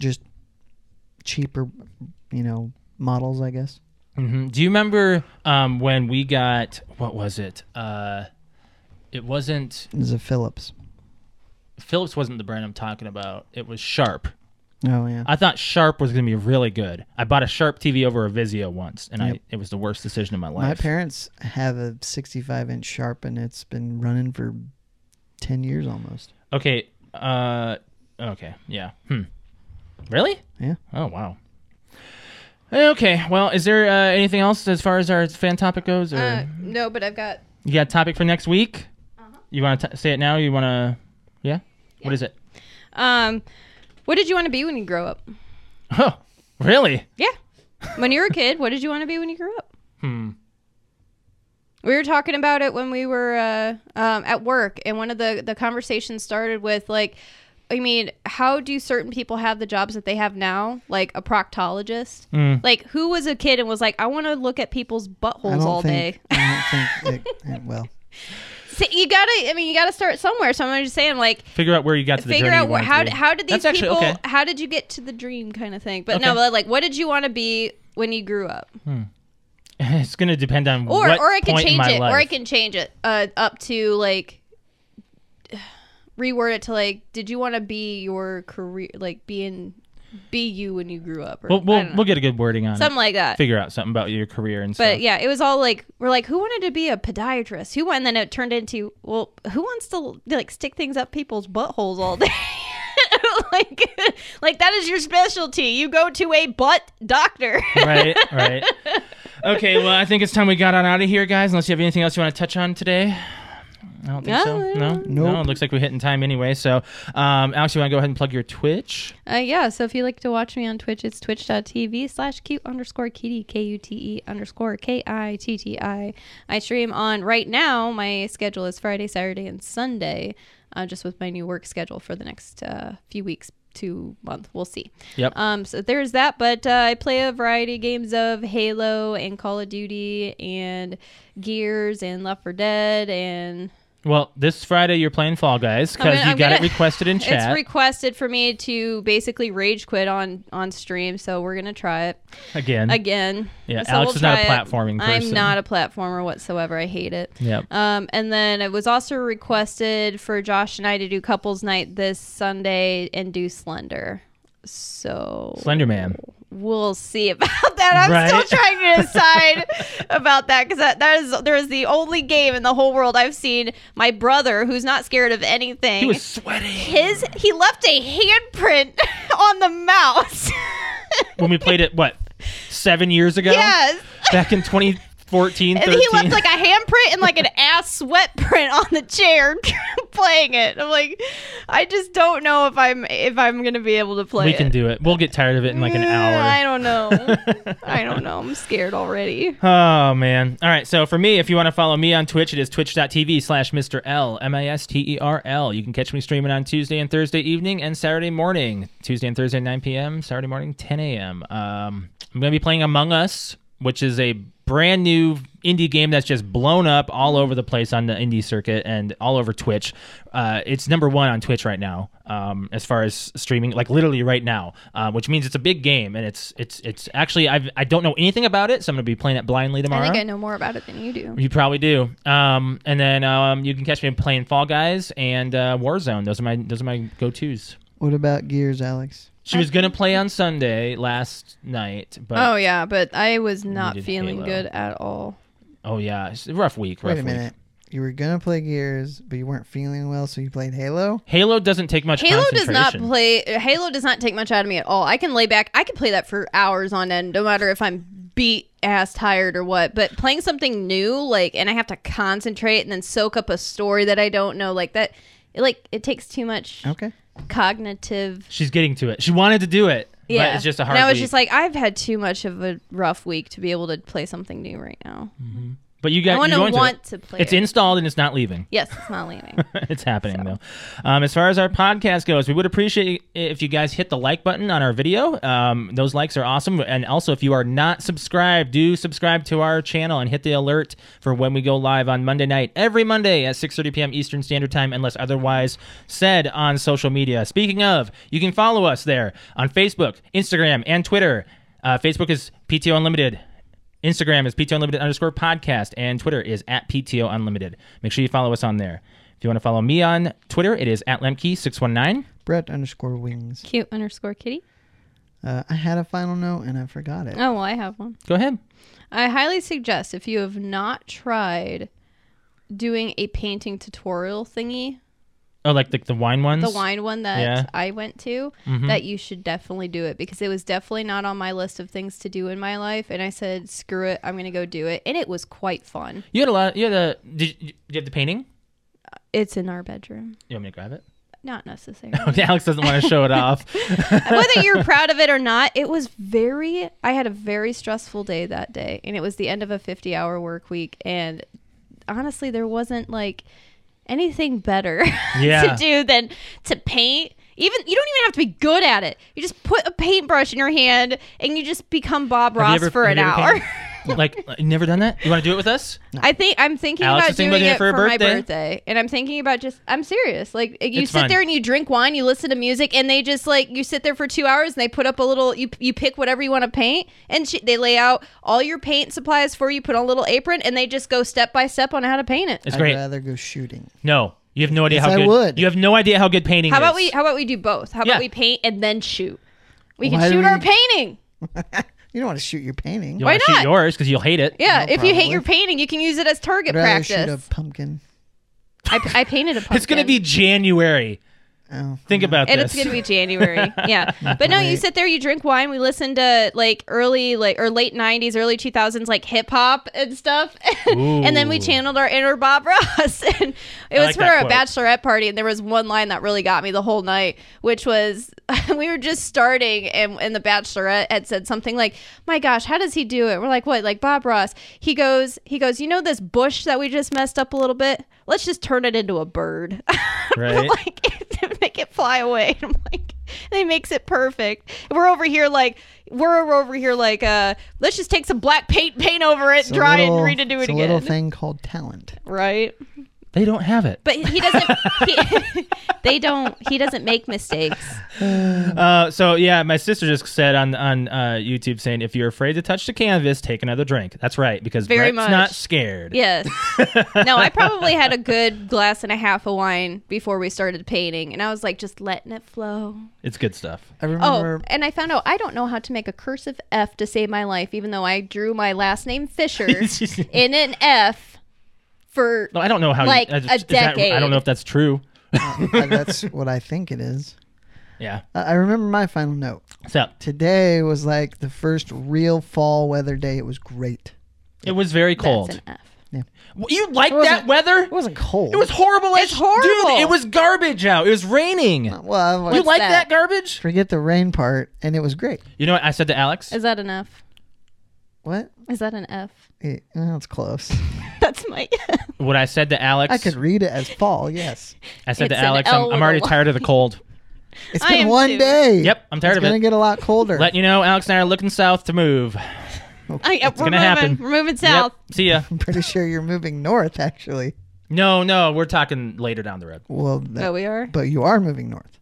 [SPEAKER 2] just cheaper, you know, models. I guess.
[SPEAKER 3] hmm Do you remember um, when we got what was it? Uh, it wasn't
[SPEAKER 2] This is a Philips.
[SPEAKER 3] Philips. Wasn't the brand I'm talking about? It was Sharp.
[SPEAKER 2] Oh yeah.
[SPEAKER 3] I thought Sharp was going to be really good. I bought a Sharp TV over a Vizio once, and I
[SPEAKER 2] Yep.
[SPEAKER 3] it was the worst decision of my life.
[SPEAKER 2] My parents have a 65 inch Sharp, and it's been running for 10 years almost.
[SPEAKER 3] Okay. Uh, okay. Yeah. Hmm. Really?
[SPEAKER 2] Yeah.
[SPEAKER 3] Oh wow. Eh, Okay. Well, is there uh, anything else as far as our fan topic goes, or
[SPEAKER 1] Uh, no, but I've got.
[SPEAKER 3] you got a topic for next week? You want to say it now? You want to? Yeah? What is it?
[SPEAKER 1] Um, what did you want to be when you grow up?
[SPEAKER 3] Oh, really?
[SPEAKER 1] Yeah. When you were a kid, what did you want to be when you grew up?
[SPEAKER 3] Hmm.
[SPEAKER 1] We were talking about it when we were uh, um, at work, and one of the the conversations started with like, I mean, how do certain people have the jobs that they have now? Like a proctologist.
[SPEAKER 3] Mm.
[SPEAKER 1] Like who was a kid and was like, I want to look at people's
[SPEAKER 2] I
[SPEAKER 1] buttholes
[SPEAKER 2] don't
[SPEAKER 1] all
[SPEAKER 2] think,
[SPEAKER 1] day.
[SPEAKER 2] I don't think it, it- well,
[SPEAKER 1] So you gotta, I mean, you gotta start somewhere. So I'm just saying, like,
[SPEAKER 3] Figure out where you got to the
[SPEAKER 1] figure
[SPEAKER 3] journey you
[SPEAKER 1] out wh-
[SPEAKER 3] wanted
[SPEAKER 1] how
[SPEAKER 3] to
[SPEAKER 1] d-
[SPEAKER 3] be.
[SPEAKER 1] how did these
[SPEAKER 3] That's actually
[SPEAKER 1] people
[SPEAKER 3] okay.
[SPEAKER 1] how did you get to the dream kind of thing. But no,
[SPEAKER 3] Okay.
[SPEAKER 1] but like, what did you want to be when you grew up?
[SPEAKER 3] It's going to depend on
[SPEAKER 1] Or
[SPEAKER 3] what
[SPEAKER 1] or I can
[SPEAKER 3] point in
[SPEAKER 1] change
[SPEAKER 3] my
[SPEAKER 1] it.
[SPEAKER 3] life.
[SPEAKER 1] Or I can change it uh, up to like reword it to like, did you want to be your career like being be you when you grew up or
[SPEAKER 3] We'll
[SPEAKER 1] I
[SPEAKER 3] we'll,
[SPEAKER 1] don't know.
[SPEAKER 3] we'll get a good wording on
[SPEAKER 1] something
[SPEAKER 3] it.
[SPEAKER 1] like that.
[SPEAKER 3] Figure out something about your career and
[SPEAKER 1] But
[SPEAKER 3] stuff.
[SPEAKER 1] yeah, it was all like we're like, who wanted to be a podiatrist? Who and then it turned into well, who wants to like stick things up people's buttholes all day? like, like that is your specialty. You go to a butt doctor.
[SPEAKER 3] right, right. Okay, well, I think it's time we got on out of here, guys. Unless you have anything else you want to touch on today. I don't think
[SPEAKER 1] No,
[SPEAKER 3] so.
[SPEAKER 1] I
[SPEAKER 3] No, no.
[SPEAKER 2] Nope.
[SPEAKER 3] It looks like we're hitting time anyway. So, um, Alex, you want to go ahead and plug your Twitch?
[SPEAKER 1] Uh, yeah, so if you like to watch me on Twitch, it's twitch.tv slash cute underscore kitty, K U T E underscore K I T T I. I stream on right now. My schedule is Friday, Saturday, and Sunday, uh, just with my new work schedule for the next uh, few weeks to month. We'll see.
[SPEAKER 3] Yep.
[SPEAKER 1] Um, so there's that, but uh, I play a variety of games of Halo and Call of Duty and Gears and Left 4 Dead and
[SPEAKER 3] Well, this Friday you're playing Fall Guys because
[SPEAKER 1] gonna-
[SPEAKER 3] you
[SPEAKER 1] I'm
[SPEAKER 3] got it
[SPEAKER 1] gonna-
[SPEAKER 3] requested in chat.
[SPEAKER 1] It's requested for me to basically rage quit on on stream, so we're gonna try it
[SPEAKER 3] Again.
[SPEAKER 1] again.
[SPEAKER 3] Yeah,
[SPEAKER 1] So
[SPEAKER 3] Alex
[SPEAKER 1] we'll
[SPEAKER 3] is not a
[SPEAKER 1] try it.
[SPEAKER 3] platforming person.
[SPEAKER 1] I'm not a platformer whatsoever. I hate it.
[SPEAKER 3] Yep.
[SPEAKER 1] Um, and then it was also requested for Josh and I to do couples night this Sunday and do Slender. So
[SPEAKER 3] Slender Man.
[SPEAKER 1] we'll see about that. I'm
[SPEAKER 3] Right.
[SPEAKER 1] still trying to decide about that because that, that is there is the only game in the whole world I've seen my brother, who's not scared of anything,
[SPEAKER 3] He was sweating.
[SPEAKER 1] his he left a handprint on the mouse.
[SPEAKER 3] when we played it what seven years ago?
[SPEAKER 1] Yes.
[SPEAKER 3] Back in 2014,
[SPEAKER 1] And
[SPEAKER 3] 13.
[SPEAKER 1] he left like a handprint and like an ass sweat print on the chair playing it. I'm like, I just don't know if I'm if I'm gonna be able to play.
[SPEAKER 3] we can
[SPEAKER 1] it.
[SPEAKER 3] do it. We'll get tired of it in like an
[SPEAKER 1] Mm, I
[SPEAKER 3] hour.
[SPEAKER 1] don't know. I don't know. I'm scared already.
[SPEAKER 3] Oh man! All right. So for me, if you want to follow me on Twitch, it is twitch.tv slash Mr. L M I S T E R L. You can catch me streaming on Tuesday and Thursday evening and Saturday morning. Tuesday and Thursday 9 p.m. Saturday morning 10 a.m. Um, I'm gonna be playing Among Us, which is a brand new indie game that's just blown up all over the place on the indie circuit and all over Twitch. Uh, it's number one on Twitch right now um, as far as streaming, like literally right now, uh, which means it's a big game and it's it's it's actually I've, I don't know anything about it, so I'm gonna be playing it blindly tomorrow.
[SPEAKER 1] I think I know more about it than you do.
[SPEAKER 3] You probably do. Um, and then um, you can catch me playing Fall Guys and uh, Warzone. Those are my those are my go tos.
[SPEAKER 2] What about Gears, Alex?
[SPEAKER 3] She was gonna play on Sunday last night, but
[SPEAKER 1] Oh yeah, but I was not
[SPEAKER 3] did
[SPEAKER 1] feeling
[SPEAKER 3] Halo.
[SPEAKER 1] good at all.
[SPEAKER 3] oh yeah, it's a rough week. Rough
[SPEAKER 2] Wait a
[SPEAKER 3] week.
[SPEAKER 2] minute. You were gonna play Gears, but you weren't feeling well, so you played Halo.
[SPEAKER 3] Halo doesn't take much.
[SPEAKER 1] Halo does not
[SPEAKER 3] concentration.
[SPEAKER 1] play. Halo does not take much out of me at all. I can lay back. I can play that for hours on end, no matter if I'm beat ass tired or what. But playing something new, like, and I have to concentrate and then soak up a story that I don't know, like that. It, like it takes too much
[SPEAKER 3] Oh.
[SPEAKER 2] Okay.
[SPEAKER 1] cognitive.
[SPEAKER 3] She's getting to it. She wanted to do it.
[SPEAKER 1] Yeah,
[SPEAKER 3] But it's just a hard
[SPEAKER 1] And I was
[SPEAKER 3] week.
[SPEAKER 1] just like, I've had too much of a rough week to be able to play something new right now.
[SPEAKER 3] Mm. but you got
[SPEAKER 1] I want
[SPEAKER 3] you're going
[SPEAKER 1] to
[SPEAKER 3] to
[SPEAKER 1] want
[SPEAKER 3] it.
[SPEAKER 1] to play.
[SPEAKER 3] It's
[SPEAKER 1] it.
[SPEAKER 3] installed and it's not leaving.
[SPEAKER 1] Yes, it's not leaving.
[SPEAKER 3] it's happening though. Um, as far as our podcast goes, we would appreciate if you guys hit the like button on our video. Um, those likes are awesome, and also if you are not subscribed, do subscribe to our channel and hit the alert for when we go live on Monday night, every Monday at 6:30 p.m. Eastern Standard Time, unless otherwise said on social media. Speaking of, you can follow us there on Facebook, Instagram, and Twitter. Uh, Facebook is PTO Unlimited. Instagram is PTO Unlimited underscore podcast, and Twitter is at PTO Unlimited. Make sure you follow us on there. If you want to follow me on Twitter, it is at Lemke619.
[SPEAKER 2] Brett underscore wings.
[SPEAKER 5] Cute underscore kitty.
[SPEAKER 2] Uh, I had a final note and I forgot it.
[SPEAKER 1] oh well, I have one.
[SPEAKER 3] Go ahead.
[SPEAKER 1] I highly suggest if you have not tried doing a painting tutorial thingy,
[SPEAKER 3] Oh, like the, the wine ones?
[SPEAKER 1] the wine one that
[SPEAKER 3] Yeah.
[SPEAKER 1] I went to, that you should definitely do it because it was definitely not on my list of things to do in my life. And I said, screw it, I'm going to go do it. And it was quite fun.
[SPEAKER 3] You had a lot. You had a. Did you, did you have the painting?
[SPEAKER 1] It's in our bedroom.
[SPEAKER 3] You want me to grab it?
[SPEAKER 1] Not necessary.
[SPEAKER 3] Okay, Alex doesn't want to show it off.
[SPEAKER 1] Whether you're proud of it or not, it was very, I had a very stressful day that day. And it was the end of a 50 hour work week. And honestly, there wasn't like anything better
[SPEAKER 3] Yeah.
[SPEAKER 1] to do than to paint. Even you don't even have to be good at it. You just put a paintbrush in your hand and you just become Bob
[SPEAKER 3] Have you
[SPEAKER 1] Ross
[SPEAKER 3] ever-
[SPEAKER 1] for
[SPEAKER 3] have you
[SPEAKER 1] an
[SPEAKER 3] ever
[SPEAKER 1] hour.
[SPEAKER 3] painted? like, uh, you never done that? You want to do it with us?
[SPEAKER 1] I think I'm thinking
[SPEAKER 3] Alex
[SPEAKER 1] about
[SPEAKER 3] is thinking
[SPEAKER 1] doing
[SPEAKER 3] about
[SPEAKER 1] it for, my birthday, and I'm thinking about just. I'm serious. Like you
[SPEAKER 3] It's
[SPEAKER 1] sit
[SPEAKER 3] fun.
[SPEAKER 1] there and you drink wine, you listen to music, and they just like you sit there for two hours, and they put up a little. You you pick whatever you want to paint, and she, they lay out all your paint supplies for you. Put on a little apron, and they just go step by step on how to paint it.
[SPEAKER 3] It's
[SPEAKER 2] I'd
[SPEAKER 3] great.
[SPEAKER 2] rather go shooting.
[SPEAKER 3] No. You have no idea
[SPEAKER 2] Yes,
[SPEAKER 3] how
[SPEAKER 2] I
[SPEAKER 3] good.
[SPEAKER 2] would.
[SPEAKER 3] You have no idea how good painting
[SPEAKER 1] How
[SPEAKER 3] is.
[SPEAKER 1] about we? How about we do both? How
[SPEAKER 3] Yeah.
[SPEAKER 1] about we paint and then shoot? We
[SPEAKER 2] Why
[SPEAKER 1] can
[SPEAKER 2] do
[SPEAKER 1] shoot
[SPEAKER 2] we-
[SPEAKER 1] our painting.
[SPEAKER 2] You don't want to shoot your painting.
[SPEAKER 3] You
[SPEAKER 1] why
[SPEAKER 3] wanna shoot
[SPEAKER 1] not?
[SPEAKER 3] yours because you'll hate it.
[SPEAKER 1] Yeah,
[SPEAKER 2] No,
[SPEAKER 1] if you hate
[SPEAKER 2] probably.
[SPEAKER 1] your painting, you can use it as target
[SPEAKER 2] I'd rather shoot a
[SPEAKER 1] practice.
[SPEAKER 2] pumpkin.
[SPEAKER 1] I I painted a pumpkin.
[SPEAKER 3] It's going to be January.
[SPEAKER 2] Oh,
[SPEAKER 3] Think about
[SPEAKER 1] and
[SPEAKER 3] this.
[SPEAKER 1] it's gonna be January. yeah, but no, you
[SPEAKER 2] Wait.
[SPEAKER 1] sit there, you drink wine. We listen to like early, like or late '90s, early 2000s, like hip hop and stuff. and then we
[SPEAKER 3] Ooh.
[SPEAKER 1] channeled our inner Bob Ross, and
[SPEAKER 3] I
[SPEAKER 1] it was
[SPEAKER 3] like
[SPEAKER 1] for
[SPEAKER 3] that
[SPEAKER 1] a
[SPEAKER 3] quote.
[SPEAKER 1] bachelorette party. And there was one line that really got me the whole night, which was we were just starting, and and the bachelorette had said something like, "My gosh, how does he do it?" We're like, "What?" Like Bob Ross. He goes, he goes, "You know this bush that we just messed up a little bit." Let's just turn it into a bird.
[SPEAKER 3] Right.
[SPEAKER 1] like make it fly away. And I'm like, they makes it perfect. And we're over here like we're over here like uh let's just take some black paint paint over it,
[SPEAKER 2] it's a
[SPEAKER 1] dry
[SPEAKER 2] little-
[SPEAKER 1] and redo it
[SPEAKER 2] it's A little
[SPEAKER 1] again.
[SPEAKER 2] thing called talent.
[SPEAKER 1] Right.
[SPEAKER 3] They don't have it.
[SPEAKER 1] But he doesn't he, they don't he doesn't make mistakes.
[SPEAKER 3] Uh, so yeah, my sister just said on on uh, YouTube saying if you're afraid to touch the canvas, take another drink. That's right because
[SPEAKER 1] Very
[SPEAKER 3] Brett's
[SPEAKER 1] much.
[SPEAKER 3] not scared.
[SPEAKER 1] Yes. No, I probably had a good glass and a half of wine before we started painting and I was like just letting it flow.
[SPEAKER 3] it's good stuff.
[SPEAKER 2] I
[SPEAKER 1] Oh,
[SPEAKER 2] remember.
[SPEAKER 1] and I found out I don't know how to make a cursive F to save my life, even though I drew my last name Fisher in an F for.
[SPEAKER 3] No, I don't know how.
[SPEAKER 1] Like
[SPEAKER 3] you, I
[SPEAKER 1] a
[SPEAKER 3] is that- I
[SPEAKER 1] decade.
[SPEAKER 3] don't know if that's true.
[SPEAKER 2] Uh, that's what I think it is.
[SPEAKER 3] Yeah.
[SPEAKER 2] I I remember my final note.
[SPEAKER 3] So
[SPEAKER 2] Today was like the first real fall weather day. It was great.
[SPEAKER 3] it was very
[SPEAKER 4] That's
[SPEAKER 3] cold.
[SPEAKER 4] an F.
[SPEAKER 3] W- You like
[SPEAKER 2] wasn't-
[SPEAKER 3] that weather?
[SPEAKER 2] It wasn't cold.
[SPEAKER 3] It was horrible.
[SPEAKER 4] It's
[SPEAKER 3] as- Dude,
[SPEAKER 4] horrible.
[SPEAKER 3] it was garbage out. It was raining. You
[SPEAKER 2] Uh, Well, I-
[SPEAKER 4] what's
[SPEAKER 3] like
[SPEAKER 4] that?
[SPEAKER 3] that? garbage?
[SPEAKER 2] forget the rain part, and it was great.
[SPEAKER 3] You know what I said to Alex?
[SPEAKER 4] Is that an F?
[SPEAKER 2] What?
[SPEAKER 4] Is that an F?
[SPEAKER 2] It, well, it's close.
[SPEAKER 4] That's my F.
[SPEAKER 3] What I said to Alex?
[SPEAKER 2] I could read it as fall. Yes.
[SPEAKER 3] I said to
[SPEAKER 4] It's an
[SPEAKER 3] Alex, I'm,
[SPEAKER 4] L
[SPEAKER 3] I'm
[SPEAKER 4] with a
[SPEAKER 3] already
[SPEAKER 4] Y.
[SPEAKER 3] tired of the cold.
[SPEAKER 2] It's
[SPEAKER 4] I
[SPEAKER 2] been
[SPEAKER 4] am
[SPEAKER 2] one
[SPEAKER 4] too.
[SPEAKER 2] day.
[SPEAKER 3] Yep, I'm tired
[SPEAKER 2] It's
[SPEAKER 3] of it.
[SPEAKER 2] gonna get a lot colder.
[SPEAKER 3] Let you know, Alex and I are looking south to move.
[SPEAKER 1] I, it's we're
[SPEAKER 3] gonna
[SPEAKER 1] moving.
[SPEAKER 3] happen.
[SPEAKER 1] We're moving south.
[SPEAKER 3] Yep. See ya.
[SPEAKER 2] I'm pretty sure you're moving north, actually.
[SPEAKER 3] No, no, we're talking later down the road.
[SPEAKER 2] Well, that,
[SPEAKER 1] Oh.
[SPEAKER 4] we are.
[SPEAKER 2] but you are moving north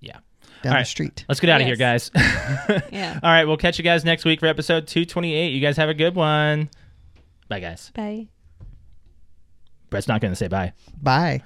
[SPEAKER 3] Yeah.
[SPEAKER 2] down
[SPEAKER 3] All
[SPEAKER 2] the
[SPEAKER 3] right.
[SPEAKER 2] street.
[SPEAKER 3] Let's get out of here,
[SPEAKER 4] Yes.
[SPEAKER 3] guys.
[SPEAKER 4] Yeah.
[SPEAKER 3] All right, we'll catch you guys next week for episode 228. You guys have a good one. Bye, guys.
[SPEAKER 4] Bye.
[SPEAKER 3] Brett's not going to say bye.
[SPEAKER 2] Bye.